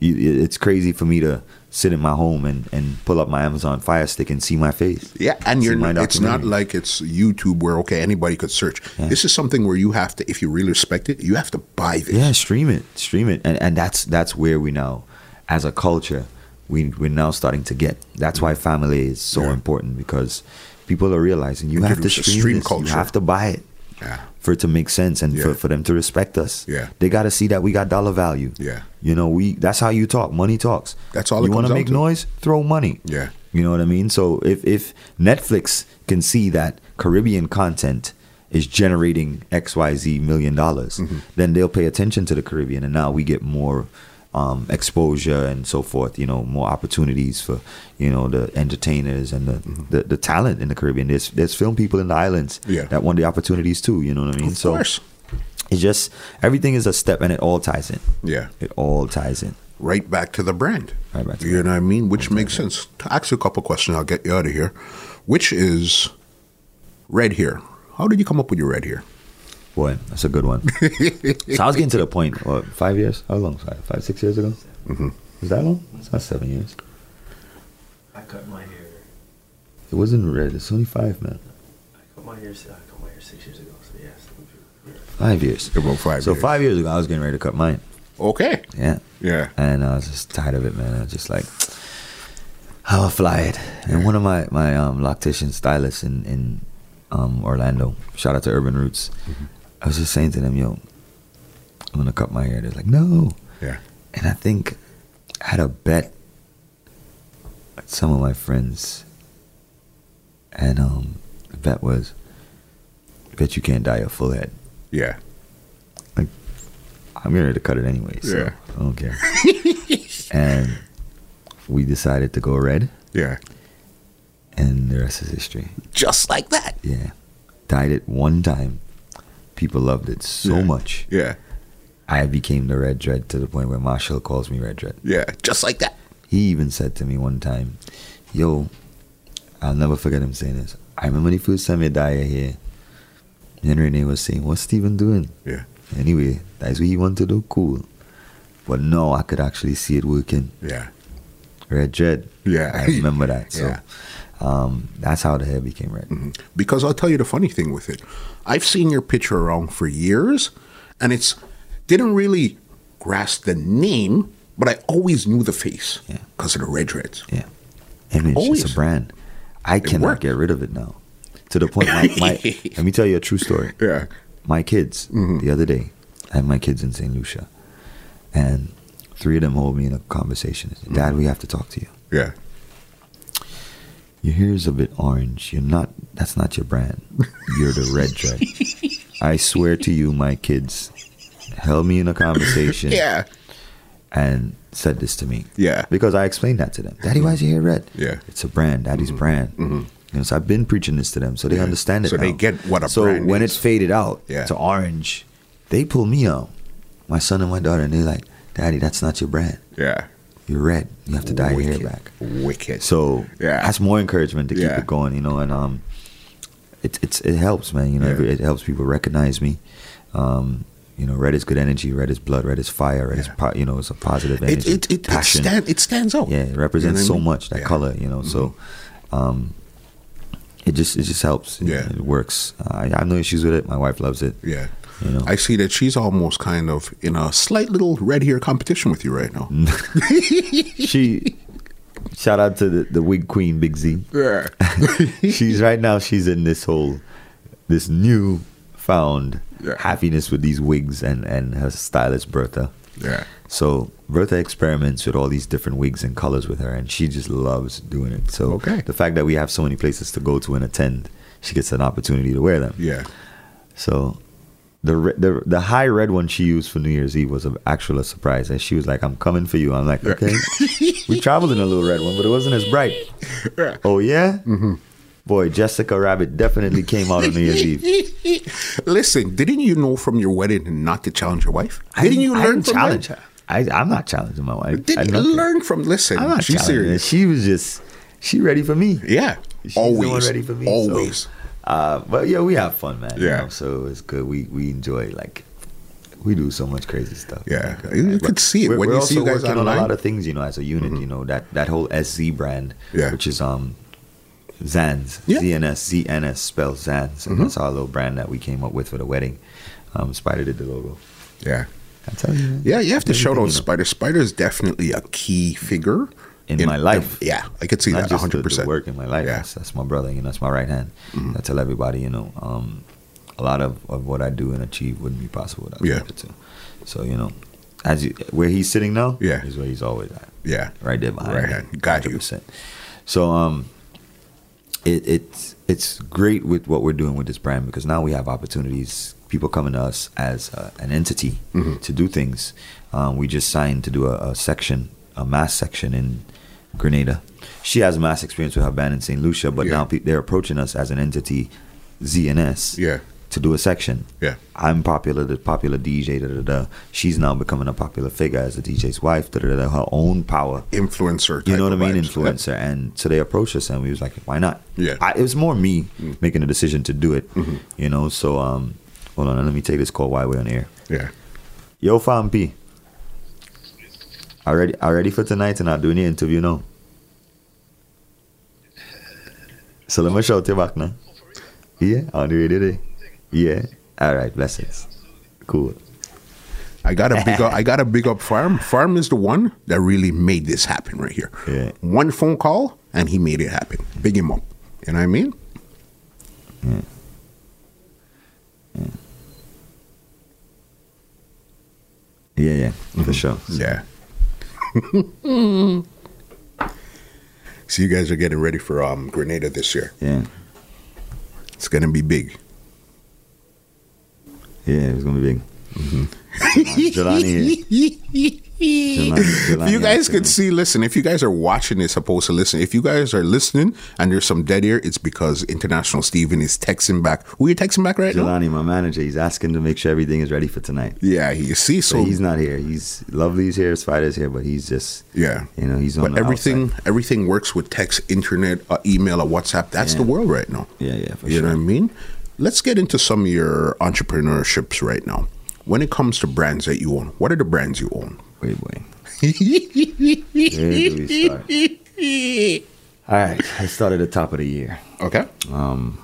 B: You- it- it's crazy for me to sit in my home and, and pull up my amazon fire stick and see my face
A: Yeah, and
B: See
A: you're
B: my
A: not, it's not
B: documentary.
A: like it's YouTube where okay anybody could search. This is something where you have to, if you really respect it, you have to buy this.
B: Yeah, stream it, stream it, and and that's that's where we now, as a culture, we we're now starting to get. That's why family is so
A: Yeah.
B: important because people are realizing you have to
A: Introduce a
B: stream,
A: stream
B: this,
A: culture.
B: you have to buy it
A: Yeah.
B: for it to make sense and
A: Yeah.
B: for, for them to respect us.
A: Yeah.
B: they got to see that we got dollar value.
A: Yeah.
B: you know we that's how you talk. Money talks.
A: That's all it
B: You
A: comes
B: wanna
A: down
B: make
A: to.
B: noise? Throw money.
A: Yeah.
B: You know what I mean? So if if Netflix can see that Caribbean content is generating XYZ million dollars,
A: Mm-hmm.
B: then they'll pay attention to the Caribbean and now we get more um, exposure and so forth, you know, more opportunities for, you know, the entertainers and the,
A: Mm-hmm.
B: the, the talent in the Caribbean. There's there's film people in the islands
A: Yeah.
B: that want the opportunities too, you know what I mean?
A: Of
B: so
A: course.
B: it's just everything is a step and it all ties in.
A: Yeah.
B: It all ties in.
A: right back to the brand.
B: Right back to
A: you know what I mean? Which makes sense. To ask you a couple questions, I'll get you out of here. Which is red here. How did you come up with your red [laughs] Mm-hmm. here?
B: Boy, that's a good one. so I was getting to the point. What, five years? How long? Five, five six years ago? Mm-hmm. Is that long? It's not seven years.
C: I cut my hair.
B: It wasn't red. It's only five, man.
C: I cut my hair. I cut my hair six years ago. So yes.
B: Five years.
A: About five
B: so
A: years.
B: five years ago, I was getting ready to cut mine.
A: Okay.
B: Yeah.
A: Yeah.
B: And I was just tired of it, man. I was just like, how I fly it. And one of my my um, loctician stylists in in um, Orlando, shout out to Urban Roots.
A: Mm-hmm.
B: I was just saying to them, yo, I'm gonna cut my hair. They're like, no.
A: Yeah.
B: And I think I had a bet with some of my friends, and um, the bet was, bet you can't dye your full head.
A: Yeah.
B: I'm going to cut it anyway, so
A: Yeah.
B: I
A: [laughs]
B: don't care. and we decided to go red,
A: Yeah.
B: and the rest is history.
A: Just like that.
B: Yeah. Dyed it one time. People loved it so
A: Yeah.
B: much.
A: Yeah.
B: I became the red dread to the point where Marshall calls me red dread.
A: Yeah. Just like that.
B: He even said to me one time, Yo, I'll never forget him saying this. I remember when he first time you dye your hair. And Renee was saying, What's Steven doing?
A: Yeah.
B: Anyway, that's what he wanted to do, cool. But no, I could actually see it working.
A: Yeah.
B: Red Dread.
A: Yeah.
B: I remember that. So
A: Yeah. Mm.
B: um, that's how the hair became red.
A: Because I'll tell you the funny thing with it. I've seen your picture around for years and it's didn't really grasp the name, but I always knew the face
B: Yeah.
A: because of the red dreads.
B: Yeah. And it's
A: Always.
B: just a brand. I cannot
A: worked.
B: get rid of it now. To the point, my,
A: [laughs]
B: my, let me tell you a true story.
A: Yeah.
B: My kids, the other day, I had my kids in St. Lucia, and three of them hold me in a conversation. Dad, we have to talk to you.
A: Yeah.
B: your hair's a bit orange. You're not. That's not your brand. You're the red dread. I swear to you, my kids held me in a conversation
A: Yeah.
B: and said this to me.
A: Yeah.
B: Because I explained that to them. Daddy, why is your hair red?
A: Yeah. Mm-hmm.
B: It's a brand. Daddy's brand. You know, so I've been preaching this to them, so they understand it.
A: So they
B: now.
A: get what a
B: so
A: brand
B: when
A: is.
B: it faded out
A: Yeah.
B: to orange, they pull me out, my son and my daughter, and they're like, "Daddy, that's not your brand.
A: Yeah.
B: You're red. You have to dye your hair
A: Wicked.
B: back."
A: Wicked.
B: So
A: Yeah.
B: that's more encouragement to keep
A: Yeah.
B: it going, you know. And um, it it's it helps, man. You know,
A: Yeah.
B: every- it helps people recognize me. Um, you know, red is good energy. Red is blood. Red is fire. Red is
A: Yeah.
B: po- you know, it's a positive
A: it
B: energy.
A: it it, it,
B: passion.
A: stand, it stands out.
B: yeah, it represents
A: You know what I
B: so
A: mean?
B: much that
A: Yeah. Mm-hmm.
B: color. You know, so um, it just it just helps. It-
A: Yeah.
B: it works. Uh, I I have no issues with it. My wife loves it.
A: Yeah.
B: You know.
A: I see that she's almost kind of in a slight little red hair competition with you right now.
B: [laughs] she shout out to the, the wig queen,
A: [laughs]
B: Big Z.
A: Yeah.
B: she's right now she's in this whole this new found
A: Yeah.
B: happiness with these wigs and and her stylist bertha
A: Yeah.
B: so bertha experiments with all these different wigs and colors with her and she just loves doing it so
A: Okay.
B: the fact that we have so many places to go to and attend she gets an opportunity to wear them
A: Yeah.
B: so the, re- the the high red one she used for New Year's Eve was an actual a surprise, and she was like, "I'm coming for you." I'm like,
A: Yeah. [laughs]
B: "Okay." we traveled in a little red one, but it wasn't as bright.
A: Yeah.
B: Oh yeah, mm-hmm. boy, Jessica Rabbit definitely came out on New Year's
A: [laughs]
B: Eve.
A: Listen, didn't you know from your wedding not to challenge your wife?
B: I
A: didn't you
B: I
A: learn from
B: challenge
A: that?
B: her? I, I'm not challenging my wife. I
A: Didn't
B: don't care.
A: learn from listen.
B: I'm not
A: she's
B: challenging. her.
A: serious.
B: She was just she ready for me.
A: Yeah.
B: She's the one
A: always.
B: ready for me, so-
A: always.
B: Uh, but yeah, we have fun, man.
A: Yeah.
B: You know, so it's good. We we enjoy like we do so much crazy stuff.
A: Yeah.
B: Like, uh,
A: You could
B: but
A: see it
B: we're-
A: when
B: we're
A: you see
B: also
A: you guys
B: working on a
A: online.
B: lot of things, you know, as a unit. You know that that whole SZ brand,
A: Mm-hmm. Yeah.
B: which is um, Zans,
A: Yeah. Mm-hmm.
B: ZNS, ZNS spells Zans, and that's our little brand that we came up with for the wedding. Um, Spider did the logo.
A: Yeah.
B: I tell you, man.
A: Yeah, you have to shout
B: Everything,
A: out
B: you know.
A: Spider. Spider is definitely a key figure
B: In my life.
A: yeah, I could see that
B: not just the-
A: 100.
B: The,
A: percent
B: work in my life.
A: Yeah. Mm-hmm.
B: That's, that's my brother. You know, that's my right hand. I tell everybody, you know, um, a lot of, of what I do and achieve wouldn't be possible without
A: Yeah.
B: Jupiter. So you know, as you, where he's sitting now,
A: Yeah.
B: is where he's always at.
A: Yeah.
B: Right there behind.
A: Right
B: me,
A: hand. Got you.
B: 100%. So um, it it's it's great with what we're doing with this brand because now we have opportunities. People coming to us as uh, an entity
A: Mm-hmm.
B: to do things. Um, we just signed to do a, a section, a mass section in Grenada. She has mass experience with her band in St. Lucia, but
A: Yeah.
B: now pe- they're approaching us as an entity, ZNS,
A: Yeah.
B: to do a section.
A: Yeah.
B: I'm popular, the popular DJ, da da da. She's now becoming a popular figure as a DJ's wife, da da da. Her own power
A: Influencer.
B: you
A: type
B: know what I
A: of
B: mean,
A: vibes.
B: influencer. And so they approached us, and we was like, why not?
A: Yeah. Mm-hmm.
B: I, it was more me making the decision to do it. You know, so um, hold on, let me take this call while we're on air.
A: Yeah.
B: Yo, fam P. Already, already for tonight, and I'm doing the interview now. So let me shout you back now. Yeah, on the radio. there. Yeah. All right, blessings. Cool.
A: All I gotta big up. I gotta big up Farm. Farm is the one that really made this happen right here.
B: Yeah.
A: One phone call and he made it happen. Big him up. You know what I mean?
B: Yeah, yeah, for sure.
A: Mm-hmm. Yeah. [laughs] so you guys are getting ready for um, Grenada this year.
B: Yeah,
A: It's gonna be big. [laughs]
B: yeah, it's gonna be big. Jelani Jelani-
A: [laughs] if you
B: Jelani
A: guys
B: Ackerman.
A: could see, listen, if you guys are watching this, supposed to listen, if you guys are listening and there's some dead air, it's because International Steven is texting back. Who you texting back right now?
B: Jelani, my manager, he's asking to make sure everything is ready for tonight.
A: Yeah, you see, so
B: So he's not here. He's lovely's here, Spider's here, but he's just
A: yeah.
B: you know he's on
A: But
B: the
A: everything
B: outside.
A: everything works with text, internet, uh, email, or WhatsApp. That's
B: Yeah.
A: the world right now.
B: Yeah, yeah, for
A: you know
B: sure.
A: what I mean? Let's get into some of your entrepreneurships right now. When it comes to brands that you own, what are the brands you own? [laughs]
B: Wait, boy. Where do we start? All right, I started at the top of the year. Um,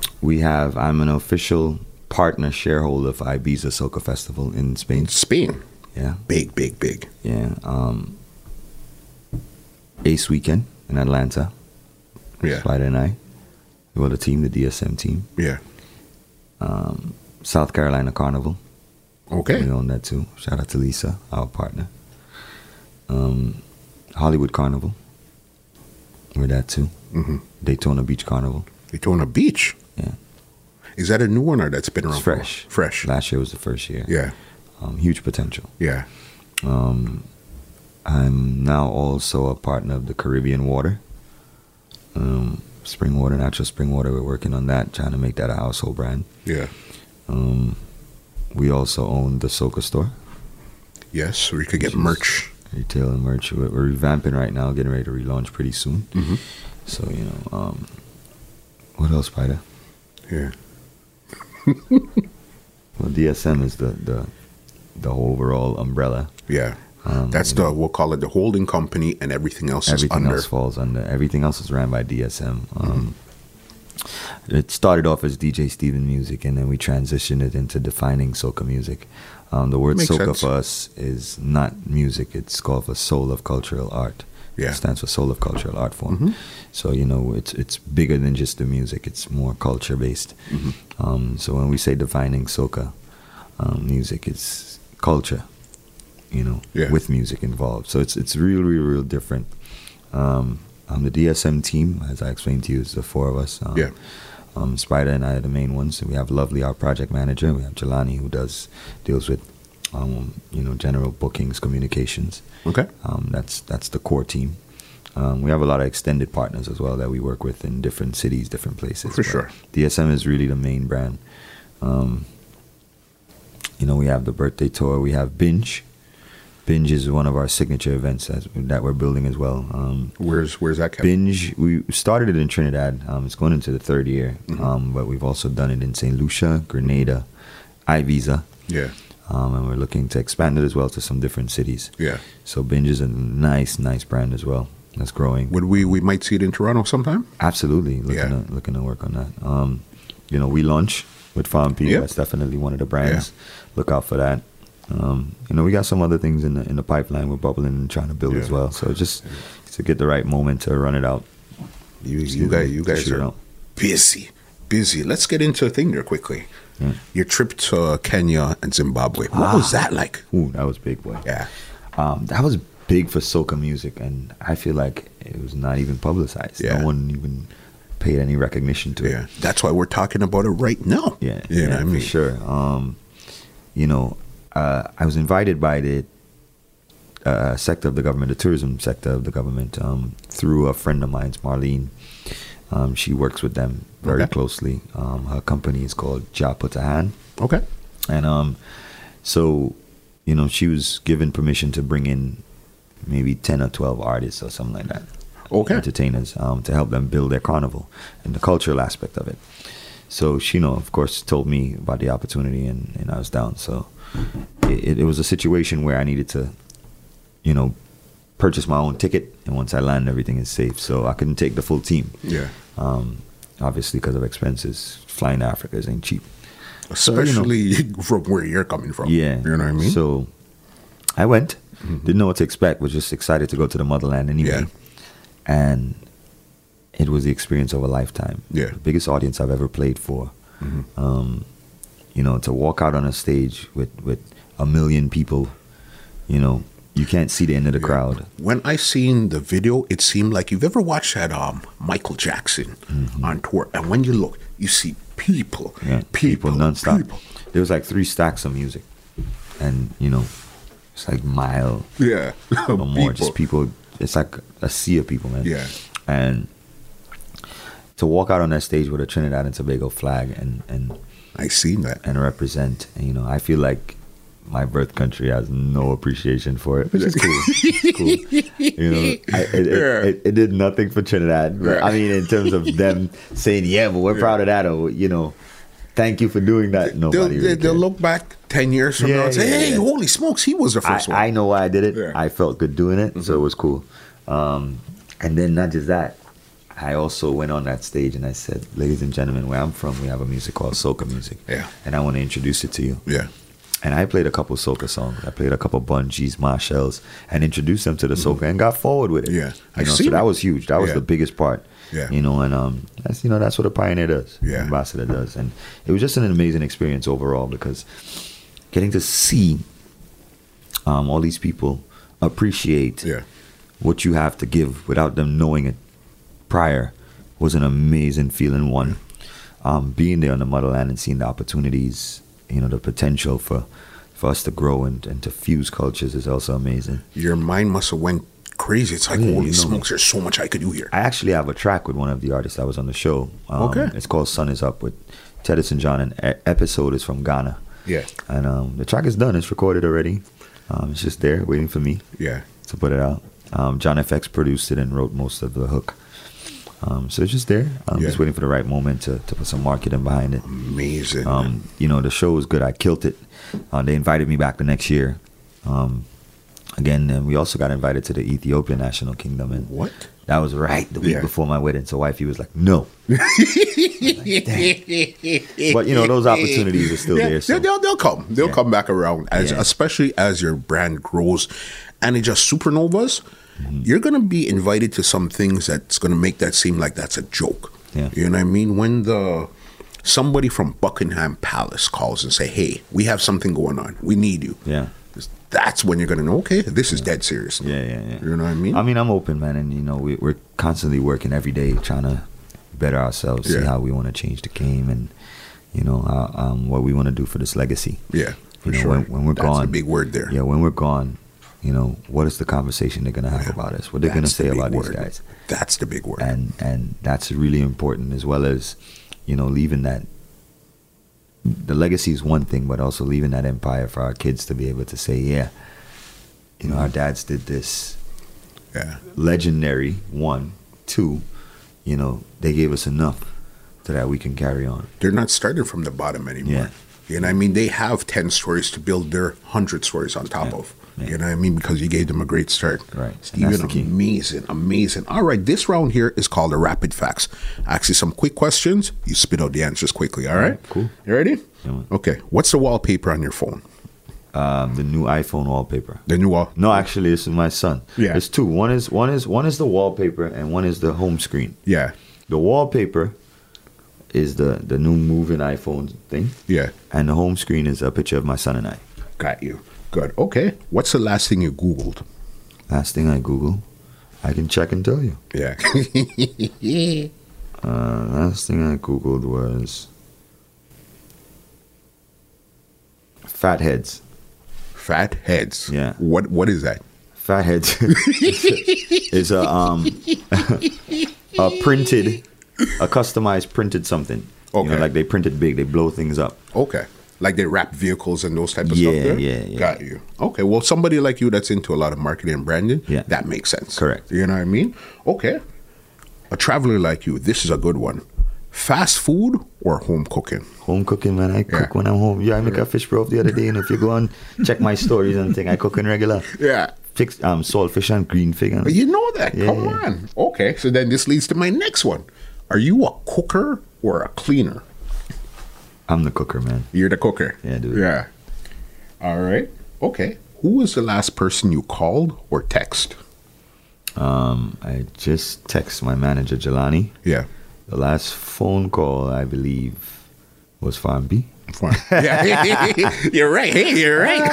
A: Okay.
B: We have I'm an official partner shareholder for Ibiza Soca Festival in Spain.
A: Spain.
B: Yeah,
A: Big, big, big.
B: yeah. Um, Ace Weekend in Atlanta.
A: Yeah.
B: Spider and I. We were the team, the DSM team. Um,
A: Yeah.
B: South Carolina Carnival.
A: Okay.
B: We own that too. Shout out to Lisa, our partner. Um, Hollywood Carnival. We're that too.
A: Mm-hmm.
B: Daytona Beach Carnival.
A: Daytona Beach.
B: Yeah.
A: Is that a new one or that's been around?
B: It's
A: for-
B: fresh.
A: Fresh.
B: Last year was the first year.
A: Yeah.
B: Um, huge potential.
A: Yeah.
B: Um, I'm now also a partner of the Caribbean Water. Um, spring water, natural spring water. We're working on that, trying to make that a household brand.
A: Yeah.
B: Um, we also own the Soka store,
A: Yes. So we could get
B: Jesus.
A: merch.
B: retail and merch. We're, we're revamping right now, getting ready to relaunch pretty soon.
A: Mhm.
B: So you know, um, what else, Spider?
A: Yeah.
B: Well, DSM is the the the overall umbrella.
A: Yeah.
B: Um,
A: That's
B: you know,
A: the we'll call it the holding company, and everything else is
B: everything
A: under. Mm-hmm.
B: else falls under. Everything else is ran by DSM. Um, It started off as DJ Steven Music, and then we transitioned it into defining soca music. Um, the word
A: Makes
B: soca
A: sense.
B: for us is not music; it's called for soul of cultural art.
A: Yeah. Mm-hmm.
B: It stands for soul of cultural art form. So you know, it's it's bigger than just the music; it's more culture based.
A: Mm-hmm.
B: Um, so when we say defining soca um, music, it's culture. You know,
A: Yeah.
B: with music involved. So it's it's real, real, real different. Um, um, the DSM team, as I explained to you, is the four of us. Um,
A: Yeah.
B: Um, Spider and I are the main ones. We have Lovely, our project manager. We have Jelani, who does deals with, um, you know, general bookings, communications.
A: Okay.
B: Um, that's that's the core team. Um, we have a lot of extended partners as well that we work with in different cities, different places.
A: For
B: but
A: sure.
B: DSM is really the main brand. Um, you know, we have the birthday tour. We have Binge. Binge is one of our signature events as, that we're building as well. Um,
A: Where's Where's that kept?
B: Binge, we started it in Trinidad. Um, it's going into the third year,
A: Mhm.
B: um, but we've also done it in St. Lucia, Grenada, Ibiza,
A: Yeah.
B: um, and we're looking to expand it as well to some different cities.
A: Yeah.
B: So Binge is a nice, nice brand as well that's growing.
A: Would we we might see it in Toronto sometime?
B: Absolutely, looking
A: Yeah.
B: to, looking to work on that. Um, you know, we launch with Farm P.
A: Yep.
B: That's definitely one of the brands. Look out for that. Um, you know, we got some other things in the in the pipeline. We're bubbling and trying to build as
A: Yeah.
B: well. So just to get the right moment to run it out.
A: You you
B: Excuse
A: guys
B: me,
A: you guys
B: shoot it
A: are
B: out.
A: busy busy. Let's get into a thing there quickly.
B: Yeah.
A: Your trip to Kenya and Zimbabwe. What was
B: Ah.
A: that like?
B: Ooh, that was big, boy.
A: Yeah.
B: Um, that was big for soca music, and I feel like it was not even publicized.
A: Yeah.
B: No one even paid any recognition to it.
A: Yeah. That's why we're talking about it right now.
B: Yeah,
A: You know
B: yeah,
A: what I mean?
B: for sure. Um, you know, uh, I was invited by the uh, sector of the government, the tourism sector of the government, um, through a friend of mine's, Marlene. Um, she works with them very
A: Okay.
B: closely. Um, her company is called Japutahan,
A: Okay.
B: and um, so you know, she was given permission to bring in maybe ten or twelve artists or something like that
A: Okay.
B: entertainers um, to help them build their carnival and the cultural aspect of it. So she, you know, of course, told me about the opportunity, and, and I was down. So it, it- it was a situation where I needed to, you know, purchase my own ticket, and once I land, everything is safe. So I couldn't take the full team,
A: Yeah.
B: um, obviously because of expenses. Flying to Africa isn't cheap. So, you know-
A: especially [laughs] from where you're coming from.
B: Yeah.
A: you know what I mean. Mm-hmm.
B: So I went. Didn't know what to expect. Was just excited to go to the motherland anyway.
A: Yeah.
B: And it was the experience of a lifetime.
A: Yeah. Mm-hmm.
B: The biggest audience I've ever played for. Um, you know, to walk out on a stage with, with a million people, you know, you can't see the end of the crowd.
A: when I seen the video, it seemed like you've ever watched that um, Michael Jackson on tour, and when you look, you see people,
B: Mm-hmm. Yeah.
A: people,
B: nonstop.
A: people.
B: There was like three stacks of music. And, you know, it's like mile
A: Yeah, [laughs]
B: [laughs] no more. Just people. It's like a sea of people, man.
A: Yeah.
B: And to walk out on that stage with a Trinidad and Tobago flag and and
A: I seen that.
B: and represent, you know, I feel like my birth country has no appreciation for it, which
A: [laughs]
B: is cool. It's cool. You know, I, it,
A: Yeah.
B: it, it, it did nothing for Trinidad. but
A: Yeah.
B: I mean, in terms of them saying, "Yeah, but we're proud of that," or you know, "Thank you for doing that."
A: They'll,
B: Nobody.
A: they,
B: really
A: they'll
B: cared.
A: look back ten years from
B: Yeah,
A: now and say,
B: yeah,
A: "Hey,
B: yeah.
A: holy smokes, he was the first one."
B: I, I know why I did it.
A: Yeah. Mm-hmm.
B: I felt good doing it, so it was cool. Um, and then not just that, I also went on that stage and I said, "Ladies and gentlemen, where I'm from, we have a music called soca music,
A: Yeah.
B: and I want to introduce it to you."
A: yeah,
B: And I played a couple soca songs. I played a couple bungees, marshalls, and introduced them to the soca and got forward with it.
A: Mm-hmm. Yeah. I
B: you know,
A: see
B: so
A: it.
B: that was huge. That was
A: Yeah.
B: the biggest part.
A: Yeah.
B: you know, and um, that's you know that's what a pioneer does.
A: Yeah.
B: ambassador does, and it was just an amazing experience overall because getting to see um, all these people appreciate
A: yeah.
B: what you have to give without them knowing it prior was an amazing feeling. One, um, being there on the motherland and seeing the opportunities, you know, the potential for for us to grow and, and to fuse cultures is also amazing.
A: Your mind must have went crazy. It's like,
B: Yeah,
A: holy
B: you know.
A: smokes, there's so much I could do here.
B: I actually have a track with one of the artists that was on the show. Um,
A: Okay.
B: It's called Sun Is Up with Teddy St. John, and e- episode is from Ghana.
A: Yeah,
B: And um, the track is done, it's recorded already. Um, it's just there waiting for me.
A: yeah.
B: to put it out. Um, John FX produced it and wrote most of the hook. Um, so it's just there. I'm
A: Yeah.
B: just waiting for the right moment to, to put some marketing behind it.
A: Amazing.
B: Um, you know, the show was good. I killed it. Uh, they invited me back the next year. Um, again, and we also got invited to the Ethiopian National Kingdom. And
A: what?
B: that was right the week
A: Yeah.
B: before my wedding. So wifey was like,
A: [laughs]
B: no. I'm like, "Dang." but, you know, those opportunities are still
A: Yeah,
B: there. So.
A: they'll, they'll, they'll come. They'll
B: Yeah.
A: come back around, as
B: Yeah.
A: especially as your brand grows, and it just supernovas.
B: Mm-hmm.
A: You're gonna be invited to some things that's gonna make that seem like that's a joke.
B: Yeah.
A: You know what I mean? When the somebody from Buckingham Palace calls and say, "Hey, we have something going on. We need you."
B: Yeah.
A: That's when you're gonna know. Okay, this is dead serious. now."
B: Yeah, yeah, yeah.
A: You know what I mean?
B: I mean, I'm open, man, and you know, we, we're constantly working every day, trying to better ourselves,
A: Yeah.
B: see how we want to change the game, and you know, uh, um, what we want to do for this legacy.
A: yeah, for
B: you know,
A: sure.
B: when, when we're
A: that's
B: gone,
A: a big word there.
B: Yeah, when we're gone, you know, what is the conversation they're gonna have about us? What they're gonna
A: That's the
B: say
A: big
B: about
A: word.
B: these guys?
A: That's the big word.
B: and and that's really important as well as you know leaving that the legacy is one thing but also leaving that empire for our kids to be able to say yeah you know our dads did this
A: yeah,
B: legendary one two you know they gave us enough so that we can carry on
A: they're not starting from the bottom anymore.
B: Yeah.
A: You know what I mean? They have 10 stories to build their 100 stories on top
B: Yeah,
A: of.
B: yeah.
A: You know what I mean? Because you gave them a great start.
B: Right, and
A: Steven,
B: that's the key.
A: amazing, amazing. All right, this round here is called the rapid facts. I ask you some quick questions. You spit out the answers quickly, all right?
B: cool.
A: You ready?
B: Yeah, man.
A: Okay. What's the wallpaper on your phone?
B: um, the new iphone wallpaper
A: The new wall.
B: no actually this is my son
A: Yeah.
B: it's two one is one is one is the wallpaper and one is the home screen
A: Yeah,
B: the wallpaper is the the new moving iphone thing
A: yeah.
B: and the home screen is a picture of my son and I.
A: Got you. Good. Okay. What's the last thing you Googled?
B: Last thing I Google, I can check and tell you.
A: Yeah. [laughs]
B: Uh, last thing I Googled was fatheads.
A: Fat heads.
B: Yeah.
A: What What is that?
B: [laughs] Fatheads is a um [laughs] a printed, a customized printed something. You know,
A: Okay.
B: like they printed big, they blow things up.
A: Okay. Like they wrap vehicles and those type of
B: Yeah,
A: stuff. There?
B: yeah, yeah.
A: Got you. Okay. Well, somebody like you that's into a lot of marketing and branding,
B: Yeah.
A: that makes sense.
B: Correct.
A: You know what I mean? Okay. A traveler like you, this is a good one. Fast food or home cooking?
B: Home cooking, man. I cook when I'm home. Yeah, I make a fish broth the other day, and if you go and check my stories and thing, I cook in regular.
A: Yeah.
B: Fix um saltfish and green fig. And,
A: You know that.
B: Yeah,
A: Come
B: yeah.
A: on. Okay. So then this leads to my next one. Are you a cooker or a cleaner?
B: I'm the cooker, man.
A: You're the cooker.
B: Yeah, dude.
A: Yeah. All right. Okay. Who was the last person you called or text?
B: Um, I just text my manager Jelani.
A: Yeah.
B: The last phone call I believe was Farm B. [laughs]
A: Fine. Yeah. [laughs] you're right. Hey, you're right.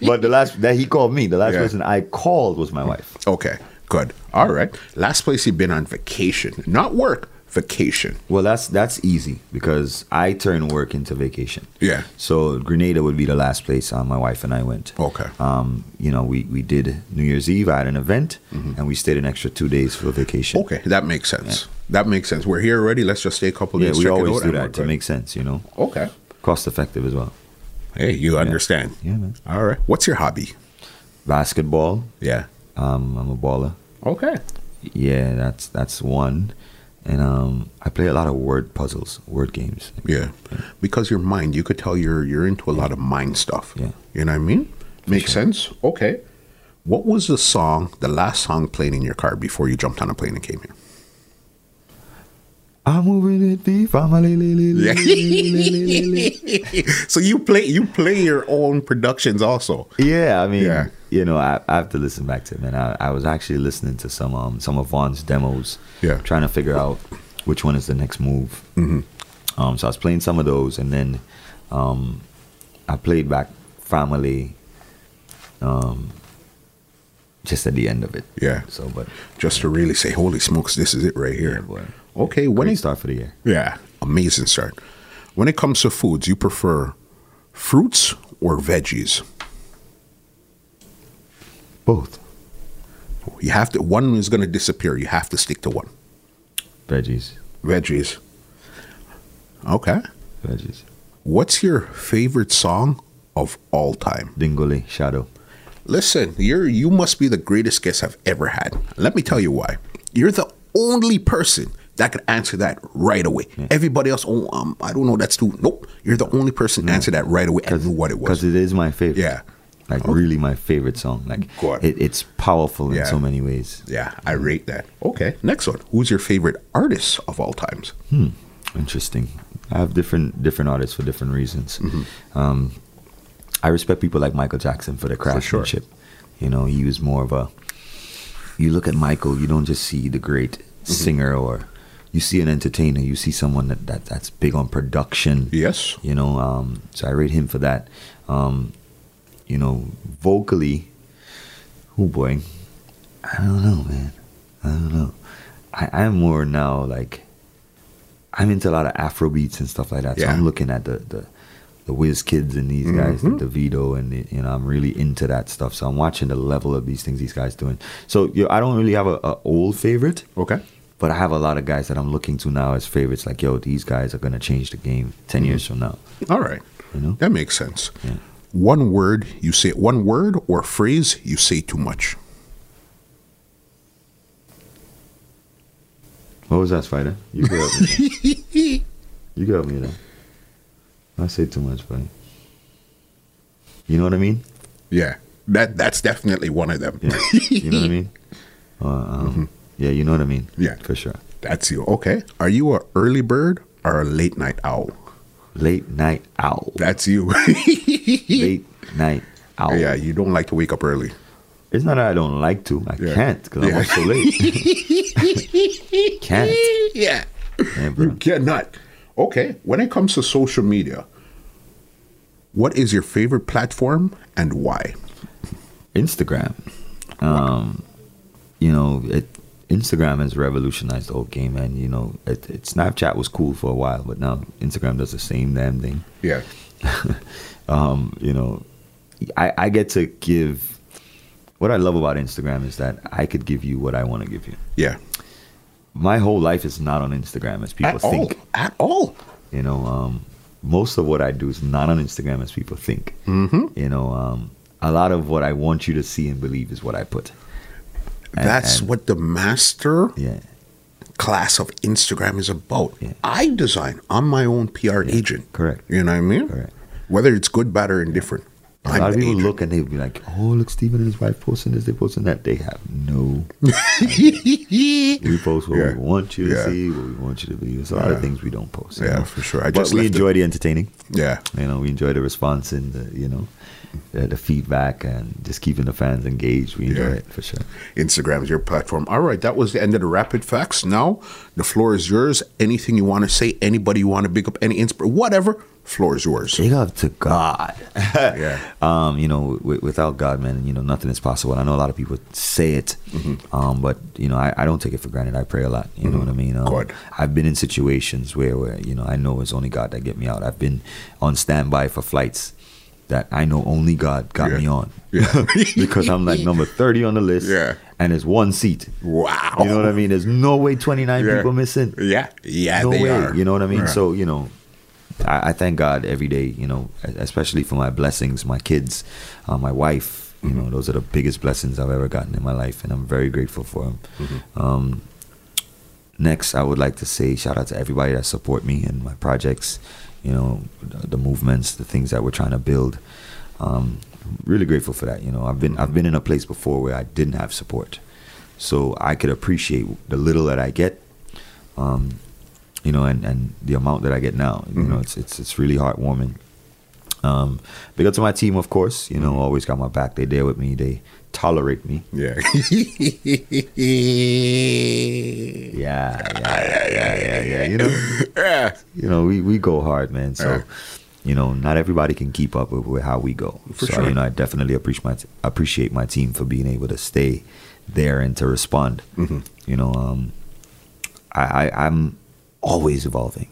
B: But the last that he called me, the last
A: Yeah.
B: person I called was my wife.
A: okay. Good. All right. Last place you've been on vacation, not work, vacation.
B: Well, that's that's easy because I turn work into vacation.
A: Yeah.
B: So Grenada would be the last place um, my wife and I went.
A: Okay.
B: Um, you know, we, we did New Year's Eve. I had an event, and we stayed an extra two days for vacation.
A: Okay. That makes sense. That makes sense. We're here already. Let's just stay a couple
B: Yeah,
A: days.
B: we
A: check it
B: always
A: out,
B: do
A: and
B: that
A: we're
B: to
A: good.
B: make sense. You know,
A: Okay.
B: cost effective as well.
A: Hey, you understand.
B: Yeah, man.
A: All right. What's your hobby?
B: Basketball.
A: Yeah.
B: Um, I'm a baller.
A: Okay.
B: Yeah, that's that's one. And um, I play a lot of word puzzles, word games.
A: Yeah. Because your mind, you could tell you're you're into a lot of mind stuff.
B: Yeah.
A: You know what I mean? Makes sense. Okay. What was the song, the last song playing in your car before you jumped on a plane and came here?
B: I'm moving it, beef. I'm a li- li- li- li- li- li- li- li- li-
A: so you play you play your own productions also.
B: Yeah, I mean,
A: Yeah.
B: you know, I, I have to listen back to it, man. I, I was actually listening to some um some of Vaughn's demos,
A: Yeah.
B: trying to figure out which one is the next move. Mm-hmm. Um, so I was playing some of those, and then um, I played back Family, um, just at the end of it.
A: Yeah.
B: So, but
A: Just to really say, holy smokes, this is it right here.
B: Yeah, boy.
A: Okay,
B: when
A: when
B: great
A: it,
B: start for the year,
A: yeah, amazing start. When it comes to foods, you prefer fruits or veggies?
B: both
A: You have to one is going to disappear. You have to stick to one.
B: veggies,
A: Veggies. Okay.
B: veggies,
A: What's your favorite song of all time?
B: dingoli, shadow.
A: Listen, you're you must be the greatest guest I've ever had. Let me tell you why. You're the only person that could answer that right away. Everybody else, oh, um, I don't know, that's too. Nope. You're the only person to answer that right away and knew what it
B: because
A: was.
B: it is my favorite.
A: Yeah.
B: like really my favorite song. Like
A: Go on.
B: it, it's powerful in
A: Yeah.
B: so many ways.
A: Yeah, I rate that. Okay, next one. Who's your favorite artist of all times?
B: Interesting. I have different different artists for different reasons. Um, I respect people like Michael Jackson for the
A: sure.
B: craftsmanship. You know, he was more of a. You look at Michael, you don't just see the great singer or. You see an entertainer. You see someone that, that that's big on production.
A: Yes.
B: You know, um, so I rate him for that. Um, you know, vocally, oh boy, I don't know, man. I don't know. I, I'm more now like I'm into a lot of Afro beats and stuff like that. So
A: Yeah.
B: I'm looking at the the the whiz kids and these guys, the DeVito, and the, you know, I'm really into that stuff. So I'm watching the level of these things these guys doing. So you know, I don't really have a, a old favorite,
A: Okay.
B: but I have a lot of guys that I'm looking to now as favorites. Like, yo, these guys are gonna change the game 10 years from now.
A: All right.
B: You know?
A: That makes sense.
B: Yeah.
A: One word you say one word or phrase you say too much.
B: What was that, Spider? You could help me.
A: [laughs]
B: there. you could help me there. I say too much, buddy. You know what I mean?
A: Yeah. That that's definitely one of them.
B: Yeah. You know what
A: [laughs]
B: I mean? Uh, um, Yeah, you know what I mean.
A: Mm-hmm. Yeah.
B: for sure.
A: That's you. Okay. Are you a early bird or a late night owl?
B: Late night owl.
A: That's you. [laughs]
B: Late night owl.
A: yeah, you don't like to wake up early.
B: It's not that I don't like to. I
A: Yeah.
B: can't because
A: Yeah.
B: I'm up
A: [laughs]
B: so late. [laughs] can't.
A: Yeah.
B: Yeah,
A: You
B: bro.
A: cannot. Okay. When it comes to social media, what is your favorite platform and why?
B: Instagram. Um, you know, it, Instagram has revolutionized the whole game, and you know, it, it, Snapchat was cool for a while, but now Instagram does the same damn thing. [laughs]
A: Yeah.
B: um, you know, I, I get to give. What I love about Instagram is that I could give you what I want to give you.
A: Yeah.
B: My whole life is not on Instagram as people
A: At all.
B: think.
A: At all.
B: You know, um, most of what I do is not on Instagram as people think. Mm-hmm. You know, um, a lot of what I want you to see and believe is what I put. And-
A: That's
B: and-
A: what the master
B: Yeah.
A: class of Instagram is about.
B: Yeah.
A: I design. I'm my own PR agent.
B: correct.
A: You know what I mean?
B: Correct.
A: Whether it's good, bad, or indifferent.
B: A lot
A: I'm
B: of people
A: Adrian.
B: look and they'll be like, "Oh, look, Steven and his wife posting this, they posting that." They have no.
A: [laughs] yeah,
B: We post what
A: Yeah.
B: we want you to
A: Yeah.
B: see, what we want you to be. There's a lot
A: Yeah.
B: of things we don't post. you
A: Yeah,
B: know?
A: for sure. I
B: but
A: just
B: we
A: left it-
B: enjoy the entertaining. You know, we enjoy the response and the you know, uh, the, the feedback and just keeping the fans engaged. We enjoy
A: Yeah.
B: it for sure.
A: Instagram is your platform. All right, that was the end of the rapid facts. Now the floor is yours. Anything you want to say, anybody you want to big up, any inspir, whatever, floor is
B: [laughs]
A: yours.
B: Big up to [laughs] God.
A: Yeah.
B: Um, you know, w- without God, man, you know, nothing is possible. And I know a lot of people say it, um, but you know, I, I don't take it for granted. I pray a lot. You know what I mean? Um,
A: God.
B: I've been in situations where, where you know, I know it's only God that get me out. I've been on standby for flights that I know only God got
A: Yeah.
B: me on
A: Yeah.
B: [laughs] because I'm like number thirty on the list.
A: Yeah.
B: And it's one seat.
A: Wow.
B: You know what I mean? There's no way 29
A: Yeah.
B: people missing
A: Yeah, yeah,
B: no
A: they
B: way.
A: are.
B: You know what I mean?
A: Yeah.
B: So you know, I, I thank God every day. You know, e- especially for my blessings, my kids, uh, my wife. You
A: Mm-hmm.
B: know, those are the biggest blessings I've ever gotten in my life, and I'm very grateful for them.
A: Mm-hmm.
B: Um, next, I would like to say shout out to everybody that support me and my projects. You know, the, the movements, the things that we're trying to build. Um, really grateful for that. You know, I've been I've been in a place before where I didn't have support, so I could appreciate the little that I get. Um, you know, and, and the amount that I get now, you know, it's it's it's really heartwarming. Um, big up to my team, of course. You know, always got my back. They there with me. They tolerate me. [laughs]
A: Yeah.
B: Yeah, yeah, yeah, yeah, yeah. yeah, You know, you know, we we go hard, man. So,
A: Yeah.
B: you know, not everybody can keep up with, with how we go.
A: For
B: so,
A: sure.
B: you know, I definitely appreciate my t- appreciate my team for being able to stay there and to respond.
A: Mm-hmm.
B: You know, um, I, I I'm always evolving,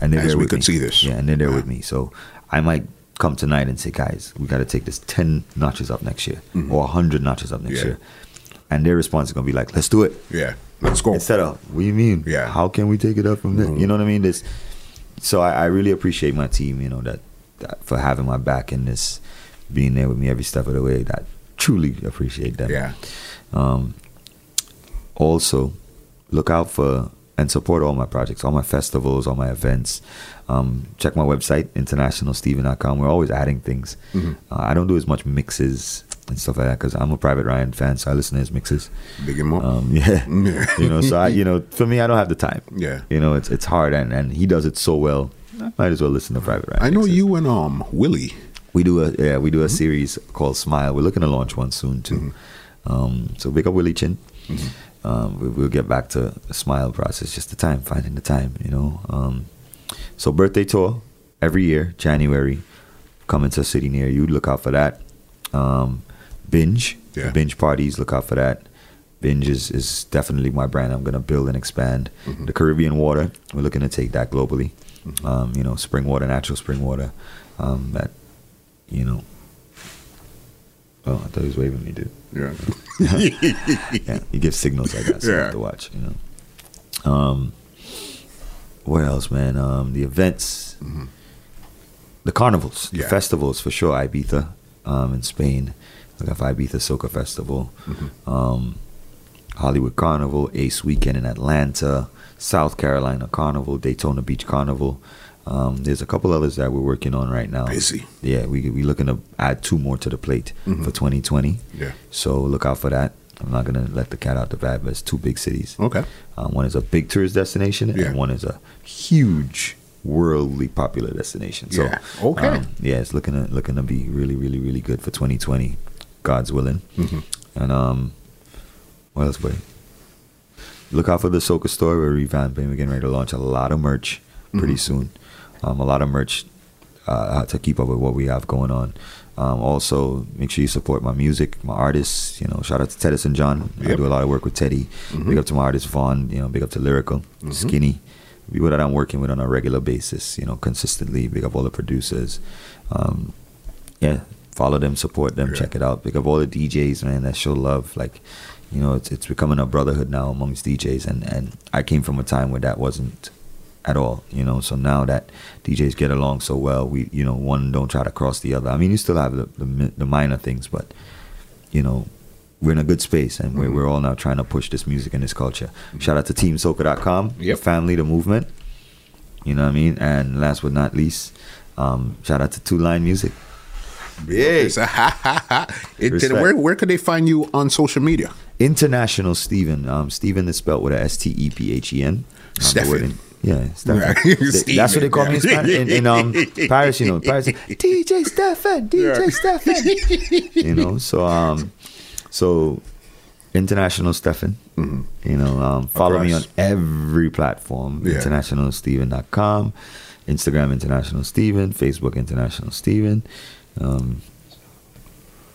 B: and they're
A: As
B: there
A: we
B: with
A: could
B: me.
A: see this.
B: Yeah, and they're there with me. So I might come tonight and say, guys, we got to take this ten notches up next year, or hundred notches up next
A: Mm-hmm. Yeah.
B: year. And their response is gonna be like, "Let's do it."
A: yeah. Let's go.
B: Instead of, what do you mean?
A: Yeah. Mm-hmm.
B: How can we take it up from there? You know what I mean? This. So I, I really appreciate my team. You know that, that for having my back in this, being there with me every step of the way. I truly appreciate them.
A: Yeah.
B: Um, also, look out for and support all my projects, all my festivals, all my events. Um, check my website, internationalsteven.com. We're always adding things.
A: Mm-hmm.
B: Uh, I don't do as much mixes and stuff like that because I'm a Private Ryan fan, so I listen to his mixes.
A: Big him up. [laughs]
B: Um, [laughs] yeah,
A: Yeah.
B: you know.
A: [laughs]
B: So I, you know, for me, I don't have the time.
A: Yeah.
B: you know, it's it's hard, and and he does it so well. I might as well listen to Private Ryan.
A: I know
B: mixes.
A: you Mm-hmm. and um Willie.
B: We do a yeah, we do a series called Smile. We're looking to launch one soon too. Um, so big up Willie Chin. Um, we, we'll get back to the smile process. Just the time, finding the time, you know. Um, so birthday tour every year, January, coming to a city near you. Look out for that. Um, binge,
A: Yeah.
B: binge parties. Look out for that. Binge is, is definitely my brand. I'm gonna build and expand. The Caribbean water. We're looking to take that globally. Um, you know, spring water, natural spring water. Um, that you know. Oh, I thought he was waving at me, dude.
A: Yeah. [laughs]
B: Yeah, he gives signals like that, so you
A: Yeah.
B: have to watch. You know. Um, where else, man? Um, the events, the carnivals,
A: Mm-hmm. Yeah.
B: the festivals for sure. Ibiza, um, in Spain, we got Ibiza Soca Festival,
A: Mm-hmm.
B: um, Hollywood Carnival, Ace Weekend in Atlanta, South Carolina Carnival, Daytona Beach Carnival. Um, there's a couple others that we're working on right now.
A: Busy.
B: Yeah, we we looking to add two more to the plate
A: Mm-hmm.
B: for 2020.
A: Yeah.
B: So look out for that. I'm not gonna let the cat out the bag, but it's two big cities.
A: Okay.
B: Um, one is a big tourist destination,
A: Yeah.
B: and one is a huge worldly popular destination. So
A: Yeah. Okay.
B: um, yeah, it's looking to, looking to be really, really, really good for 2020, God's willing.
A: Mm-hmm.
B: And um, what else, buddy? Look out for the Soka store. We're revamping. We're getting ready to launch a lot of merch pretty soon. Um, a lot of merch uh, to keep up with what we have going on. Um, also, make sure you support my music, my artists. You know, shout out to Tedis and John. I
A: Yep.
B: do a lot of work with Teddy. Mm-hmm. Big up to my artist Vaughn. You know, big up to Lyrical, Skinny, people that I'm working with on a regular basis. You know, consistently. Big up all the producers. Um, yeah, follow them, support them,
A: Yeah.
B: check it out. Big up all the DJs, man, that show love. Like, you know, it's it's becoming a brotherhood now amongst DJs, and and I came from a time where that wasn't at all, you know. So now that DJs get along so well, we you know one don't try to cross the other. I mean, you still have the the, mi- the minor things, but you know. We're in a good space, and we're, we're all now trying to push this music and this culture. Shout out to TeamSoca.com, the
A: Yep.
B: family, the movement. You know what I mean? And last but not least, um, shout out to Two Line Music.
A: [laughs]
B: Big.
A: So, ha, ha, ha. It,
B: Respect.
A: uh, where, where could they find you on social media?
B: International Stephen. Um, Stephen is spelt with a S T E P H E N. Um,
A: Stephen.
B: the word in- Yeah, Stephen.
A: Right.
B: They-
A: [laughs] Stephen,
B: That's what they call me in,
A: yeah.
B: Spanish, in, in um, Paris. You
A: [laughs]
B: know, Paris. DJ Stefan, DJ Stefan. you know, so um, so international Stefan. You know, um, follow me on
A: Across.
B: every platform.
A: Yeah.
B: Internationalstephen.com, Instagram International Stephen, Facebook International Stephen. Um,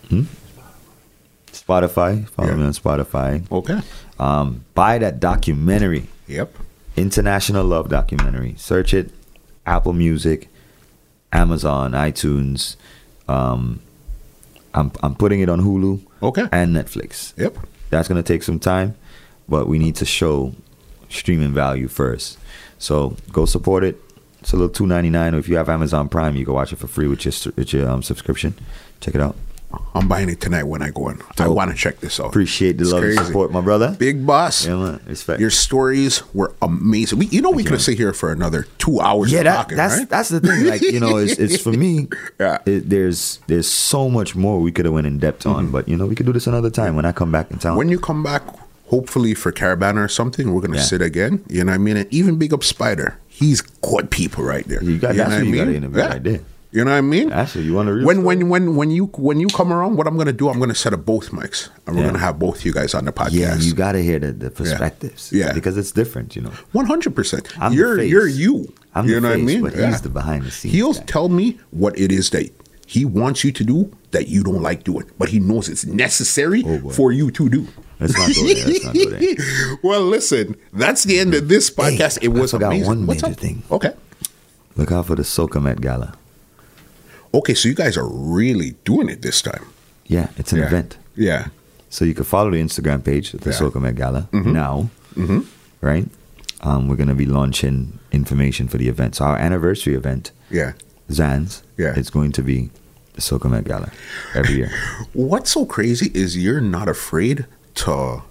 B: hmm? Spotify, follow
A: Yeah.
B: me on Spotify
A: Okay.
B: um, buy that documentary,
A: Yep.
B: International Love documentary. Search it, Apple Music, Amazon, iTunes. Um, I'm I'm putting it on Hulu
A: Okay.
B: and Netflix.
A: Yep.
B: That's gonna take some time, but we need to show streaming value first. So go support it. It's a little two ninety nine. Or if you have Amazon Prime, you can watch it for free with your with your um, subscription. Check it out.
A: I'm buying it tonight when I go in. I
B: Dope.
A: want to check this out.
B: Appreciate the
A: It's
B: love
A: crazy.
B: and support, my brother.
A: Big boss.
B: Yeah, man. Respect.
A: Your stories were amazing. We, you know, we could have sit here for another two hours.
B: yeah, that,
A: talking,
B: that's
A: right?
B: that's the thing. Like you know, it's, it's for me.
A: [laughs] Yeah.
B: it- there's there's so much more we could have went in depth on, but you know, we could do this another time when I come back in town.
A: Mm-hmm. when you come back, hopefully for Caravana or something, we're gonna
B: Yeah.
A: sit again. You know what I mean? And even big up Spider, he's good people right there.
B: You got- that's
A: know
B: who you
A: what I
B: gotta
A: mean?
B: interview right there.
A: You know what I mean?
B: Actually, you want to real
A: When
B: story?
A: when when when you when you come around, what I'm gonna do? I'm gonna set up both mics, and we're
B: Yeah.
A: gonna have both you guys on the podcast.
B: yeah, you got to hear the, the perspectives,
A: Yeah.
B: because it's different, you know.
A: One hundred percent.
B: I'm the
A: You're
B: face.
A: you're you.
B: I'm
A: you
B: the
A: know what I
B: face,
A: mean?
B: but he's the behind the scenes
A: He'll
B: guy.
A: tell me what it is that he wants you to do that you don't like doing, but he knows it's necessary
B: Oh, boy.
A: for you to do.
B: Let's not go there. Let's not
A: [laughs]
B: go there.
A: well, listen, that's the end of this podcast.
B: Hey,
A: it was
B: I forgot
A: amazing.
B: one
A: What's
B: major
A: up?
B: thing.
A: Okay.
B: Look out for the Soca Met Gala.
A: Okay, so you guys are really doing it this time.
B: Yeah, it's an
A: yeah.
B: event.
A: Yeah.
B: So you can follow the Instagram page, the
A: Yeah. Mm-hmm.
B: Soca Met Gala, now, right? Um, we're gonna be launching information for the event. So our anniversary event
A: Yeah.
B: Zans.
A: Yeah.
B: It's going to be the Soca Met Gala every
A: [laughs]
B: year.
A: What's so crazy is you're not afraid to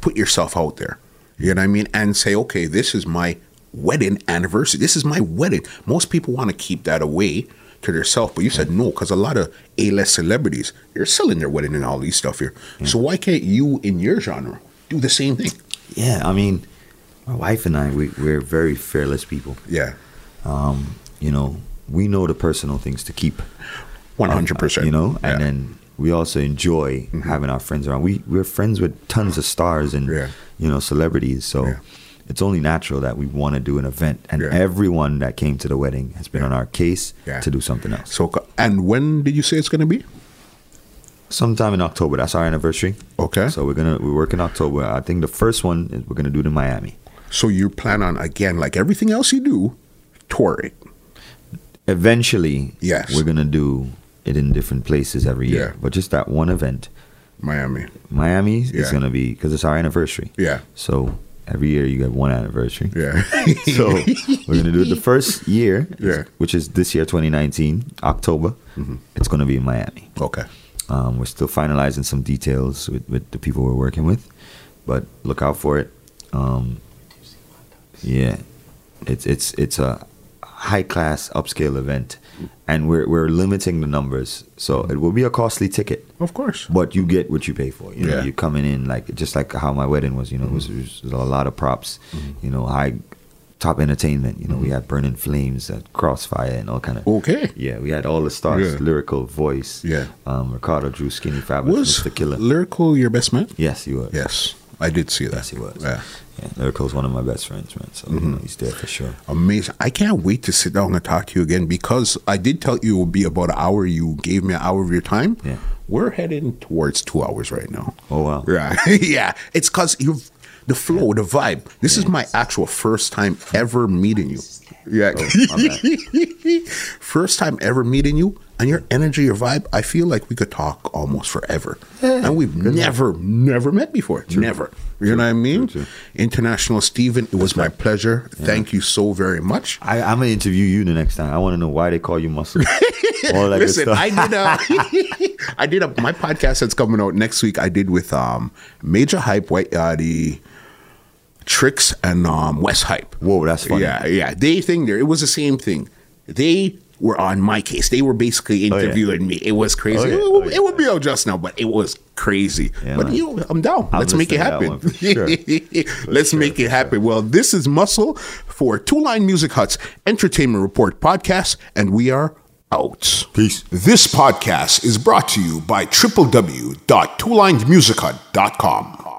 A: put yourself out there. You know what I mean? And say, okay, this is my wedding anniversary. This is my wedding. Most people want to keep that away to themselves, but you said no, because a lot of A list celebrities, they're selling their wedding and all these stuff here. So why can't you, in your genre, do the same thing?
B: yeah, I mean, my wife and I, we, we're very fearless people.
A: Yeah.
B: Um, you know, we know the personal things to keep. uh,
A: One hundred percent.
B: You know,
A: yeah. Mm-hmm.
B: and then we also enjoy having our friends around. We we're friends with tons of stars and
A: Yeah.
B: you know celebrities, so.
A: Yeah.
B: It's only natural that we want to do an event, and
A: Yeah.
B: everyone that came to the wedding has been on our case
A: Yeah.
B: to do something else.
A: so co- and when did you say it's going to be?
B: Sometime in October, that's our anniversary.
A: Okay. So,
B: So we're gonna we work in October. I think the first one is we're gonna do it in Miami.
A: you plan on again, like everything else you do, tour it.
B: Eventually,
A: Yes.
B: we're gonna do it in different places every year.
A: Yeah.
B: But just that one event,
A: Miami.
B: Miami
A: Yeah.
B: is gonna be because it's our anniversary.
A: Yeah.
B: So every year you get one
A: [laughs]
B: anniversary.
A: Yeah.
B: [laughs] So we're gonna do it the first year,
A: Yeah.
B: which is this year, 2019, October. It's gonna be in Miami.
A: Mm-hmm. okay.
B: Um, we're still finalizing some details with, with the people we're working with, but look out for it. Um, yeah, it's it's it's a high class upscale event, and we're we're limiting the numbers, so it will be a costly ticket,
A: Of course.
B: but you get what you pay for. You know,
A: Yeah.
B: you're coming in like just like how my wedding was. You know, it, was, it was a lot of props.
A: Mm-hmm.
B: You know, high top entertainment. You know, we had burning flames, uh, crossfire, and all kind of.
A: Okay.
B: Yeah, we had all the stars,
A: Yeah.
B: lyrical voice.
A: Yeah.
B: Um, Ricardo Drew Skinny Fabulous,
A: Was
B: Mr. Killer.
A: Lyrical your best man?
B: yes, you were.
A: Yes. I did see that.
B: Yes, he was.
A: Yeah. Mm-hmm.
B: Yeah, Lyrical's one of my best friends, man. So you know, he's there for sure.
A: Amazing. I can't wait to sit down and talk to you again because I did tell you it would be about an hour. You gave me an hour of your time.
B: Yeah.
A: We're heading towards two hours right now.
B: Oh wow.
A: Yeah. [laughs] yeah. It's because you've the flow, the vibe. This is my actual first time ever meeting you. Yeah.
B: [laughs] Oh, my
A: [laughs] first time ever meeting you and your energy, your vibe. I feel like we could talk almost forever. and we've never, never met before. Never. You know what I mean?
B: True, true.
A: International Steven, it was my pleasure. Thank you so very much.
B: I, I'm gonna interview you the next time. I want to know why they call you
A: [laughs]
B: muscle. all that
A: Listen,
B: good stuff.
A: I did a, [laughs] I did a, my podcast that's coming out next week. I did with um Major Hype, White Yachty, Tricks, and um West Hype.
B: Whoa, that's funny.
A: Yeah, yeah. They thing there. It was the same thing. They were on my case. They were basically
B: Oh, yeah.
A: interviewing me. It was crazy.
B: Oh, yeah.
A: It, will,
B: Oh, yeah.
A: it will be out just now, but it was crazy.
B: Yeah,
A: but
B: man.
A: you, know, I'm down.
B: I'll
A: Let's make it
B: listen
A: happen.
B: to that one for
A: [laughs]
B: sure.
A: Let's make it happen. Well, this is Muscle for Two Line Music Hut's Entertainment Report podcast, and we are out.
B: Peace.
A: This podcast is brought to you by www.twolinedmusichut.com.